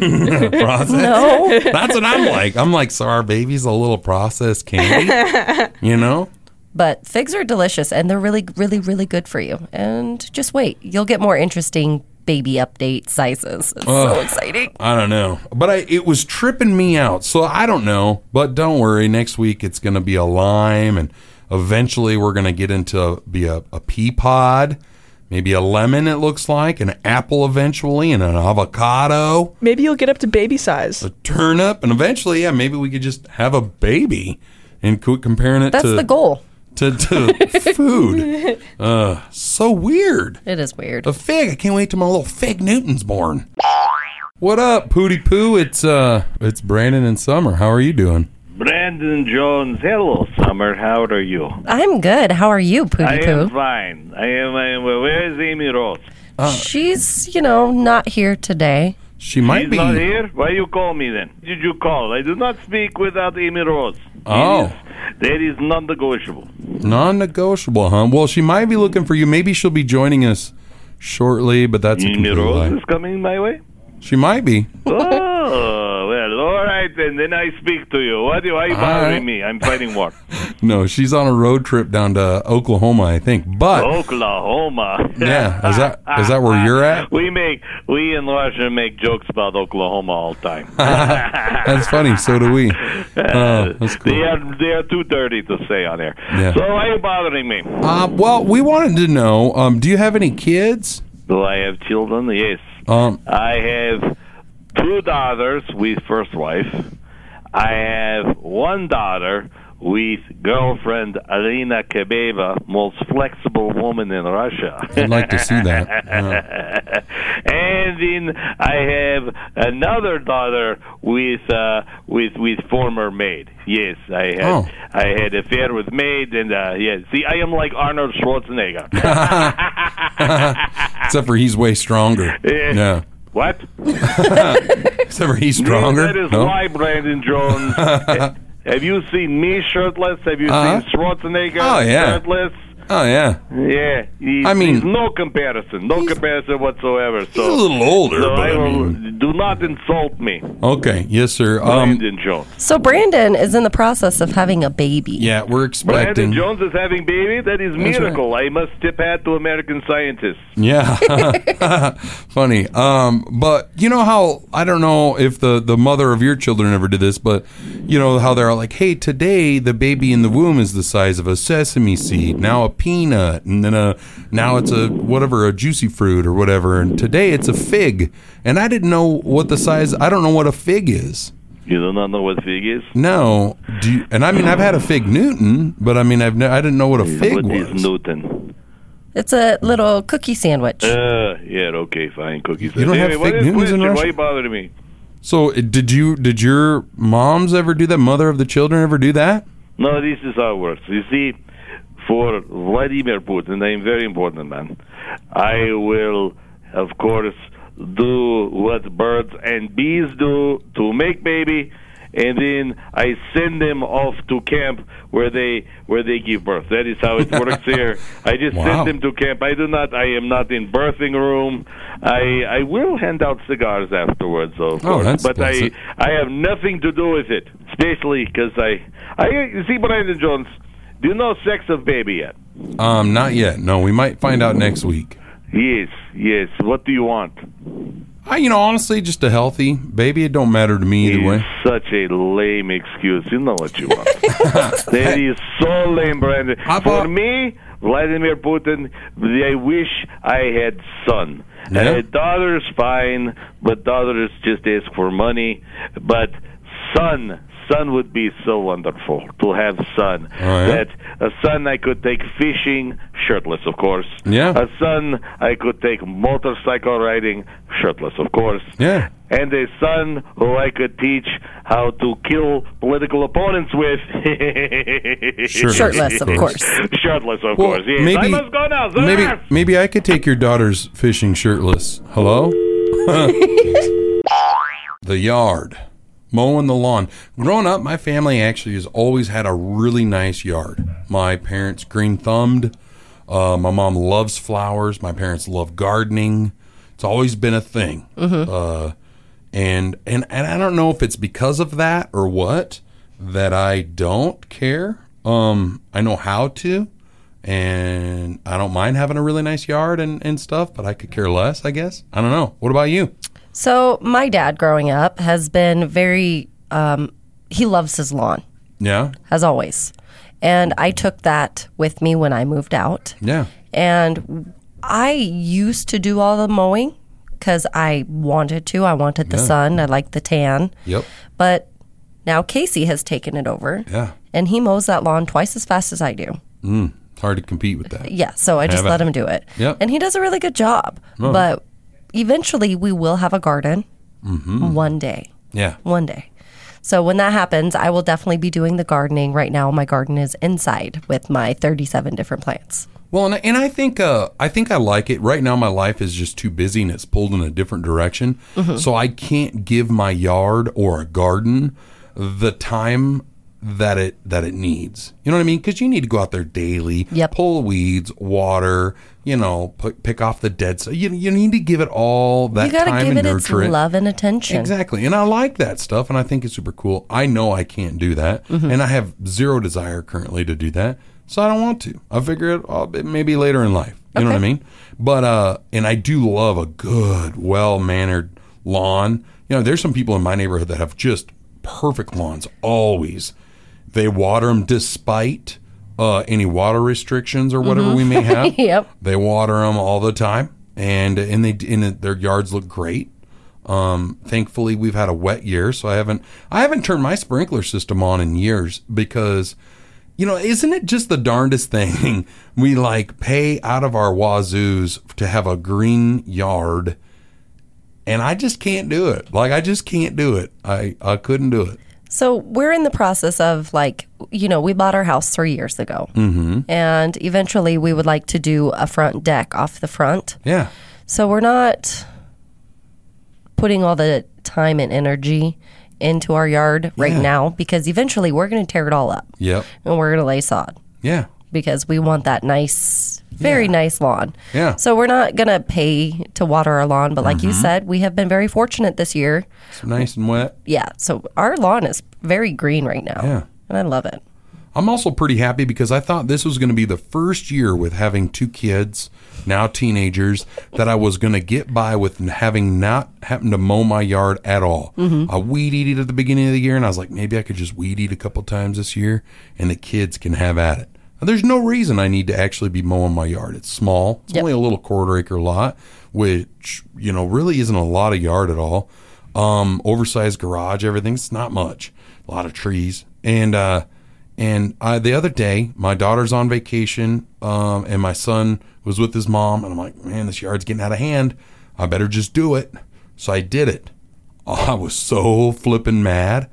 Speaker 15: process.
Speaker 5: No.
Speaker 15: That's what I'm like. I'm like, so our baby's a little processed candy, you know?
Speaker 5: But figs are delicious and they're really, really, really good for you. And just wait, you'll get more interesting baby update sizes. It's so
Speaker 15: Ugh.
Speaker 5: exciting.
Speaker 15: I don't know. But I, it was tripping me out. So I don't know. But don't worry. Next week it's going to be a lime. And eventually we're going to get into be a, a pea pod, maybe a lemon, it looks like, an apple eventually, and an avocado,
Speaker 4: Maybe you'll get up to baby size.
Speaker 15: a turnip. And eventually, yeah, maybe we could just have a baby and quit comparing it
Speaker 5: That's
Speaker 15: to.
Speaker 5: the goal.
Speaker 15: To, to food. Uh, so weird.
Speaker 5: It is weird.
Speaker 15: A fig. I can't wait till my little fig Newton's born. What up, Pooty Poo? It's uh, it's Brandon and Summer. How are you doing?
Speaker 21: Brandon Jones. Hello, Summer. How are you?
Speaker 5: I'm good. How are you,
Speaker 21: I
Speaker 5: Pooty
Speaker 21: am
Speaker 5: Poo?
Speaker 21: fine. I am. I am. Where is Amy Rose?
Speaker 5: She's, you know, not here today.
Speaker 15: uh, She might
Speaker 21: She's
Speaker 15: be.
Speaker 21: not here. Why you call me then? Did you call? I do not speak without Amy Rose.
Speaker 15: Oh,
Speaker 21: That is non-negotiable.
Speaker 15: non-negotiable, huh? Well, she might be looking for you. Maybe she'll be joining us shortly, but that's a complete
Speaker 21: Amy Rose
Speaker 15: lie.
Speaker 21: is coming my way.
Speaker 15: She might be.
Speaker 21: oh, well, well, all right, then. Then I speak to you. What you? Why you
Speaker 15: All
Speaker 21: bothering
Speaker 15: right.
Speaker 21: me? I'm fighting war.
Speaker 15: No, she's on a road trip down to Oklahoma, I think. But
Speaker 21: Oklahoma.
Speaker 15: yeah, is that is that where you're at?
Speaker 21: we make we in Russia make jokes about Oklahoma all the time.
Speaker 15: That's funny. So do we. Oh, that's cool.
Speaker 21: They are they are too dirty to say on air.
Speaker 15: Yeah.
Speaker 21: So why are you bothering me?
Speaker 15: Uh, well, we wanted to know. Um, do you have any kids?
Speaker 21: Do I have children? Yes.
Speaker 15: Um,
Speaker 21: I have two daughters with first wife. I have one daughter with girlfriend Alina Kebeva, most flexible woman in Russia.
Speaker 15: I'd like to see that.
Speaker 21: and then I have another daughter with uh, with with former maid. Yes, I had
Speaker 15: Oh.
Speaker 21: I had affair with maid, and uh, yeah. See, I am like Arnold Schwarzenegger.
Speaker 15: Except for he's way stronger.
Speaker 21: Eh.
Speaker 15: Yeah.
Speaker 21: What?
Speaker 15: Except for he's stronger.
Speaker 21: That is
Speaker 15: No?
Speaker 21: why, Brandon Jones. Ha- have you seen me shirtless? Have you
Speaker 15: Uh-huh.
Speaker 21: seen Schwarzenegger
Speaker 15: Oh, yeah.
Speaker 21: shirtless?
Speaker 15: Oh yeah.
Speaker 21: Yeah, he's,
Speaker 15: I mean-
Speaker 21: he's no comparison, no comparison whatsoever. So he's
Speaker 15: a little older,
Speaker 21: so
Speaker 15: but I
Speaker 21: will, do not insult me,
Speaker 15: Okay. Yes, sir. Um,
Speaker 21: Brandon Jones.
Speaker 5: So Brandon is in the process of having a baby.
Speaker 15: yeah, we're
Speaker 21: Brandon
Speaker 15: expecting.
Speaker 21: Jones is having baby. That is
Speaker 15: That's right.
Speaker 21: miracle. I must tip hat to American scientists.
Speaker 15: Yeah. Funny. Um, but you know how I don't know if the the mother of your children ever did this, but you know how they're like, "Hey, today the baby in the womb is the size of a sesame seed, now a peanut, and then a now it's a whatever, a juicy fruit or whatever, and today it's a fig." And I didn't know what the size I don't know what a fig is.
Speaker 21: You do not know what fig is.
Speaker 15: No. Do you, and I mean I've had a fig Newton, but I mean I've ne- I didn't know what a fig
Speaker 21: What
Speaker 15: was.
Speaker 21: is Newton?
Speaker 5: It's a little cookie sandwich.
Speaker 21: Uh, yeah, okay, fine, cookies.
Speaker 15: You don't have
Speaker 21: Anyway, what
Speaker 15: fig
Speaker 21: is
Speaker 15: Newtons in
Speaker 21: question? Why
Speaker 15: Russia?
Speaker 21: you bothering me?
Speaker 15: So uh, did you did your moms ever do that? Mother of the children ever do that?
Speaker 21: No, this is how it works. You see, for Vladimir Putin, I'm very important man. I will, of course, do what birds and bees do to make baby, and then I send them off to camp where they where they give birth. That is how it works here. I just
Speaker 15: Wow.
Speaker 21: send them to camp. I do not. I am not in birthing room. I I will hand out cigars afterwards, though. Of
Speaker 15: Oh,
Speaker 21: course,
Speaker 15: that's-
Speaker 21: but
Speaker 15: that's
Speaker 21: I
Speaker 15: it.
Speaker 21: I have nothing to do with it, especially because I, I you see Brandon Jones. Do you know sex of baby yet?
Speaker 15: Um, not yet. No, we might find out next week.
Speaker 21: Yes, yes. What do you want?
Speaker 15: I, you know, honestly, just a healthy baby. It don't matter to me either way.
Speaker 21: Such a lame excuse. You know what you want. that is so lame, Brandon. For me, Vladimir Putin. I wish I had son.
Speaker 15: Yeah.
Speaker 21: Uh, daughter's fine, but daughters just ask for money. But son, son would be so wonderful to have son.
Speaker 15: Oh, yeah?
Speaker 21: That a son I could take fishing, shirtless, of course.
Speaker 15: Yeah.
Speaker 21: A son I could take motorcycle riding, shirtless, of course.
Speaker 15: Yeah.
Speaker 21: And a son who I could teach how to kill political opponents with.
Speaker 15: Shirtless, Shirtless, of of course. course.
Speaker 21: Shirtless, of
Speaker 15: Well,
Speaker 21: course. Yes.
Speaker 15: maybe-
Speaker 21: I must go now.
Speaker 15: Maybe, maybe I could take your daughter's fishing shirtless. Hello. the yard, mowing the lawn. Growing up, my family actually has always had a really nice yard. My parents green thumbed. Uh, my mom loves flowers. My parents love gardening. It's always been a thing. Uh, and and and I don't know if it's because of that or what that I don't care. Um, I know how to, and I don't mind having a really nice yard and and stuff, but I could care less. I guess I don't know. What about you?
Speaker 5: So my dad, growing up, has been very. Um, he loves his lawn,
Speaker 15: Yeah,
Speaker 5: as always, and I took that with me when I moved out.
Speaker 15: yeah.
Speaker 5: And I used to do all the mowing because I wanted to. I wanted the
Speaker 15: Yeah.
Speaker 5: sun. I liked the tan.
Speaker 15: Yep.
Speaker 5: But now Casey has taken it over,
Speaker 15: Yeah.
Speaker 5: and he mows that lawn twice as fast as I do.
Speaker 15: Mm, it's hard to compete with that.
Speaker 5: Yeah, so I just
Speaker 15: Have
Speaker 5: let
Speaker 15: it.
Speaker 5: him do it.
Speaker 15: Yep.
Speaker 5: And he does a really good job.
Speaker 15: Oh.
Speaker 5: But eventually we will have a garden
Speaker 15: Mhm.
Speaker 5: one day.
Speaker 15: Yeah.
Speaker 5: One day. So when that happens, I will definitely be doing the gardening. Right now my garden is inside with my 37 different plants.
Speaker 15: Well, and I, and I think uh, I think I like it. Right now, my life is just too busy, and it's pulled in a different direction.
Speaker 5: Mhm.
Speaker 15: So I can't give my yard or a garden the time that it that it needs. You know what I mean? Because you need to go out there daily, pull weeds, water. You know, put, pick off the dead. So you you need to give it all that
Speaker 5: you gotta
Speaker 15: time
Speaker 5: give
Speaker 15: and
Speaker 5: it its
Speaker 15: nurture it.
Speaker 5: love and attention.
Speaker 15: Exactly. And I like that stuff and I think it's super cool. I know I can't do that
Speaker 5: Mhm.
Speaker 15: and I have zero desire currently to do that. So I don't want to. I figure it oh, it maybe later in life. You know what I mean? But uh and I do love a good, well-mannered lawn. You know, there's some people in my neighborhood that have just perfect lawns always. They water them despite uh, any water restrictions or whatever we may have.
Speaker 5: yep.
Speaker 15: They water them all the time, and and they and their yards look great. Um, thankfully, we've had a wet year, so I haven't I haven't turned my sprinkler system on in years because, you know, isn't it just the darndest thing? We like pay out of our wazoos to have a green yard, and I just can't do it. Like I just can't do it. I I couldn't do it.
Speaker 5: So we're in the process of like, you know, we bought our house three years ago,
Speaker 15: Mm-hmm.
Speaker 5: and eventually we would like to do a front deck off the front.
Speaker 15: Yeah.
Speaker 5: So we're not putting all the time and energy into our yard right
Speaker 15: Yeah.
Speaker 5: now because eventually we're going to tear it all up
Speaker 15: Yep.
Speaker 5: and we're going to lay sod
Speaker 15: Yeah.
Speaker 5: because we want that nice, very nice lawn.
Speaker 15: Yeah. Mm-hmm.
Speaker 5: So we're not going to pay to water our lawn, but like you said, we have been very fortunate this year.
Speaker 15: It's nice and wet.
Speaker 5: Yeah. So our lawn is very green right now.
Speaker 15: Yeah.
Speaker 5: And I love it.
Speaker 15: I'm also pretty happy because I thought this was going to be the first year with having two kids, now teenagers, that I was going to get by with having not happened to mow my yard at all.
Speaker 7: Mhm.
Speaker 15: I weed eat it at the beginning of the year, and I was like, maybe I could just weed eat a couple times this year, and the kids can have at it. Now, There's no reason I need to actually be mowing my yard. It's small. It's only a little quarter acre lot, which you know really isn't a lot of yard at all. Um, oversized garage, everything. It's not much. A lot of trees, and uh, and I, the other day, my daughter's on vacation, um, and my son was with his mom, and I'm like, man, this yard's getting out of hand. I better just do it. So I did it. Oh, I was so flippin' mad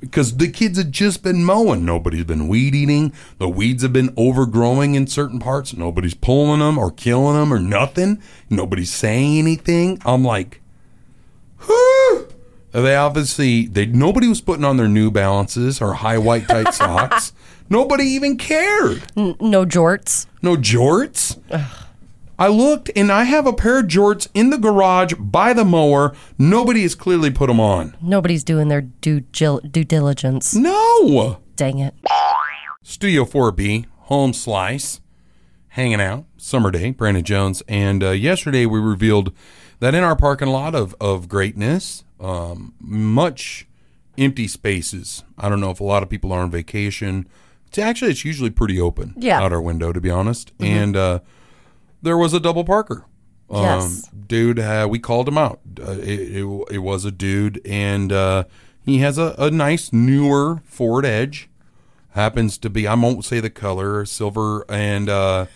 Speaker 15: because the kids had just been mowing. Nobody's been weed eating. The weeds have been overgrowing in certain parts. Nobody's pulling them or killing them or nothing. Nobody's saying anything. I'm like, they obviously they nobody was putting on their New Balances or high white tight socks. Nobody even cared.
Speaker 5: no jorts.
Speaker 15: No jorts. I looked and I have a pair of jorts in the garage by the mower. Nobody has clearly put them on.
Speaker 5: Nobody's doing their due, gil- due diligence.
Speaker 15: No.
Speaker 5: Dang it.
Speaker 15: Studio 4B, Home Slice, hanging out, summer day, Brandon Jones. And uh, yesterday we revealed that in our parking lot of, of greatness, um, much empty spaces. I don't know if a lot of people are on vacation. It's actually, it's usually pretty open
Speaker 7: Yeah.
Speaker 15: out our window, to be honest. And uh, there was a double parker. Um,
Speaker 7: Yes.
Speaker 15: Dude, uh, we called him out. Uh, it, it, it was a dude, and uh, he has a, a nice, newer Ford Edge. Happens to be, I won't say the color, silver, and uh,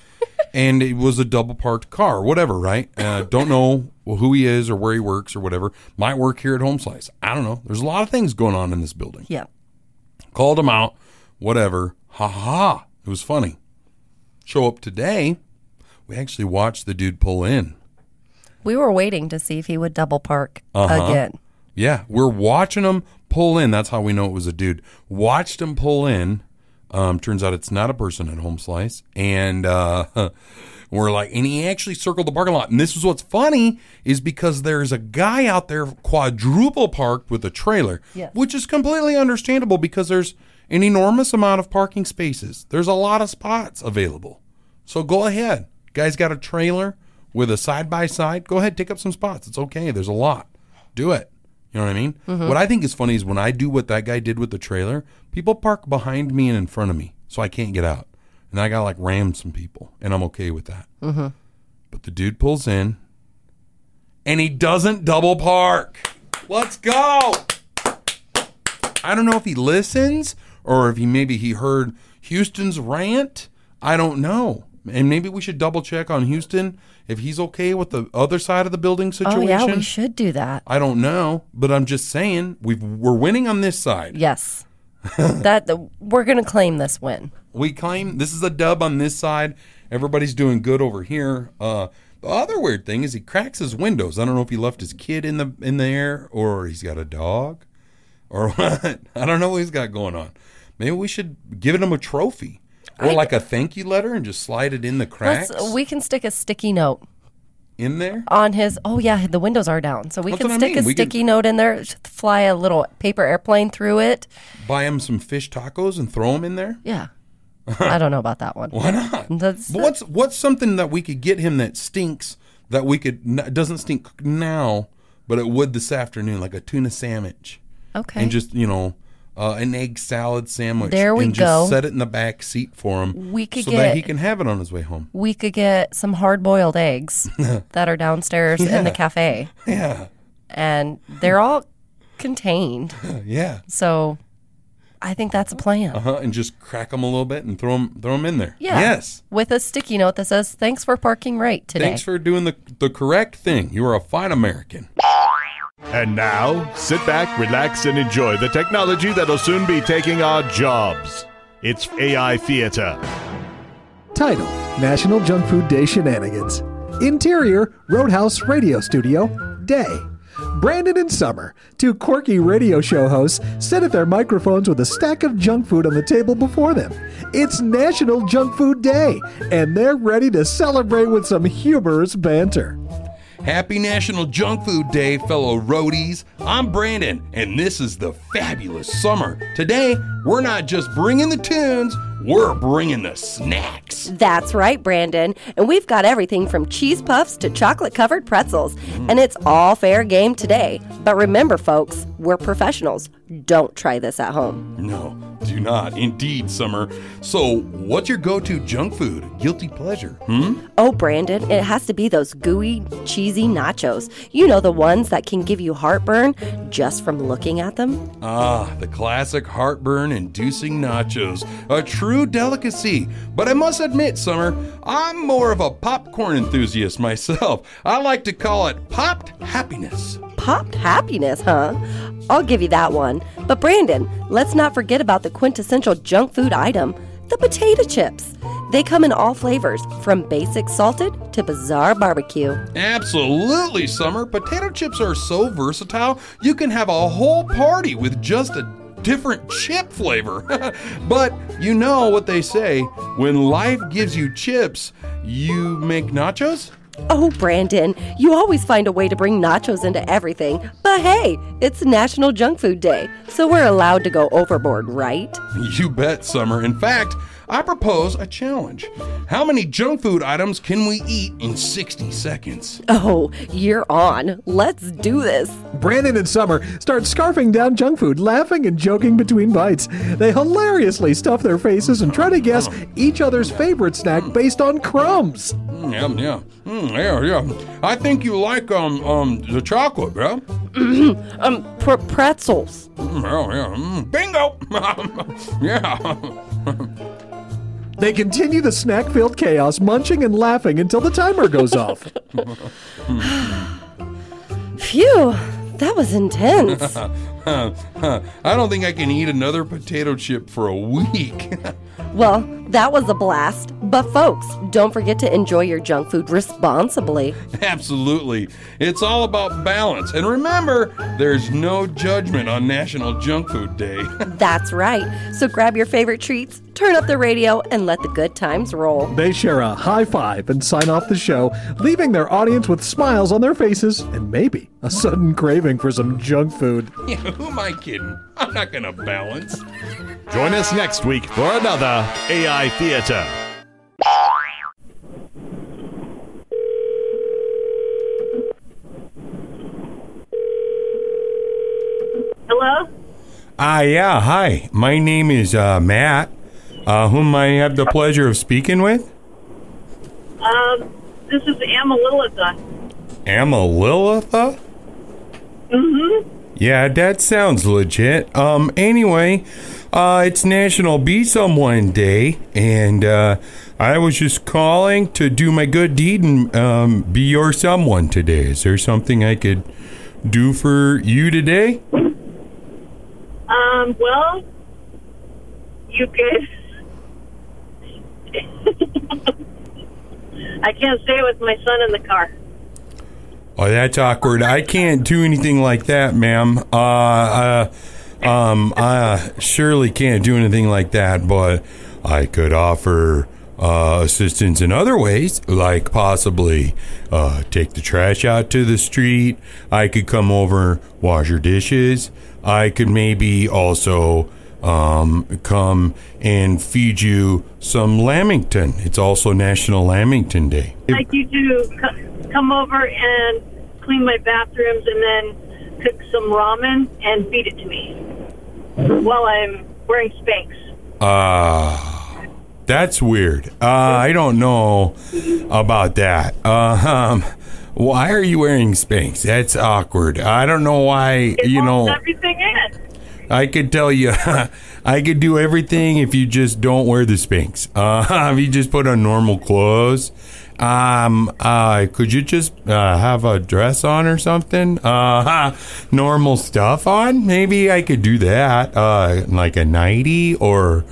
Speaker 15: and it was a double parked car, whatever, right? Uh, don't know who he is or where he works or whatever. Might work here at Home Slice. I don't know. There's a lot of things going on in this building
Speaker 5: Yeah.
Speaker 15: called him out, whatever. Ha ha ha. It was funny. Show up today. We actually watched the dude pull in.
Speaker 5: We were waiting to see if he would double park
Speaker 15: Uh-huh.
Speaker 5: again.
Speaker 15: Yeah, we're watching him pull in. That's how we know it was a dude. Watched him pull in. Um, turns out it's not a person at Home Slice, and uh, we're like, and he actually circled the parking lot. And this is what's funny is because there's a guy out there quadruple parked with a trailer,
Speaker 7: Yes.
Speaker 15: which is completely understandable because there's an enormous amount of parking spaces. There's a lot of spots available, so go ahead. Guy's got a trailer with a side by side. Go ahead, take up some spots. It's okay. There's a lot. Do it. You know what I mean?
Speaker 7: Mhm.
Speaker 15: What I think is funny is when I do what that guy did with the trailer, people park behind me and in front of me, so I can't get out. And I got to like ram some people, and I'm okay with that.
Speaker 7: Mm-hmm.
Speaker 15: But the dude pulls in and he doesn't double park. Let's go. I don't know if he listens or if he maybe he heard Houston's rant. I don't know. And maybe we should double check on Houston if he's okay with the other side of the building situation.
Speaker 5: Oh, yeah, we should do that.
Speaker 15: I don't know, but I'm just saying we've, we're winning on this side.
Speaker 5: Yes. that We're going to claim this win.
Speaker 15: We claim this is a dub on this side. Everybody's doing good over here. Uh, the other weird thing is he cracks his windows. I don't know if he left his kid in the in the air or he's got a dog or what. I don't know what he's got going on. Maybe we should give them a trophy or like a thank you letter and just slide it in the cracks
Speaker 5: Let's, we can stick a sticky note
Speaker 15: in there.
Speaker 5: on his. Oh yeah, the windows are down, so we
Speaker 15: That's
Speaker 5: can
Speaker 15: what I
Speaker 5: stick
Speaker 15: mean.
Speaker 5: a
Speaker 15: We could-
Speaker 5: sticky note in there. just Fly a little paper airplane through it.
Speaker 15: Buy them some fish tacos and throw them in there.
Speaker 5: Yeah, I don't know about that one.
Speaker 15: Why not?
Speaker 5: That's
Speaker 15: But what's what's something that we could get him that stinks that we could n- doesn't stink now, but it would this afternoon, like a tuna sandwich.
Speaker 5: Okay.
Speaker 15: And just you know, uh, an egg salad sandwich.
Speaker 5: There we
Speaker 15: and
Speaker 5: go.
Speaker 15: Just set it in the back seat for him.
Speaker 5: We could
Speaker 15: so that
Speaker 5: get-
Speaker 15: he can have it on his way home.
Speaker 5: we could get some hard boiled eggs that are downstairs in
Speaker 15: Yeah.
Speaker 5: the cafe.
Speaker 15: Yeah.
Speaker 5: and they're all contained.
Speaker 15: Yeah.
Speaker 5: So, I think that's a plan.
Speaker 15: Uh huh. And just crack them a little bit and throw them throw 'em in there.
Speaker 5: Yeah.
Speaker 15: Yes.
Speaker 5: With a sticky note that says, "Thanks for parking right today."
Speaker 15: Thanks for doing the the correct thing. You are a fine American.
Speaker 6: And now, sit back, relax, and enjoy the technology that'll soon be taking our jobs. It's AI Theater.
Speaker 1: Title National Junk Food Day Shenanigans. Interior Roadhouse Radio Studio Day. Brandon and Summer, two quirky radio show hosts, sit at their microphones with a stack of junk food on the table before them. It's National Junk Food Day, and they're ready to celebrate with some humorous banter.
Speaker 15: Happy National Junk Food Day, fellow roadies. I'm Brandon, and this is the fabulous summer. Today, we're not just bringing the tunes, we're bringing the snacks.
Speaker 5: That's right, Brandon. And we've got everything from cheese puffs to chocolate covered pretzels. And it's all fair game today. But remember, folks, we're professionals. Don't try this at home.
Speaker 15: No, do not. Indeed, summer. So, what's your go to junk food? Guilty pleasure, hmm?
Speaker 5: Oh, Brandon, it has to be those gooey, cheesy nachos. You know, the ones that can give you heartburn just from looking at them?
Speaker 15: Ah, the classic heartburn inducing nachos. A true delicacy. But I must admit, Summer, I'm more of a popcorn enthusiast myself. I like to call it popped happiness.
Speaker 5: Popped happiness, huh? I'll give you that one. But, Brandon, let's not forget about the quintessential junk food item the potato chips. They come in all flavors, from basic salted to bizarre barbecue.
Speaker 15: Absolutely, Summer. Potato chips are so versatile, you can have a whole party with just a different chip flavor. but you know what they say when life gives you chips, you make nachos?
Speaker 5: Oh, Brandon, you always find a way to bring nachos into everything. But hey, it's National Junk Food Day, so we're allowed to go overboard, right?
Speaker 15: You bet, Summer. In fact, I propose a challenge. How many junk food items can we eat in 60 seconds?
Speaker 5: Oh, you're on. Let's do this.
Speaker 1: Brandon and Summer start scarfing down junk food, laughing and joking between bites. They hilariously stuff their faces and try to guess each other's favorite snack based on crumbs.
Speaker 15: Mm, Yeah, yeah. Mm, yeah, yeah. I think you like um um the chocolate, bro.
Speaker 5: um, pr- pretzels.
Speaker 15: Mm, yeah, yeah. Mm, bingo. yeah.
Speaker 1: They continue the snack filled chaos, munching and laughing until the timer goes off.
Speaker 5: Phew, that was intense.
Speaker 15: I don't think I can eat another potato chip for a week.
Speaker 5: well, that was a blast. But folks, don't forget to enjoy your junk food responsibly.
Speaker 15: Absolutely. It's all about balance. And remember, there's no judgment on National Junk Food Day.
Speaker 5: That's right. So grab your favorite treats, turn up the radio, and let the good times roll.
Speaker 1: They share a high five and sign off the show, leaving their audience with smiles on their faces and maybe a sudden craving for some junk food.
Speaker 15: yeah, who am I kidding? I'm not going to balance.
Speaker 6: Join us next week for another AI Theater.
Speaker 7: Hello?
Speaker 22: Ah, yeah. Hi. My name is uh, Matt, uh, whom I have the pleasure of speaking with.
Speaker 7: Um, this is Amalilitha.
Speaker 22: Amalilitha?
Speaker 7: Mm-hmm.
Speaker 22: Yeah, that sounds legit. Um, anyway, uh, it's National Be Someone Day, and uh, I was just calling to do my good deed and um, be your someone today. Is there something I could do for you today?
Speaker 7: Um, well, you could... I can't say it with my son in the car.
Speaker 22: Oh, that's awkward. I can't do anything like that, ma'am. Uh, uh,
Speaker 15: Um, I surely can't do anything like that, but I could offer uh, assistance in other ways, like possibly uh, take the trash out to the street. I could come over, wash your dishes. I could maybe also um, come and feed you some lamington. It's also National Lamington Day.
Speaker 7: like you do c- come over and clean my bathrooms and then cook some ramen and feed it to me while I'm wearing Spanx.
Speaker 15: Ah, that's weird. Uh, I don't know about that. Uh, um, why are you wearing Spanx? That's awkward. I don't know why. you know,
Speaker 7: Everything in.
Speaker 15: I could tell you, I could do everything if you just don't wear the Spanx. Uh, if you just put on normal clothes, um, uh, could you just uh, have a dress on or something? Uh, normal stuff on? Maybe I could do that, uh, like a nightie or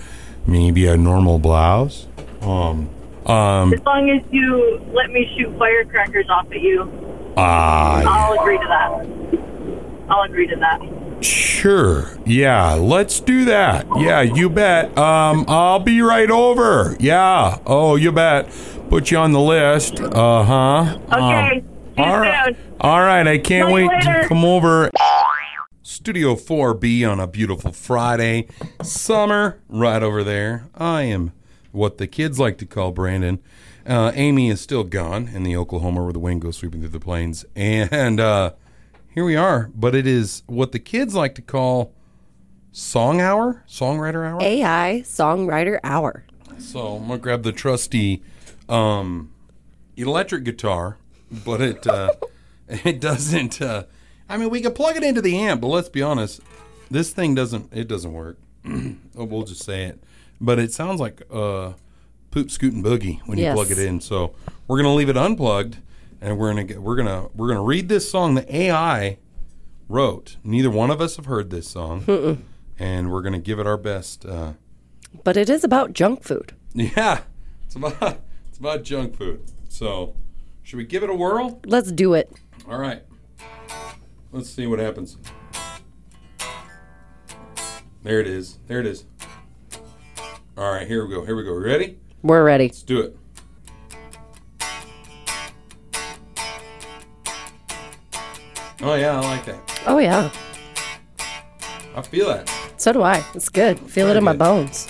Speaker 15: maybe a normal blouse. Um, um,
Speaker 7: As long as you let me shoot firecrackers off at you,
Speaker 15: ah,
Speaker 7: I'll agree to that. I'll agree to that.
Speaker 15: Sure. Yeah, let's do that. Yeah, you bet. Um, I'll be right over. Yeah. Oh, you bet. Put you on the list. Uh huh.
Speaker 13: Okay. See you
Speaker 15: Um, all right.
Speaker 13: soon.
Speaker 15: All right. I can't
Speaker 13: Love you
Speaker 15: wait
Speaker 13: later.
Speaker 15: to come over. Studio 4B on a beautiful Friday. Summer right over there. I am what the kids like to call Brandon. Uh, Amy is still gone in the Oklahoma where the wind goes sweeping through the plains. And uh, here we are. But it is what the kids like to call song hour, songwriter hour.
Speaker 5: AI Songwriter Hour.
Speaker 15: So I'm gonna grab the trusty um, electric guitar, but it uh, it doesn't. Uh, I mean, we could plug it into the amp, but let's be honest, this thing doesn't. It doesn't work. oh, we'll just say it. But it sounds like uh, poop scootin' boogie when you
Speaker 22: Yes.
Speaker 15: plug it in. So we're gonna leave it unplugged, and we're gonna get, we're gonna we're gonna read this song the AI wrote. Neither one of us have heard this song,
Speaker 5: Mm-mm.
Speaker 15: and we're gonna give it our best. Uh,
Speaker 5: But it is about junk food.
Speaker 15: yeah, it's about it's about junk food. So, should we give it a whirl?
Speaker 5: Let's do it.
Speaker 15: All right. Let's see what happens. There it is. There it is. All right, here we go. Here we go. Ready?
Speaker 5: We're ready.
Speaker 15: Let's do it. Oh yeah, I like that.
Speaker 5: Oh, yeah.
Speaker 15: I feel that.
Speaker 5: So do I. It's good. Feel it in my bones.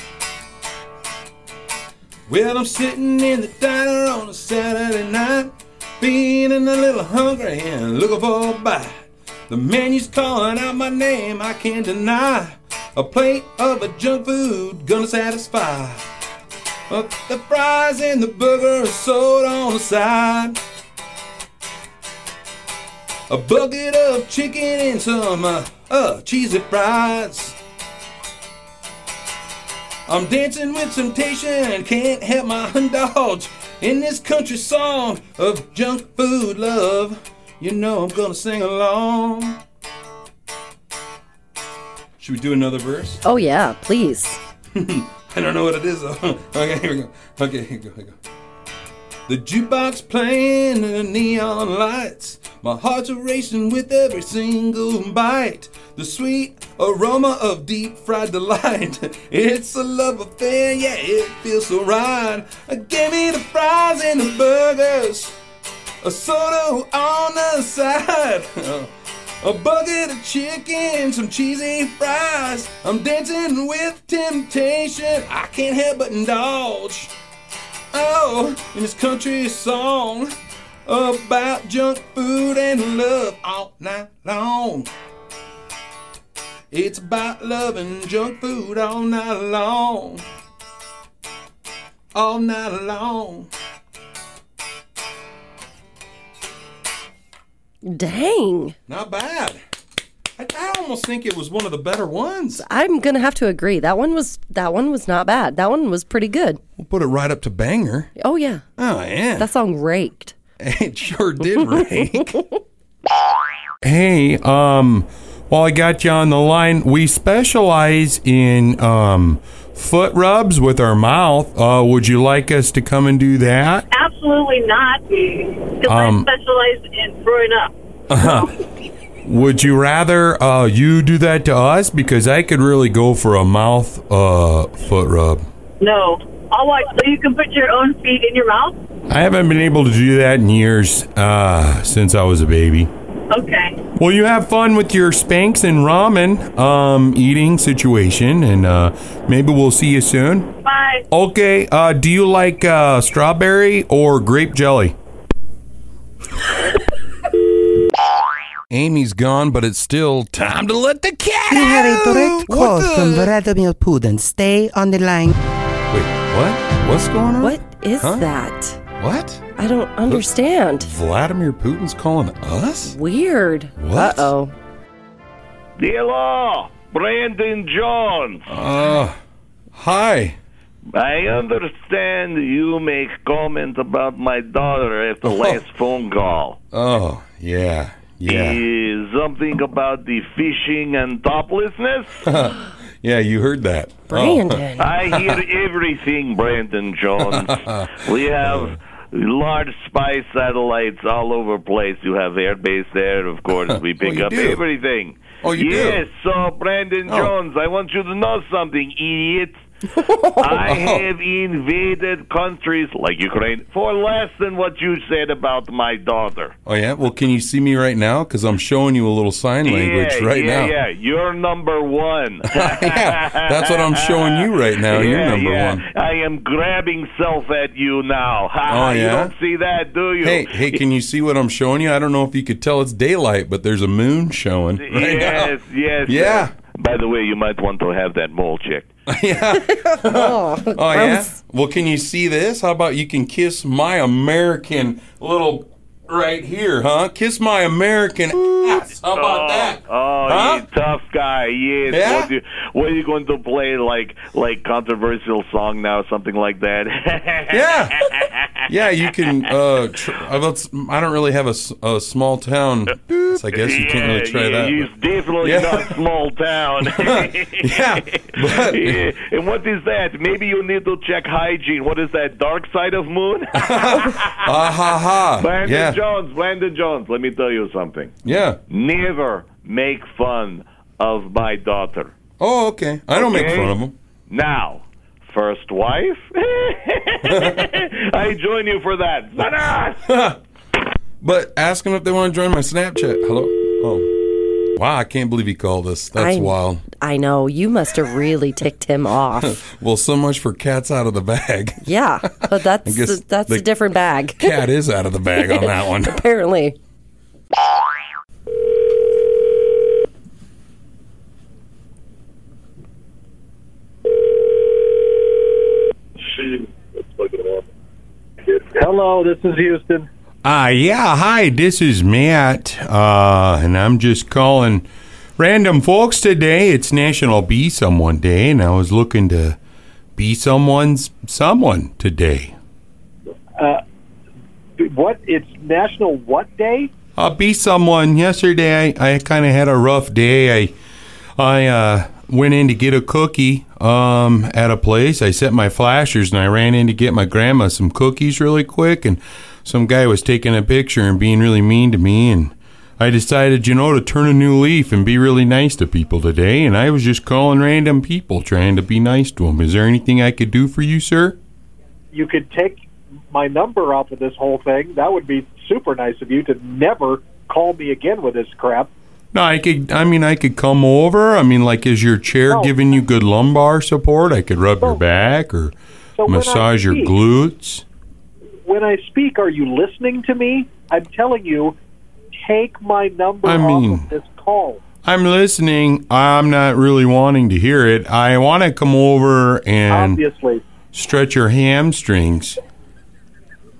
Speaker 15: Well, I'm sitting in the diner on a Saturday night, feeling a little hungry and looking for a bite. The menu's calling out my name, I can't deny. A plate of a junk food gonna satisfy. But the fries and the burger are sold on the side. A bucket of chicken and some uh, uh, cheesy fries. I'm dancing with temptation, can't help my indulge in this country song of junk food love. You know I'm gonna sing along. Should we do another verse?
Speaker 5: Oh, yeah. Please.
Speaker 15: I don't know what it is though. okay, here we go. Okay, here we go. Here we go. The jukebox playing and the neon lights. My heart's a racing with every single bite. The sweet aroma of deep fried delight. it's a love affair, yeah, it feels so right. Uh, Give me the fries and the burgers. A soda on the side. A bucket of chicken, some cheesy fries. I'm dancing with temptation. I can't help but indulge. Oh, in this country song about junk food and love all night long. It's about loving junk food all night long. All night long.
Speaker 5: Dang.
Speaker 15: Not bad. I, I almost think it was one of the better ones.
Speaker 5: I'm gonna have to agree. That one was that one was not bad. That one was pretty good.
Speaker 15: We'll put it right up to banger.
Speaker 5: Oh yeah.
Speaker 15: Oh, yeah.
Speaker 5: That song raked.
Speaker 15: It sure did rake. Hey, um, while I got you on the line, we specialize in um, foot rubs with our mouth. Uh, would you like us to come and do that?
Speaker 7: Absolutely not, because
Speaker 15: Um,
Speaker 7: I specialize in throwing up.
Speaker 15: Uh-huh.
Speaker 22: Would you rather uh, you do that to us? Because I could really go for a mouth uh, foot rub.
Speaker 7: No. I'll watch. So you can put your own feet in your mouth?
Speaker 22: I haven't been able to do that in years uh, since I was a baby.
Speaker 7: Okay.
Speaker 22: Well, you have fun with your Spanx and ramen um, eating situation, and uh, maybe we'll see you soon.
Speaker 7: Bye.
Speaker 22: Okay. Uh, do you like uh, strawberry or grape jelly? Amy's gone, but it's still time to let the cat
Speaker 9: We have a direct
Speaker 22: What
Speaker 9: call
Speaker 22: the-
Speaker 9: from Vladimir Putin. Stay on the line.
Speaker 22: Wait, what? What's going on?
Speaker 5: What is
Speaker 22: Huh?
Speaker 5: that?
Speaker 22: What?
Speaker 5: I don't understand.
Speaker 22: Vladimir Putin's calling us?
Speaker 5: Weird.
Speaker 22: What?
Speaker 5: Uh-oh.
Speaker 21: Hello, Brandon Jones.
Speaker 22: Uh, hi.
Speaker 21: I understand you make comment about my daughter after
Speaker 15: Oh.
Speaker 21: last phone call.
Speaker 22: Oh, yeah. Yeah.
Speaker 21: Eh, something about the fishing and toplessness.
Speaker 22: yeah, you heard that. Oh.
Speaker 21: I hear everything, Brandon Jones. we have large spy satellites all over place. You have airbase there, of course. We
Speaker 15: Oh,
Speaker 21: pick
Speaker 22: you
Speaker 21: up
Speaker 22: do.
Speaker 21: everything.
Speaker 22: Oh, you do.
Speaker 21: yes, so Brandon
Speaker 15: Oh.
Speaker 21: Jones, I want you to know something, idiot. I have invaded countries like Ukraine for less than what you said about my daughter.
Speaker 22: Oh yeah. Well, can you see me right now? Because I'm showing you a little sign language
Speaker 21: yeah,
Speaker 22: right
Speaker 21: yeah,
Speaker 22: now.
Speaker 21: yeah. You're number one.
Speaker 22: That's what I'm showing you right now. Oh, You're
Speaker 21: Yeah,
Speaker 22: number
Speaker 21: yeah.
Speaker 22: one.
Speaker 21: I am grabbing self at you now.
Speaker 22: Oh,
Speaker 21: Ha, You
Speaker 22: yeah?
Speaker 21: don't see that, do you?
Speaker 22: Hey, hey, can you see what I'm showing you? I don't know if you could tell it's daylight, but there's a moon showing right
Speaker 21: yes, yes.
Speaker 22: Yeah.
Speaker 21: By the way, you might want to have that mole checked.
Speaker 22: now. Oh yeah. Well, can you see this? How about you can kiss my American little right here, huh? Kiss my American ass. How about that?
Speaker 21: Oh,
Speaker 22: Huh?
Speaker 21: you tough guy. Yes.
Speaker 22: Yeah?
Speaker 21: What, do you, what are you going to play? Like, like controversial song now, something like that.
Speaker 22: yeah, yeah. You can. Uh, tr- I don't- I don't really have a, s- a small town. So I guess you can't really try
Speaker 21: yeah,
Speaker 22: that.
Speaker 21: You're definitely
Speaker 22: Yeah.
Speaker 21: not small town. yeah, And what is that? Maybe you need to check hygiene. What is that? Dark side of moon?
Speaker 22: Ah ha ha.
Speaker 21: Brandon
Speaker 22: yeah,
Speaker 21: Jones, Brandon Jones. Let me tell you something.
Speaker 22: yeah.
Speaker 21: Never make fun of my daughter.
Speaker 22: Oh, okay. I don't make
Speaker 21: Okay?
Speaker 22: fun of them.
Speaker 21: Now, first wife. I join you for that. Zanas!
Speaker 22: But ask them if they want to join my Snapchat. Hello. Oh, wow! I can't believe he called us. That's
Speaker 5: I-
Speaker 22: wild.
Speaker 5: I know. You must have really ticked him off.
Speaker 22: well, so much for cats out of the bag.
Speaker 5: Yeah. But
Speaker 22: I
Speaker 5: that's
Speaker 22: guess
Speaker 5: that's
Speaker 22: the
Speaker 5: a different bag.
Speaker 22: Cat is out of the bag on that one.
Speaker 5: Apparently.
Speaker 10: Hello, this is Houston.
Speaker 22: Uh, yeah, hi, this is Matt, uh, and I'm just calling random folks today. It's National Be Someone Day, and I was looking to be someone's someone today.
Speaker 10: Uh, what? It's National What Day?
Speaker 22: Uh, be someone. Yesterday, I, I kind of had a rough day. I, I uh, went in to get a cookie um, at a place. I set my flashers and I ran in to get my grandma some cookies really quick. And some guy was taking a picture and being really mean to me. And I decided, you know, to turn a new leaf and be really nice to people today. And I was just calling random people, trying to be nice to them. Is there anything I could do for you, sir?
Speaker 10: You could take my number off of this whole thing. That would be super nice of you to never call me again with this crap.
Speaker 22: No, I could. I mean, I could come over. I mean, like, is your chair
Speaker 10: No.
Speaker 22: giving you good lumbar support? I could rub your back or
Speaker 10: So when I
Speaker 22: massage your
Speaker 10: speak-
Speaker 22: glutes.
Speaker 10: When I speak, are you listening to me? I'm telling you, take my number
Speaker 22: I
Speaker 10: off
Speaker 22: mean-
Speaker 10: of this call.
Speaker 22: I'm listening. I'm not really wanting to hear it. I want to come over and
Speaker 10: Obviously,
Speaker 22: stretch your hamstrings.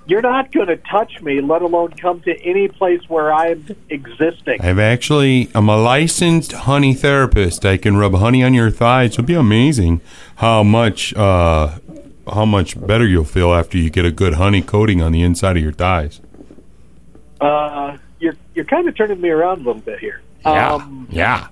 Speaker 10: you're not going to touch me, let alone come to any place where I'm existing.
Speaker 22: I've actually, I'm a licensed honey therapist. I can rub honey on your thighs. It'll be amazing how much, uh, how much better you'll feel after you get a good honey coating on the inside of your thighs.
Speaker 10: Uh, you're you're kind of turning me around a little bit here.
Speaker 3: Ah.
Speaker 22: Yeah.
Speaker 10: Um,
Speaker 22: Yeah.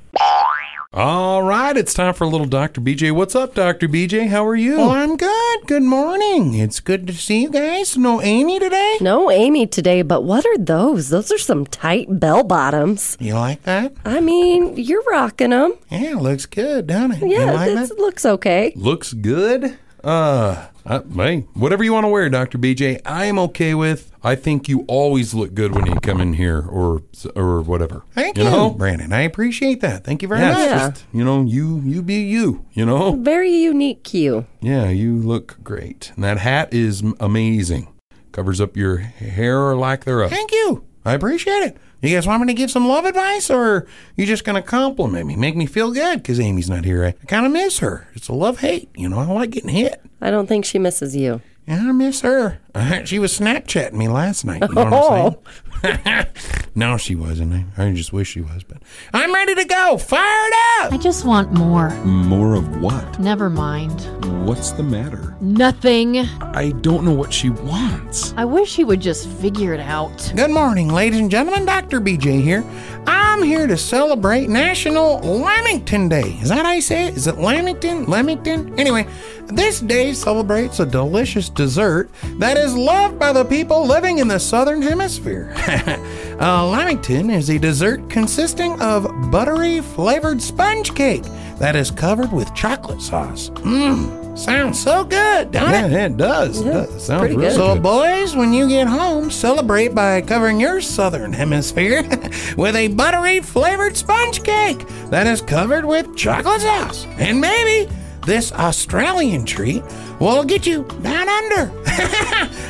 Speaker 22: All right, it's time for a little Dr. BJ. What's up, Dr. BJ? How are you?
Speaker 3: Oh, I'm good. Good morning. It's good to see you guys. No Amy today?
Speaker 5: No Amy today, but what are those? Those are some tight bell bottoms.
Speaker 3: You like that?
Speaker 5: I mean, you're rocking them.
Speaker 3: Yeah, looks good, doesn't it?
Speaker 5: Yeah,
Speaker 3: You like
Speaker 5: it looks okay.
Speaker 22: Looks good. Uh, I, hey, whatever you want to wear, Dr. BJ, I am okay with. I think you always look good when you come in here or or whatever.
Speaker 3: Thank
Speaker 22: you.
Speaker 3: you,
Speaker 22: know?
Speaker 3: Brandon. I appreciate that. Thank you very
Speaker 22: Yeah,
Speaker 3: much.
Speaker 22: it's just, you know, you you be you, you know?
Speaker 5: Very unique you.
Speaker 22: Yeah, you look great. And that hat is m- amazing. Covers up your hair or lack thereof.
Speaker 3: Thank you. I appreciate it. You guys want me to give some love advice, or you just going to compliment me, make me feel good? Because Amy's not here. I, I kind of miss her. It's a love hate. You know, I don't like getting hit.
Speaker 5: I don't think she misses you.
Speaker 3: Yeah, I miss her. she was Snapchatting me last night. You know what I'm
Speaker 5: Oh.
Speaker 3: saying? No, she wasn't. I, I just wish she was. But I'm ready to go. Fired up.
Speaker 2: I just want more.
Speaker 22: More of what?
Speaker 2: Never mind.
Speaker 22: What's the matter?
Speaker 2: Nothing.
Speaker 22: I don't know what she wants.
Speaker 2: I wish he would just figure it out.
Speaker 3: Good morning, ladies and gentlemen. Dr. BJ here. I'm here to celebrate National Lamington Day. Is that how you say it? Is it Lamington? Lamington? Anyway, this day celebrates a delicious dessert that is loved by the people living in the Southern Hemisphere. uh, Lamington is a dessert consisting of buttery flavored sponge cake that is covered with chocolate sauce. Mmm, sounds so good, doesn't it?
Speaker 22: Yeah, it
Speaker 2: Mm-hmm.
Speaker 22: does. It does. Sounds really good.
Speaker 3: So, boys, when you get home, celebrate by covering your southern hemisphere with a buttery flavored sponge cake that is covered with chocolate sauce. And maybe this Australian treat will get you down under.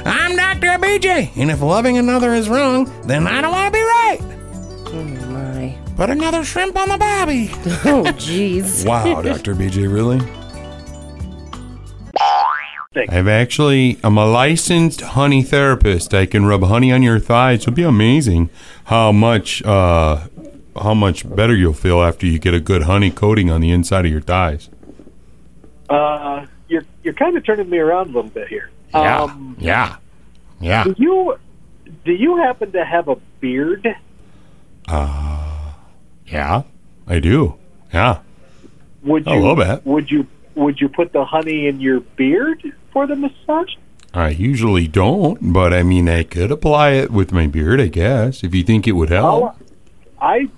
Speaker 3: I'm Dr. BJ, and if loving another is wrong, then I don't want to be right.
Speaker 5: Oh my.
Speaker 3: Put another shrimp on the bobby.
Speaker 5: Oh, jeez.
Speaker 22: Wow, Dr. BJ, really? I've actually, I'm a licensed honey therapist. I can rub honey on your thighs. It'll be amazing how much, uh, how much better you'll feel after you get a good honey coating on the inside of your thighs.
Speaker 10: Uh, you're you're kind of turning me around a little bit here.
Speaker 22: Yeah.
Speaker 10: Um,
Speaker 22: Yeah. Yeah.
Speaker 10: Do you do you happen to have a beard?
Speaker 22: Uh, Yeah. I do. Yeah.
Speaker 10: Would
Speaker 22: A
Speaker 10: you
Speaker 22: little bit.
Speaker 10: would you would you put the honey in your beard for the massage?
Speaker 22: I usually don't, but I mean, I could apply it with my beard, I guess, if you think it would
Speaker 10: Oh.
Speaker 22: help.
Speaker 10: I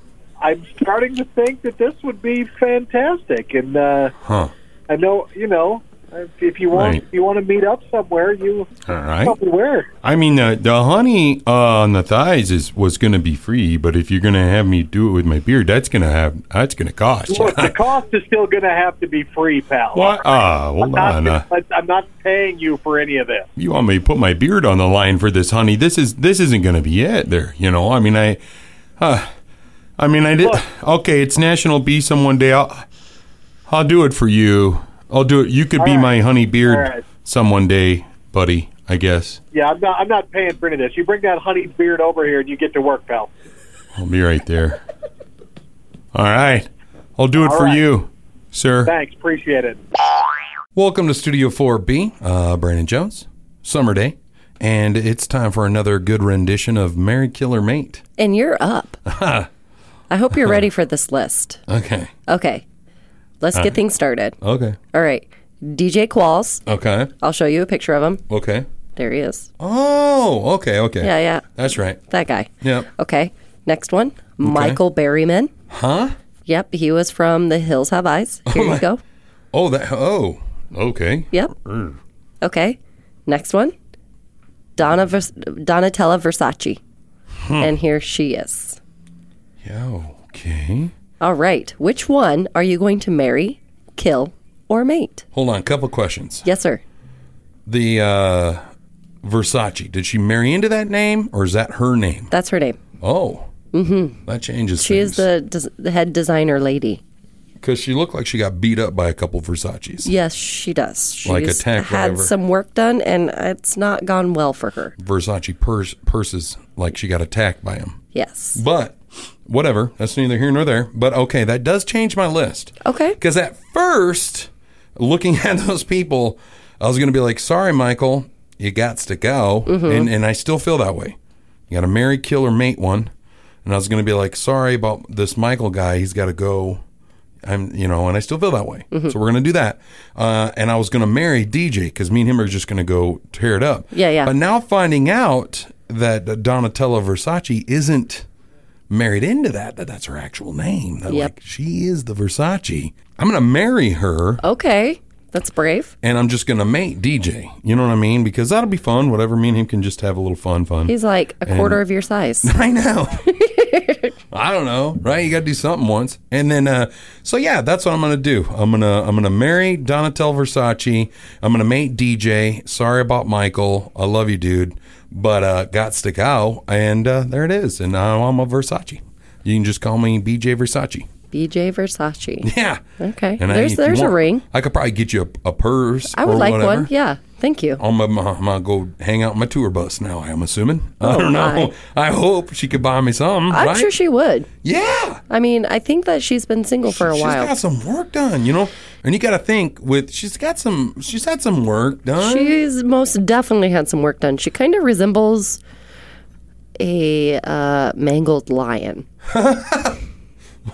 Speaker 10: I'm starting to think that this would be fantastic, and uh,
Speaker 22: Huh.
Speaker 10: I know you know if, if you want
Speaker 22: Right.
Speaker 10: if you want to meet up somewhere, you
Speaker 22: All right.
Speaker 10: tell me where.
Speaker 22: I mean, uh, the honey uh, on the thighs is was going to be free, but if you're going to have me do it with my beard, that's going to have that's going to cost. you.
Speaker 10: Look, the cost is still going to have to be free, pal.
Speaker 22: What? Ah, hold
Speaker 10: I'm
Speaker 22: on. Uh,
Speaker 10: not, I'm not paying you for any of this.
Speaker 22: you want me to put my beard on the line for this honey? This is this isn't going to be it. There, you know. I mean, I, uh, I mean, I did. Okay, it's National Bee Someone Day. I'll, I'll do it for you. I'll do it. You could
Speaker 10: All
Speaker 22: be
Speaker 10: right.
Speaker 22: my honey beard
Speaker 10: All right.
Speaker 22: someone day, buddy. I guess
Speaker 10: Yeah, I'm not. I'm not paying for any of this. You bring that honey beard over here, and you get to work, pal.
Speaker 22: I'll be right there. All right, I'll do it
Speaker 10: All
Speaker 22: for
Speaker 10: right.
Speaker 22: you, sir.
Speaker 10: Thanks, appreciate it.
Speaker 22: Welcome to Studio 4B. Uh, Brandon Jones, Summer Day, and it's time for another good rendition of Mary Killer Mate.
Speaker 5: And you're up. I hope you're ready for this list.
Speaker 22: okay.
Speaker 5: Okay. Let's
Speaker 22: All
Speaker 5: get
Speaker 22: right.
Speaker 5: things started.
Speaker 22: Okay.
Speaker 5: All right. DJ Qualls.
Speaker 22: Okay.
Speaker 5: I'll show you a picture of him.
Speaker 22: Okay.
Speaker 5: There he is.
Speaker 22: Oh, okay, okay.
Speaker 5: Yeah, yeah.
Speaker 22: That's right.
Speaker 5: That guy.
Speaker 22: Yep.
Speaker 5: Okay. Next one. Michael Berryman.
Speaker 22: Huh?
Speaker 5: Yep. He was from The Hills Have Eyes. Here you go.
Speaker 22: Oh, that. Oh, okay.
Speaker 5: Yep.
Speaker 22: Err.
Speaker 5: Okay. Next one. Donna Vers- Donatella Versace.
Speaker 22: Hmm.
Speaker 5: And here she is.
Speaker 22: Yeah, okay.
Speaker 5: All right. Which one are you going to marry, kill, or mate?
Speaker 22: Hold on, couple questions.
Speaker 5: Yes, sir.
Speaker 22: The uh, Versace. Did she marry into that name, or is that her name?
Speaker 5: That's her name.
Speaker 22: Oh,
Speaker 5: Mm-hmm.
Speaker 22: that changes.
Speaker 5: She is the, des- the head designer lady.
Speaker 22: because she looked like she got beat up by a couple Versaces.
Speaker 5: Yes, she does. She's
Speaker 22: Like a tack
Speaker 5: had
Speaker 22: driver.
Speaker 5: some work done, and it's not gone well for her.
Speaker 22: Versace purse, purses, like she got attacked by him.
Speaker 5: Yes.
Speaker 22: But whatever, that's neither here nor there. But okay, that does change my list.
Speaker 5: Okay.
Speaker 22: Because at first, looking at those people, I was going to be like, sorry, Michael, you got to go.
Speaker 5: Mm-hmm.
Speaker 8: Mhm.
Speaker 22: And, and I still feel that way. You got to marry, kill, or mate one. And I was going to be like, sorry about this Michael guy. He's got to go.
Speaker 15: I'm, you know, and I still feel that way.
Speaker 5: Mm-hmm.
Speaker 15: So we're gonna do that. Uh, and I was gonna marry DJ because me and him are just gonna go tear it up.
Speaker 2: Yeah, yeah.
Speaker 15: But now finding out that Donatella Versace isn't married into that, that that's her actual name. That
Speaker 2: Yep.
Speaker 15: like she is the Versace. I'm gonna marry her
Speaker 2: Okay. That's brave.
Speaker 15: and I'm just gonna mate DJ. You know what I mean? Because that'll be fun. Whatever. Me and him can just have a little fun, fun.
Speaker 2: He's like a
Speaker 15: Um, And-
Speaker 2: quarter of your size.
Speaker 15: I know. I don't know, right? You got to do something once, and then uh, so yeah, that's what I'm gonna do. I'm gonna I'm gonna marry Donatelle Versace. I'm gonna mate DJ. Sorry about Michael. I love you, dude, but uh, got stick out, and uh, there it is. And now I'm a Versace. You can just call me BJ Versace.
Speaker 2: BJ Versace.
Speaker 15: Yeah.
Speaker 2: Okay.
Speaker 15: And I-
Speaker 2: there's
Speaker 15: if you
Speaker 2: there's a
Speaker 15: want,
Speaker 2: ring.
Speaker 15: I could probably get you a, a purse.
Speaker 2: I would
Speaker 15: or
Speaker 2: like
Speaker 15: whatever.
Speaker 2: one. Yeah. Thank you.
Speaker 15: I'm gonna, I'm gonna go hang out on my tour bus now. I'm assuming. I
Speaker 2: Oh,
Speaker 15: don't
Speaker 2: my.
Speaker 15: know. I hope she could buy me something.
Speaker 2: I'm
Speaker 15: right?
Speaker 2: sure she would.
Speaker 15: Yeah.
Speaker 2: I mean, I think that she's been single for a
Speaker 15: she's
Speaker 2: while.
Speaker 15: got some work done, you know. And you got to think with she's got some she's had some work done.
Speaker 2: She's most definitely had some work done. She kind of resembles a uh, mangled lion.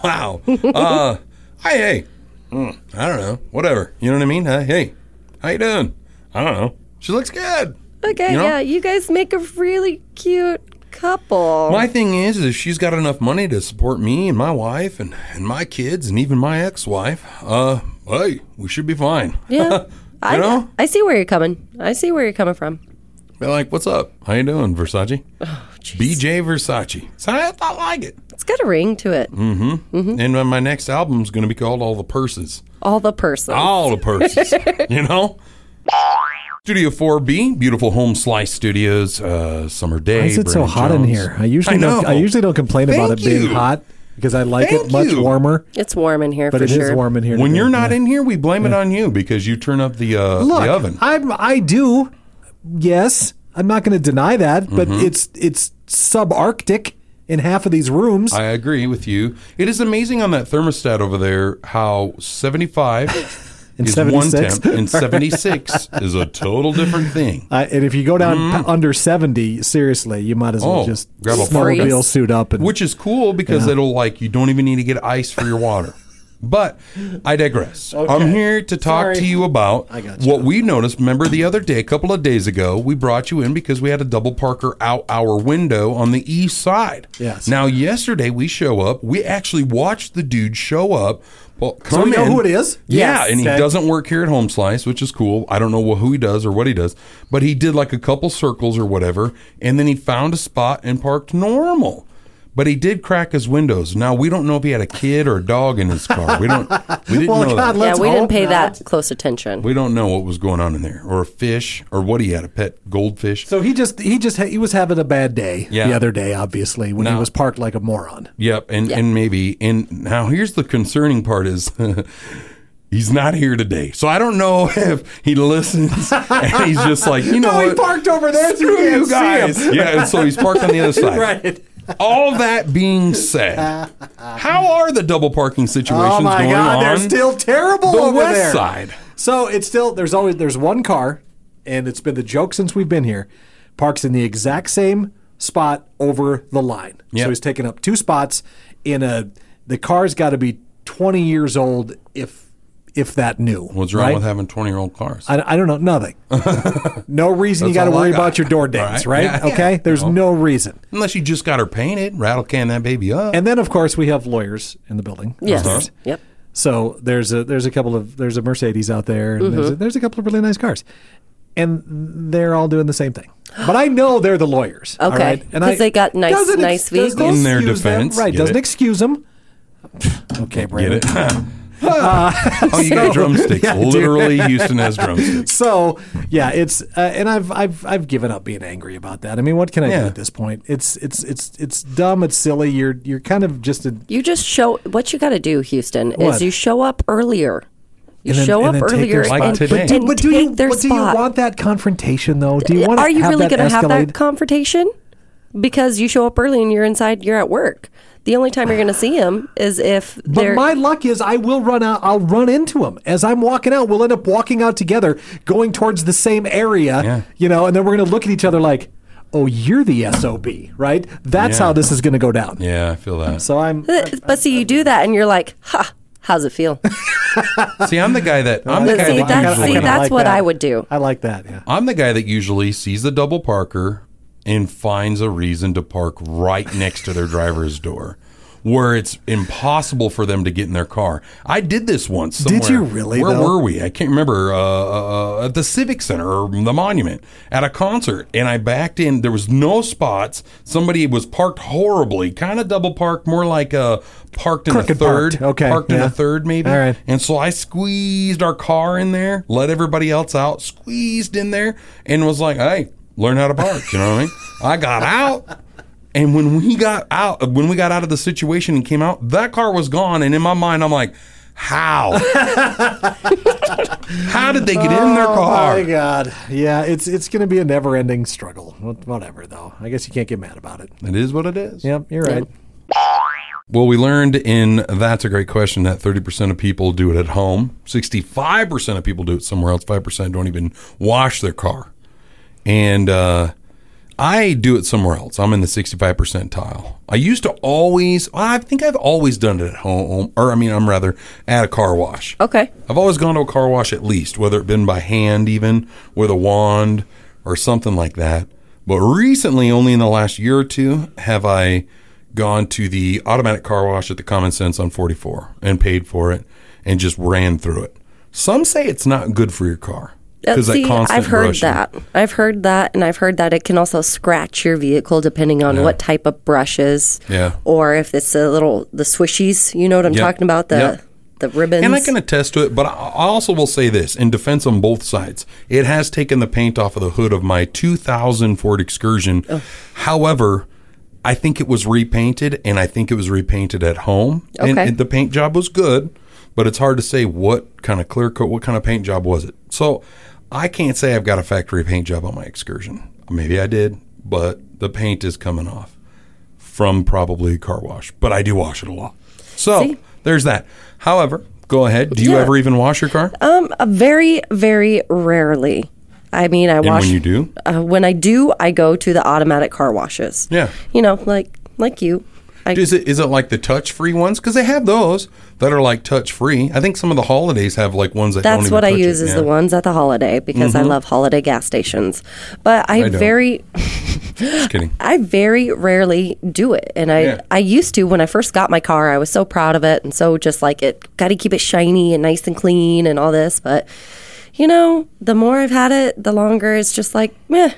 Speaker 15: wow. uh, hi, hey. Mm, I don't know. Whatever. You know what I mean? Uh, hey, how you doing? I don't know. She looks good.
Speaker 2: Okay,
Speaker 15: You know?
Speaker 2: yeah, you guys make a really cute
Speaker 5: Oh.
Speaker 2: couple.
Speaker 15: My thing is, is if she's got enough money to support me and my wife and, and my kids and even my ex-wife, uh, hey, we should be fine.
Speaker 2: Yeah.
Speaker 15: you know?
Speaker 2: I see where you're coming. I see where you're coming from.
Speaker 15: Be like, what's up? How you doing, Versace? BJ Versace. So I, I like it.
Speaker 2: It's got a ring to it.
Speaker 15: Mm-hmm. And my- my next album's going to be called All the Purses.
Speaker 2: All the person.
Speaker 15: All the purses, you know? Studio 4B, beautiful home slice studios, uh, summer day.
Speaker 1: Why is it so
Speaker 15: Brandon
Speaker 1: hot in
Speaker 15: Jones.
Speaker 1: here? I usually don't, I usually don't complain about it
Speaker 15: Thank
Speaker 1: being
Speaker 15: you.
Speaker 1: hot because I like
Speaker 15: Thank
Speaker 1: it much
Speaker 15: you.
Speaker 1: warmer.
Speaker 2: It's warm in here
Speaker 1: But
Speaker 2: for
Speaker 1: it is
Speaker 2: sure.
Speaker 1: warm in here.
Speaker 15: When
Speaker 1: today.
Speaker 15: you're not in here, we blame it on you because you turn up the, uh,
Speaker 1: Look,
Speaker 15: the oven.
Speaker 1: I'm I do. Yes, I'm not going to deny that, but
Speaker 15: Mhm.
Speaker 1: it's it's subarctic in half of these rooms.
Speaker 15: I agree with you. It is amazing on that thermostat over there how 75
Speaker 1: And
Speaker 15: is one
Speaker 1: 76.
Speaker 15: temp and 76 is a total different thing.
Speaker 1: Uh, and if you go down p- under 70, seriously, you might as well
Speaker 15: Mm. Oh,
Speaker 1: just
Speaker 15: grab a
Speaker 1: snowmobile
Speaker 15: freeze.
Speaker 1: suit up and
Speaker 15: Which is cool because
Speaker 1: Yeah.
Speaker 15: it'll like you don't even need to get ice for your water. But I digress. I'm here to talk to you about what we noticed. Remember the other day, a couple of days ago, we brought you in because we had a double parker out our window on the east side.
Speaker 1: Yes.
Speaker 15: Now yesterday we show up. We actually watched the dude show up. Well,
Speaker 1: So we
Speaker 15: come
Speaker 1: know
Speaker 15: in.
Speaker 1: who it is?
Speaker 15: Yeah,
Speaker 1: Yes.
Speaker 15: and he
Speaker 1: Okay.
Speaker 15: doesn't work here at Home Slice, which is cool. I don't know wh- who he does or what he does, but he did like a couple circles or whatever, and then he found a spot and parked normal. But he did crack his windows. Now we don't know if he had a kid or a dog in his car. We don't. We didn't know. that.
Speaker 2: yeah, we didn't pay that close attention.
Speaker 15: We don't know what was going on in there, or a fish, or what he had—a pet goldfish.
Speaker 1: So he just he just he was having a bad day
Speaker 15: Yeah.
Speaker 1: the other day, obviously, when he
Speaker 15: No.
Speaker 1: was parked like a moron.
Speaker 15: Yep, and and maybe and now here's the concerning part is he's not here today, so I don't know if he listens and he's just like you know
Speaker 1: no, he
Speaker 15: what?
Speaker 1: parked over there. so you
Speaker 15: Screw you
Speaker 1: can't see
Speaker 15: guys.
Speaker 1: him.
Speaker 15: Yeah, and so he's parked on the other side.
Speaker 1: right.
Speaker 15: All that being said, how are the double parking situations
Speaker 1: Oh my
Speaker 15: going
Speaker 1: god,
Speaker 15: on?
Speaker 1: they're still terrible
Speaker 15: the
Speaker 1: over
Speaker 15: west
Speaker 1: there.
Speaker 15: side.
Speaker 1: So it's still there's always there's one car, and it's been the joke since we've been here. Parks in the exact same spot over the line.
Speaker 15: Yep.
Speaker 1: So he's taken up two spots in a the car's got to be 20 years old if if that new.
Speaker 15: What's wrong
Speaker 1: right?
Speaker 15: with having twenty-year-old cars?
Speaker 1: I, I don't know nothing. no reason you
Speaker 15: That's
Speaker 1: got to
Speaker 15: all I
Speaker 1: worry
Speaker 15: got.
Speaker 1: about your door dings,
Speaker 15: All right.
Speaker 1: right?
Speaker 15: Yeah.
Speaker 1: Okay, there's no. reason
Speaker 15: unless you just got her painted, rattle can that baby up.
Speaker 1: And then of course we have lawyers in the building.
Speaker 15: Yes.
Speaker 1: upstairs.
Speaker 15: Uh-huh.
Speaker 2: Yep.
Speaker 1: So there's a there's a couple of there's a Mercedes out there, and there's, a,
Speaker 2: Mhm.
Speaker 1: there's a couple of really nice cars, and they're all doing the same thing. But I know they're the lawyers. all
Speaker 2: Okay.
Speaker 1: right? And
Speaker 2: 'Cause
Speaker 1: I-
Speaker 2: they got nice-
Speaker 1: doesn't
Speaker 2: nice
Speaker 1: doesn't
Speaker 2: vehicles.
Speaker 15: In their
Speaker 1: excuse them,
Speaker 15: defense,
Speaker 1: right?
Speaker 15: get
Speaker 1: Doesn't
Speaker 15: it.
Speaker 1: excuse them. okay, Brandon.
Speaker 15: oh, you got drumsticks.
Speaker 1: Uh, Yeah, dude.
Speaker 15: Literally, Houston has drumsticks.
Speaker 1: So yeah, it's uh, and I've I've I've given up being angry about that. I mean, what can I do
Speaker 15: Yeah.
Speaker 1: at this point? It's it's it's it's dumb. It's silly. You're you're kind of just a
Speaker 2: You just show what you got to do, Houston, is
Speaker 1: What?
Speaker 2: you show up earlier. You
Speaker 1: And then-
Speaker 2: show
Speaker 1: and
Speaker 2: up
Speaker 1: then take
Speaker 2: earlier
Speaker 1: their spot.
Speaker 2: and,
Speaker 1: But do-
Speaker 2: and
Speaker 1: but do
Speaker 2: take
Speaker 1: you
Speaker 2: their
Speaker 1: but do you
Speaker 2: spot.
Speaker 1: want that confrontation though? Do you want?
Speaker 2: Are you really
Speaker 1: going
Speaker 2: going
Speaker 1: to
Speaker 2: to have that confrontation? Because you show up early and you're inside, you're at work. The only time you're going to see him is if
Speaker 1: But
Speaker 2: they're.
Speaker 1: my luck is I will run out. I'll run into him as I'm walking out. We'll end up walking out together, going towards the same area. You know, and then we're going to look at each other like, "Oh, you're the sob, right?" That's
Speaker 15: Yeah.
Speaker 1: how this is going to go down.
Speaker 15: Yeah, I feel that.
Speaker 1: So I'm.
Speaker 2: but see, you do that and you're like, ha,
Speaker 5: How's it feel?
Speaker 15: See, I'm the guy that I'm the
Speaker 5: But
Speaker 15: guy
Speaker 5: see,
Speaker 15: that
Speaker 5: that's,
Speaker 15: usually-
Speaker 5: see, that's what I would do.
Speaker 1: I like that. Yeah.
Speaker 15: I'm the guy that usually sees the double parker and finds a reason to park right next to their driver's door where it's impossible for them to get in their car. I did this once. Somewhere.
Speaker 1: Did you really,
Speaker 15: Where
Speaker 1: though?
Speaker 15: were we? I can't remember. Uh, uh, uh, at the Civic Center or the Monument at a concert, and I backed in. There was no spots. Somebody was parked horribly, kind of double parked, more like a parked in
Speaker 1: Crooked
Speaker 15: a third.
Speaker 1: parked. Okay,
Speaker 15: parked in
Speaker 1: yeah.
Speaker 15: a third maybe.
Speaker 1: All right.
Speaker 15: And so I squeezed our car in there, let everybody else out, squeezed in there, and was like, hey, learn how to park. You know what I mean? I got out. And when we got out, when we got out of the situation and came out, that car was gone. And in my mind, I'm like, how? how did they get in their car?
Speaker 1: Oh my god! Yeah, it's it's going to be a never-ending struggle. Wh- Whatever, though. I guess you can't get mad about it.
Speaker 15: It is what it is.
Speaker 1: Yep, you're right.
Speaker 15: Well, we learned in That's a Great Question that 30% of people do it at home, 65% of people do it somewhere else, 5% don't even wash their car. And uh, I do it somewhere else. I'm in the 65 percentile. I used to always, I think I've always done it at home, or I mean, I'm rather at a car wash.
Speaker 5: Okay.
Speaker 15: I've always gone to a car wash at least, whether it been by hand, even with a wand or something like that. But recently, only in the last year or two, have I gone to the automatic car wash at the Common Sense on 44 and paid for it and just ran through it. Some say it's not good for your car
Speaker 5: Uh,
Speaker 15: that
Speaker 5: See,
Speaker 15: constant
Speaker 5: I've heard
Speaker 15: brushing.
Speaker 5: that. I've heard that, and I've heard that it can also scratch your vehicle depending on what type of brushes,
Speaker 15: Yeah.
Speaker 5: or if it's a little the swishies. You know what I'm
Speaker 15: Yep.
Speaker 5: talking about? The
Speaker 15: Yep.
Speaker 5: the ribbons.
Speaker 15: And I can attest to it, but I I also will say this in defense on both sides. It has taken the paint off of the hood of my 2000 Ford Excursion. However, I think it was repainted, and I think it was repainted at home. And,
Speaker 5: Okay.
Speaker 15: and the paint job was good, but it's hard to say what kind of clear coat, what kind of paint job was it. So I can't say I've got a factory paint job on my Excursion. Maybe I did, but the paint is coming off from probably a car wash, but I do wash it a lot. So there's that. However, go ahead. Do you
Speaker 5: Yeah.
Speaker 15: ever even wash your car?
Speaker 5: Um, uh, very, very rarely. I mean, I
Speaker 15: And
Speaker 5: wash.
Speaker 15: when you do?
Speaker 5: uh, when I do, I go to the automatic car washes.
Speaker 15: Yeah.
Speaker 5: You know, like like you. I,
Speaker 15: is it is it like the touch free ones? Because they have those that are like touch free. I think some of the holidays have like ones that. don't
Speaker 5: that's
Speaker 15: even
Speaker 5: what I
Speaker 15: touch it.
Speaker 5: use is
Speaker 15: Yeah.
Speaker 5: the ones at the holiday because I
Speaker 15: Mhm.
Speaker 5: love holiday gas stations. But I,
Speaker 15: I don't.
Speaker 5: very
Speaker 15: Just kidding.
Speaker 5: I very rarely do it. And I,
Speaker 15: Yeah.
Speaker 5: I used to when I first got my car, I was so proud of it and so just like it got to keep it shiny and nice and clean and all this. But, you know, the more I've had it, the longer it's just like, meh,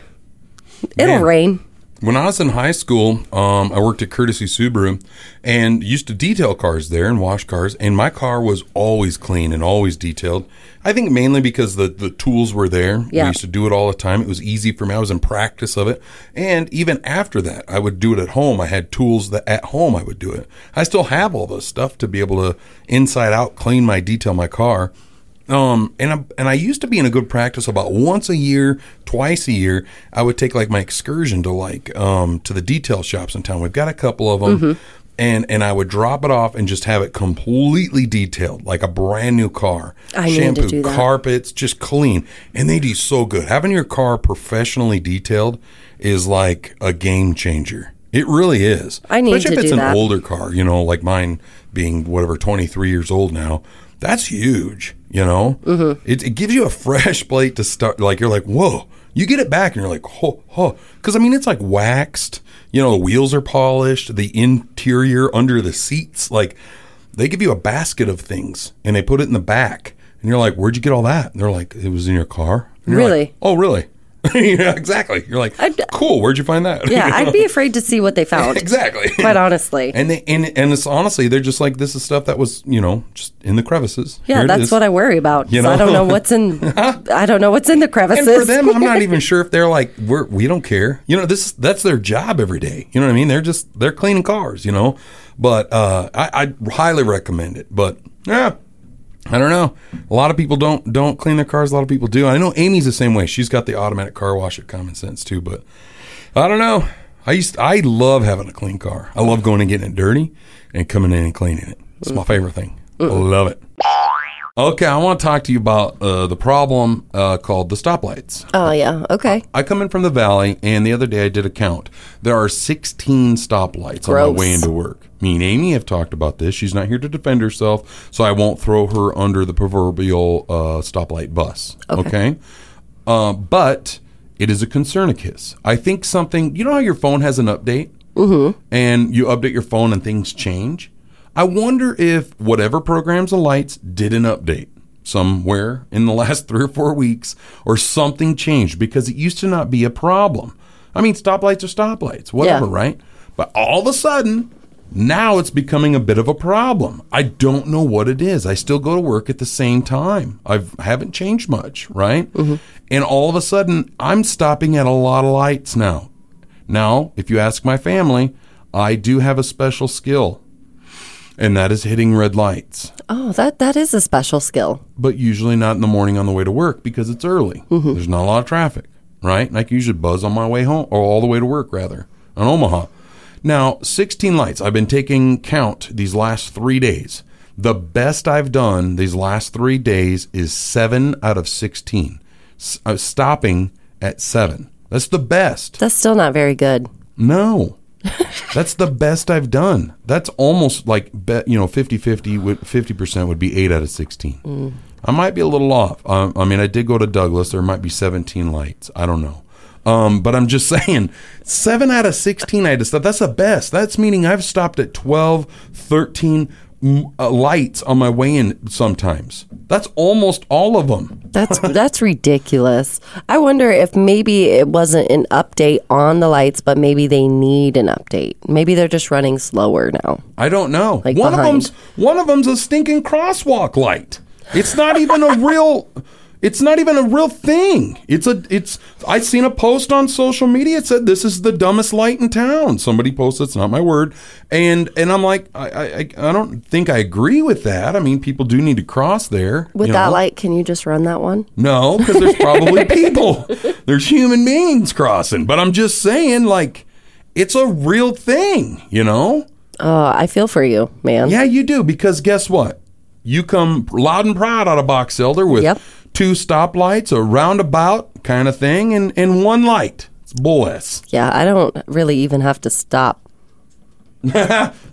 Speaker 5: it'll
Speaker 15: Man.
Speaker 5: rain.
Speaker 15: When I was in high school, um, I worked at Courtesy Subaru and used to detail cars there and wash cars. And my car was always clean and always detailed. I think mainly because the, the tools were there.
Speaker 5: Yeah.
Speaker 15: We used to do it all the time. It was easy for me. I was in practice of it. And even after that, I would do it at home. I had tools that at home I would do it. I still have all this stuff to be able to inside out clean my detail my car. Um, and I, and I used to be in a good practice about once a year, twice a year. I would take like my excursion to like um, to the detail shops in town. We've got a couple of them,
Speaker 5: Mm-hmm.
Speaker 15: and and I would drop it off and just have it completely detailed, like a brand new car.
Speaker 5: I need to
Speaker 15: Shampoo,
Speaker 5: do that.
Speaker 15: carpets, just clean, and they do so good. Having your car professionally detailed is like a game changer. It really is.
Speaker 5: I need
Speaker 15: Especially
Speaker 5: to
Speaker 15: if it's
Speaker 5: do
Speaker 15: an
Speaker 5: that.
Speaker 15: older car, you know, like mine being whatever 23 years old now. That's huge, you know? Mm-hmm. It, it gives you a fresh plate to start. Like, you're like, whoa. You get it back and you're like, ho, ho. Because, I mean, it's like waxed. You know, the wheels are polished, the interior under the seats. Like, they give you a basket of things and they put it in the back. And you're like, where'd you get all that? And they're like, it was in your car. And you're like,
Speaker 5: Really? uh,
Speaker 15: oh, really? yeah, exactly. You're like, cool. Where'd you find that?
Speaker 5: Yeah,
Speaker 15: You know?
Speaker 5: I'd be afraid to see what they found.
Speaker 15: Exactly.
Speaker 5: Quite honestly.
Speaker 15: And they and and it's honestly they're just like this is stuff that was you know just in the crevices.
Speaker 5: Yeah,
Speaker 15: Here it
Speaker 5: that's
Speaker 15: is.
Speaker 5: what I worry about.
Speaker 15: You
Speaker 5: So I
Speaker 15: know?
Speaker 5: don't know what's in. I don't know what's in the crevices.
Speaker 15: And for them, I'm not even sure if they're like we're we don't care. You know, this that's their job every day. You know what I mean? They're just they're cleaning cars. You know, but uh, I I highly recommend it. But yeah. I don't know. A lot of people don't don't clean their cars. A lot of people do. I know Amy's the same way. She's got the automatic car wash at Common Sense too. But I don't know. I used I love having a clean car. I love going and getting it dirty and coming in and cleaning it. It's my favorite thing. I love it. Okay, I want to talk to you about uh, the problem uh, called the stoplights.
Speaker 5: Oh, yeah. Okay.
Speaker 15: I come in from the valley, and the other day I did a count. There are 16 stoplights on
Speaker 5: Gross.
Speaker 15: my way into work. Me and Amy have talked about this. She's not here to defend herself, so I won't throw her under the proverbial uh, stoplight bus. Okay. Uh, but it is a concernicus. I think something, you know how your phone has an update? Mm-hmm. And you update your phone and things change? I wonder if whatever programs the lights did an update somewhere in the last three or four weeks or something changed because it used to not be a problem. I mean, stoplights are stoplights, whatever,
Speaker 8: Yeah.
Speaker 15: right? But all of a sudden, now it's becoming a bit of a problem. I don't know what it is. I still go to work at the same time. I've, I haven't changed much, right? And all of a sudden, I'm stopping at a lot of lights now. Now, if you ask my family, I do have a special skill, and that is hitting red lights
Speaker 5: Oh, that that is a special skill.
Speaker 15: but usually not in the morning on the way to work because it's early. There's not a lot of traffic, right? And I can usually buzz on my way home or all the way to work rather on Omaha. Now, 16 lights. I've been taking count these last three days. The best I've done these last three days is seven out of 16, S- uh, stopping at seven. That's the best.
Speaker 5: That's still not very good.
Speaker 15: No. That's the best I've done. That's almost like bet, you know 50-50 would 50% would be 8 out of 16.
Speaker 5: Mm.
Speaker 15: I might be a little off. Um, I mean, I did go to Douglas. There might be 17 lights. I don't know. Um, but I'm just saying, 7 out of 16 I just thought that's the best. That's meaning I've stopped at 12, 13 mm, uh, lights on my way in sometimes. That's almost all of them.
Speaker 5: That's that's ridiculous. I wonder if maybe it wasn't an update on the lights, but maybe they need an update. Maybe they're just running slower now.
Speaker 15: I don't know.
Speaker 5: Like
Speaker 15: one
Speaker 5: behind.
Speaker 15: of them's one of them's a stinking crosswalk light. It's not even a real. It's not even a real thing. It's a. It's. I seen a post on social media. It said this is the dumbest light in town. Somebody posted. It's not my word. And and I'm like, I I, I- I don't think I agree with that. I mean, people do need to cross there
Speaker 5: With
Speaker 15: you
Speaker 5: that
Speaker 15: know?
Speaker 5: light, can you just run that one?
Speaker 15: No, because there's probably people. There's human beings crossing. But I'm just saying, like, it's a real thing. You know.
Speaker 5: Oh, I feel for you, man.
Speaker 15: Yeah, you do because guess what? You come loud and proud out of Box Elder with two stoplights, a roundabout kind of thing, and, and one light. It's bull ass.
Speaker 5: Yeah, I don't really even have to stop.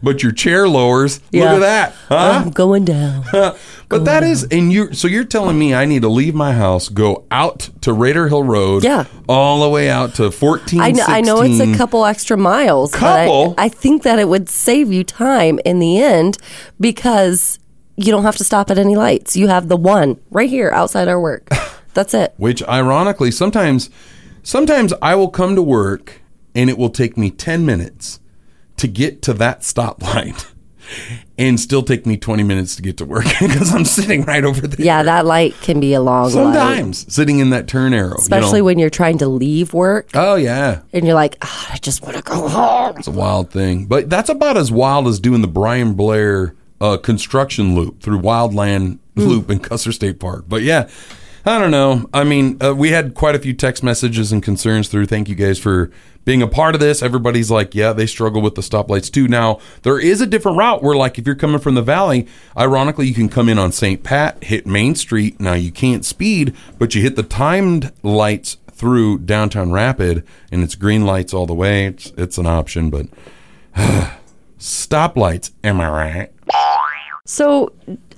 Speaker 15: But your chair lowers.
Speaker 5: Yeah.
Speaker 15: Look at that. Huh?
Speaker 5: I'm going down.
Speaker 15: but that is, and you. So you're telling me I need to leave my house, go out to Raider Hill Road,
Speaker 5: Yeah.
Speaker 15: all the way out to 14.
Speaker 5: I know, I know it's a couple extra miles,
Speaker 15: Couple?
Speaker 5: but I, I think that it would save you time in the end because you don't have to stop at any lights. You have the one right here outside our work. That's it.
Speaker 15: Which ironically, sometimes sometimes I will come to work and it will take me 10 minutes to get to that stoplight and still take me 20 minutes to get to work because I'm sitting right over there.
Speaker 5: Yeah, that light can be a long light.
Speaker 15: Sometimes sitting in that turn arrow.
Speaker 5: Especially
Speaker 15: you know.
Speaker 5: when you're trying to leave work
Speaker 15: Oh yeah.
Speaker 5: and you're like, "Ah, I just want to go home.
Speaker 15: It's a wild thing. But that's about as wild as doing the Brian Blair uh, construction loop through Wildland Loop in Custer State Park. But yeah, I don't know. I mean, uh, we had quite a few text messages and concerns through. Thank you guys for being a part of this. Everybody's like, yeah, they struggle with the stoplights too. Now, there is a different route where, like, if you're coming from the valley, ironically, you can come in on St. Pat, hit Main Street. Now, you can't speed, but you hit the timed lights through downtown Rapid, and it's green lights all the way. It's, it's an option, but stoplights. Am I right?
Speaker 5: So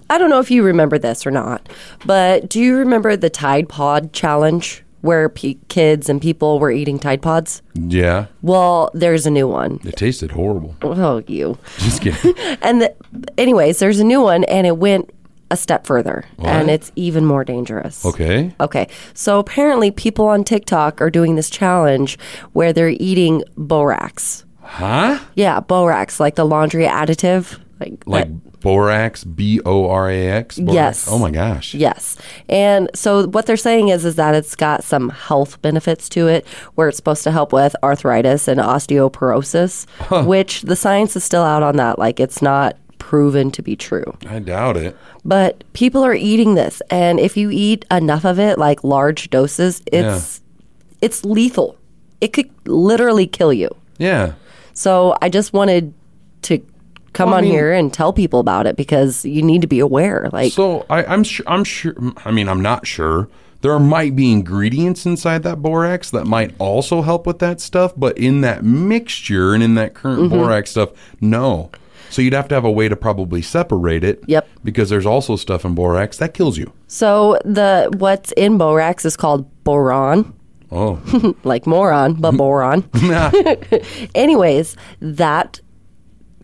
Speaker 5: I don't know if you remember this or not, but do you remember the Tide Pod challenge where pe- kids and people were eating Tide Pods?
Speaker 15: Yeah,
Speaker 5: Well, there's a new one.
Speaker 15: it tasted horrible.
Speaker 5: Oh, you.
Speaker 15: Just kidding.
Speaker 5: And the, anyways, there's a new one, and it went a step further, and
Speaker 15: What?
Speaker 5: it's even more dangerous.
Speaker 15: Okay.
Speaker 5: Okay. So apparently, people on TikTok are doing this challenge where they're eating borax.
Speaker 15: Huh?
Speaker 5: Yeah, borax, like the laundry additive. Like,
Speaker 15: Like borax, B O R A X. borax?
Speaker 5: Yes.
Speaker 15: Oh my gosh.
Speaker 5: Yes. And so what they're saying is is that it's got some health benefits to it where it's supposed to help with arthritis and osteoporosis, which the science is still out on that. Like it's not proven to be true.
Speaker 15: I doubt it.
Speaker 5: But people are eating this and if you eat enough of it, like large doses, it's it's lethal. It could literally kill you.
Speaker 15: Yeah.
Speaker 5: So I just wanted to come
Speaker 15: Well, I
Speaker 5: on
Speaker 15: mean-
Speaker 5: here and tell people about it because you need to be aware. Like,
Speaker 15: so I, I'm sure. I'm sure. I mean, I'm not sure. There might be ingredients inside that borax that might also help with that stuff, but in that mixture and in that current
Speaker 5: Mhm.
Speaker 15: borax stuff, no. So you'd have to have a way to probably separate it. Yep. Because there's also stuff in borax that kills you.
Speaker 5: so the what's in borax is called boron.
Speaker 15: Oh.
Speaker 5: like moron, but boron. Anyways, that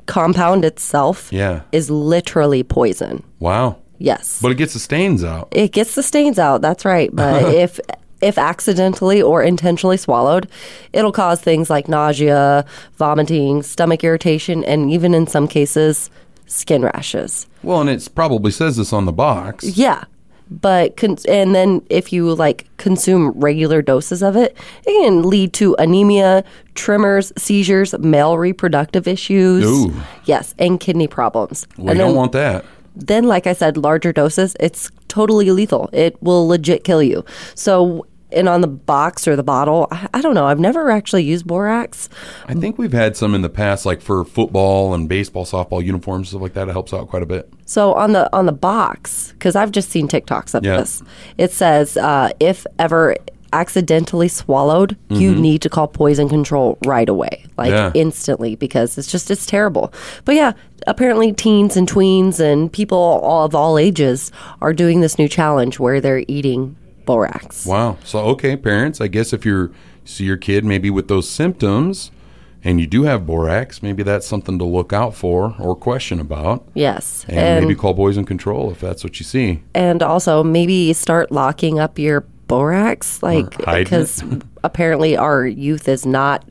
Speaker 5: compound itself
Speaker 15: Yeah.
Speaker 5: is literally poison.
Speaker 15: Wow.
Speaker 5: Yes.
Speaker 15: But it gets the stains out.
Speaker 5: It gets the stains out, that's right. But if if accidentally or intentionally swallowed, it'll cause things like nausea, vomiting, stomach irritation, and even in some cases, skin rashes.
Speaker 15: Well, and it probably says this on the box.
Speaker 5: Yeah. But con- and then if you like consume regular doses of it, it can lead to anemia, tremors, seizures, male reproductive issues.
Speaker 15: Ooh.
Speaker 5: Yes, and kidney problems.
Speaker 15: We
Speaker 5: and
Speaker 15: don't
Speaker 5: then,
Speaker 15: want that.
Speaker 5: then like I said, larger doses, it's totally lethal. It will legit kill you. So and on the box or the bottle, I, I don't know. I've never actually used borax.
Speaker 15: I think we've had some in the past, like for football and baseball, softball uniforms, stuff like that. It helps out quite a bit.
Speaker 5: So on the on the box, because I've just seen TikToks of
Speaker 15: Yeah.
Speaker 5: this, it says uh, if ever accidentally swallowed, you
Speaker 15: Mhm.
Speaker 5: need to call poison control right away, like
Speaker 15: Yeah.
Speaker 5: instantly, because it's just it's terrible. But yeah, apparently teens and tweens and people all of all ages are doing this new challenge where they're eating borax.
Speaker 15: Wow. So okay, parents, I guess if you see your kid maybe with those symptoms and you do have borax, maybe that's something to look out for or question about.
Speaker 5: Yes,
Speaker 15: And, maybe call Boys in Control if that's what you see.
Speaker 5: and also maybe start locking up your borax, like
Speaker 15: hiding it.
Speaker 5: because apparently our youth is not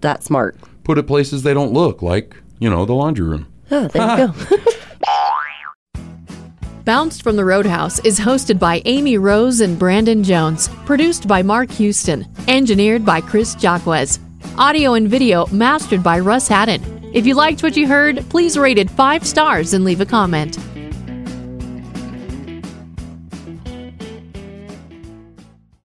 Speaker 5: that smart.
Speaker 15: Put it places they don't look, like, you know, the laundry room.
Speaker 5: Oh, there you go.
Speaker 2: Bounced from the Roadhouse is hosted by Amy Rose and Brandon Jones, produced by Mark Houston, engineered by Chris Jacquez, audio and video mastered by Russ Haddon. If you liked what you heard, please rate it five stars and leave a comment.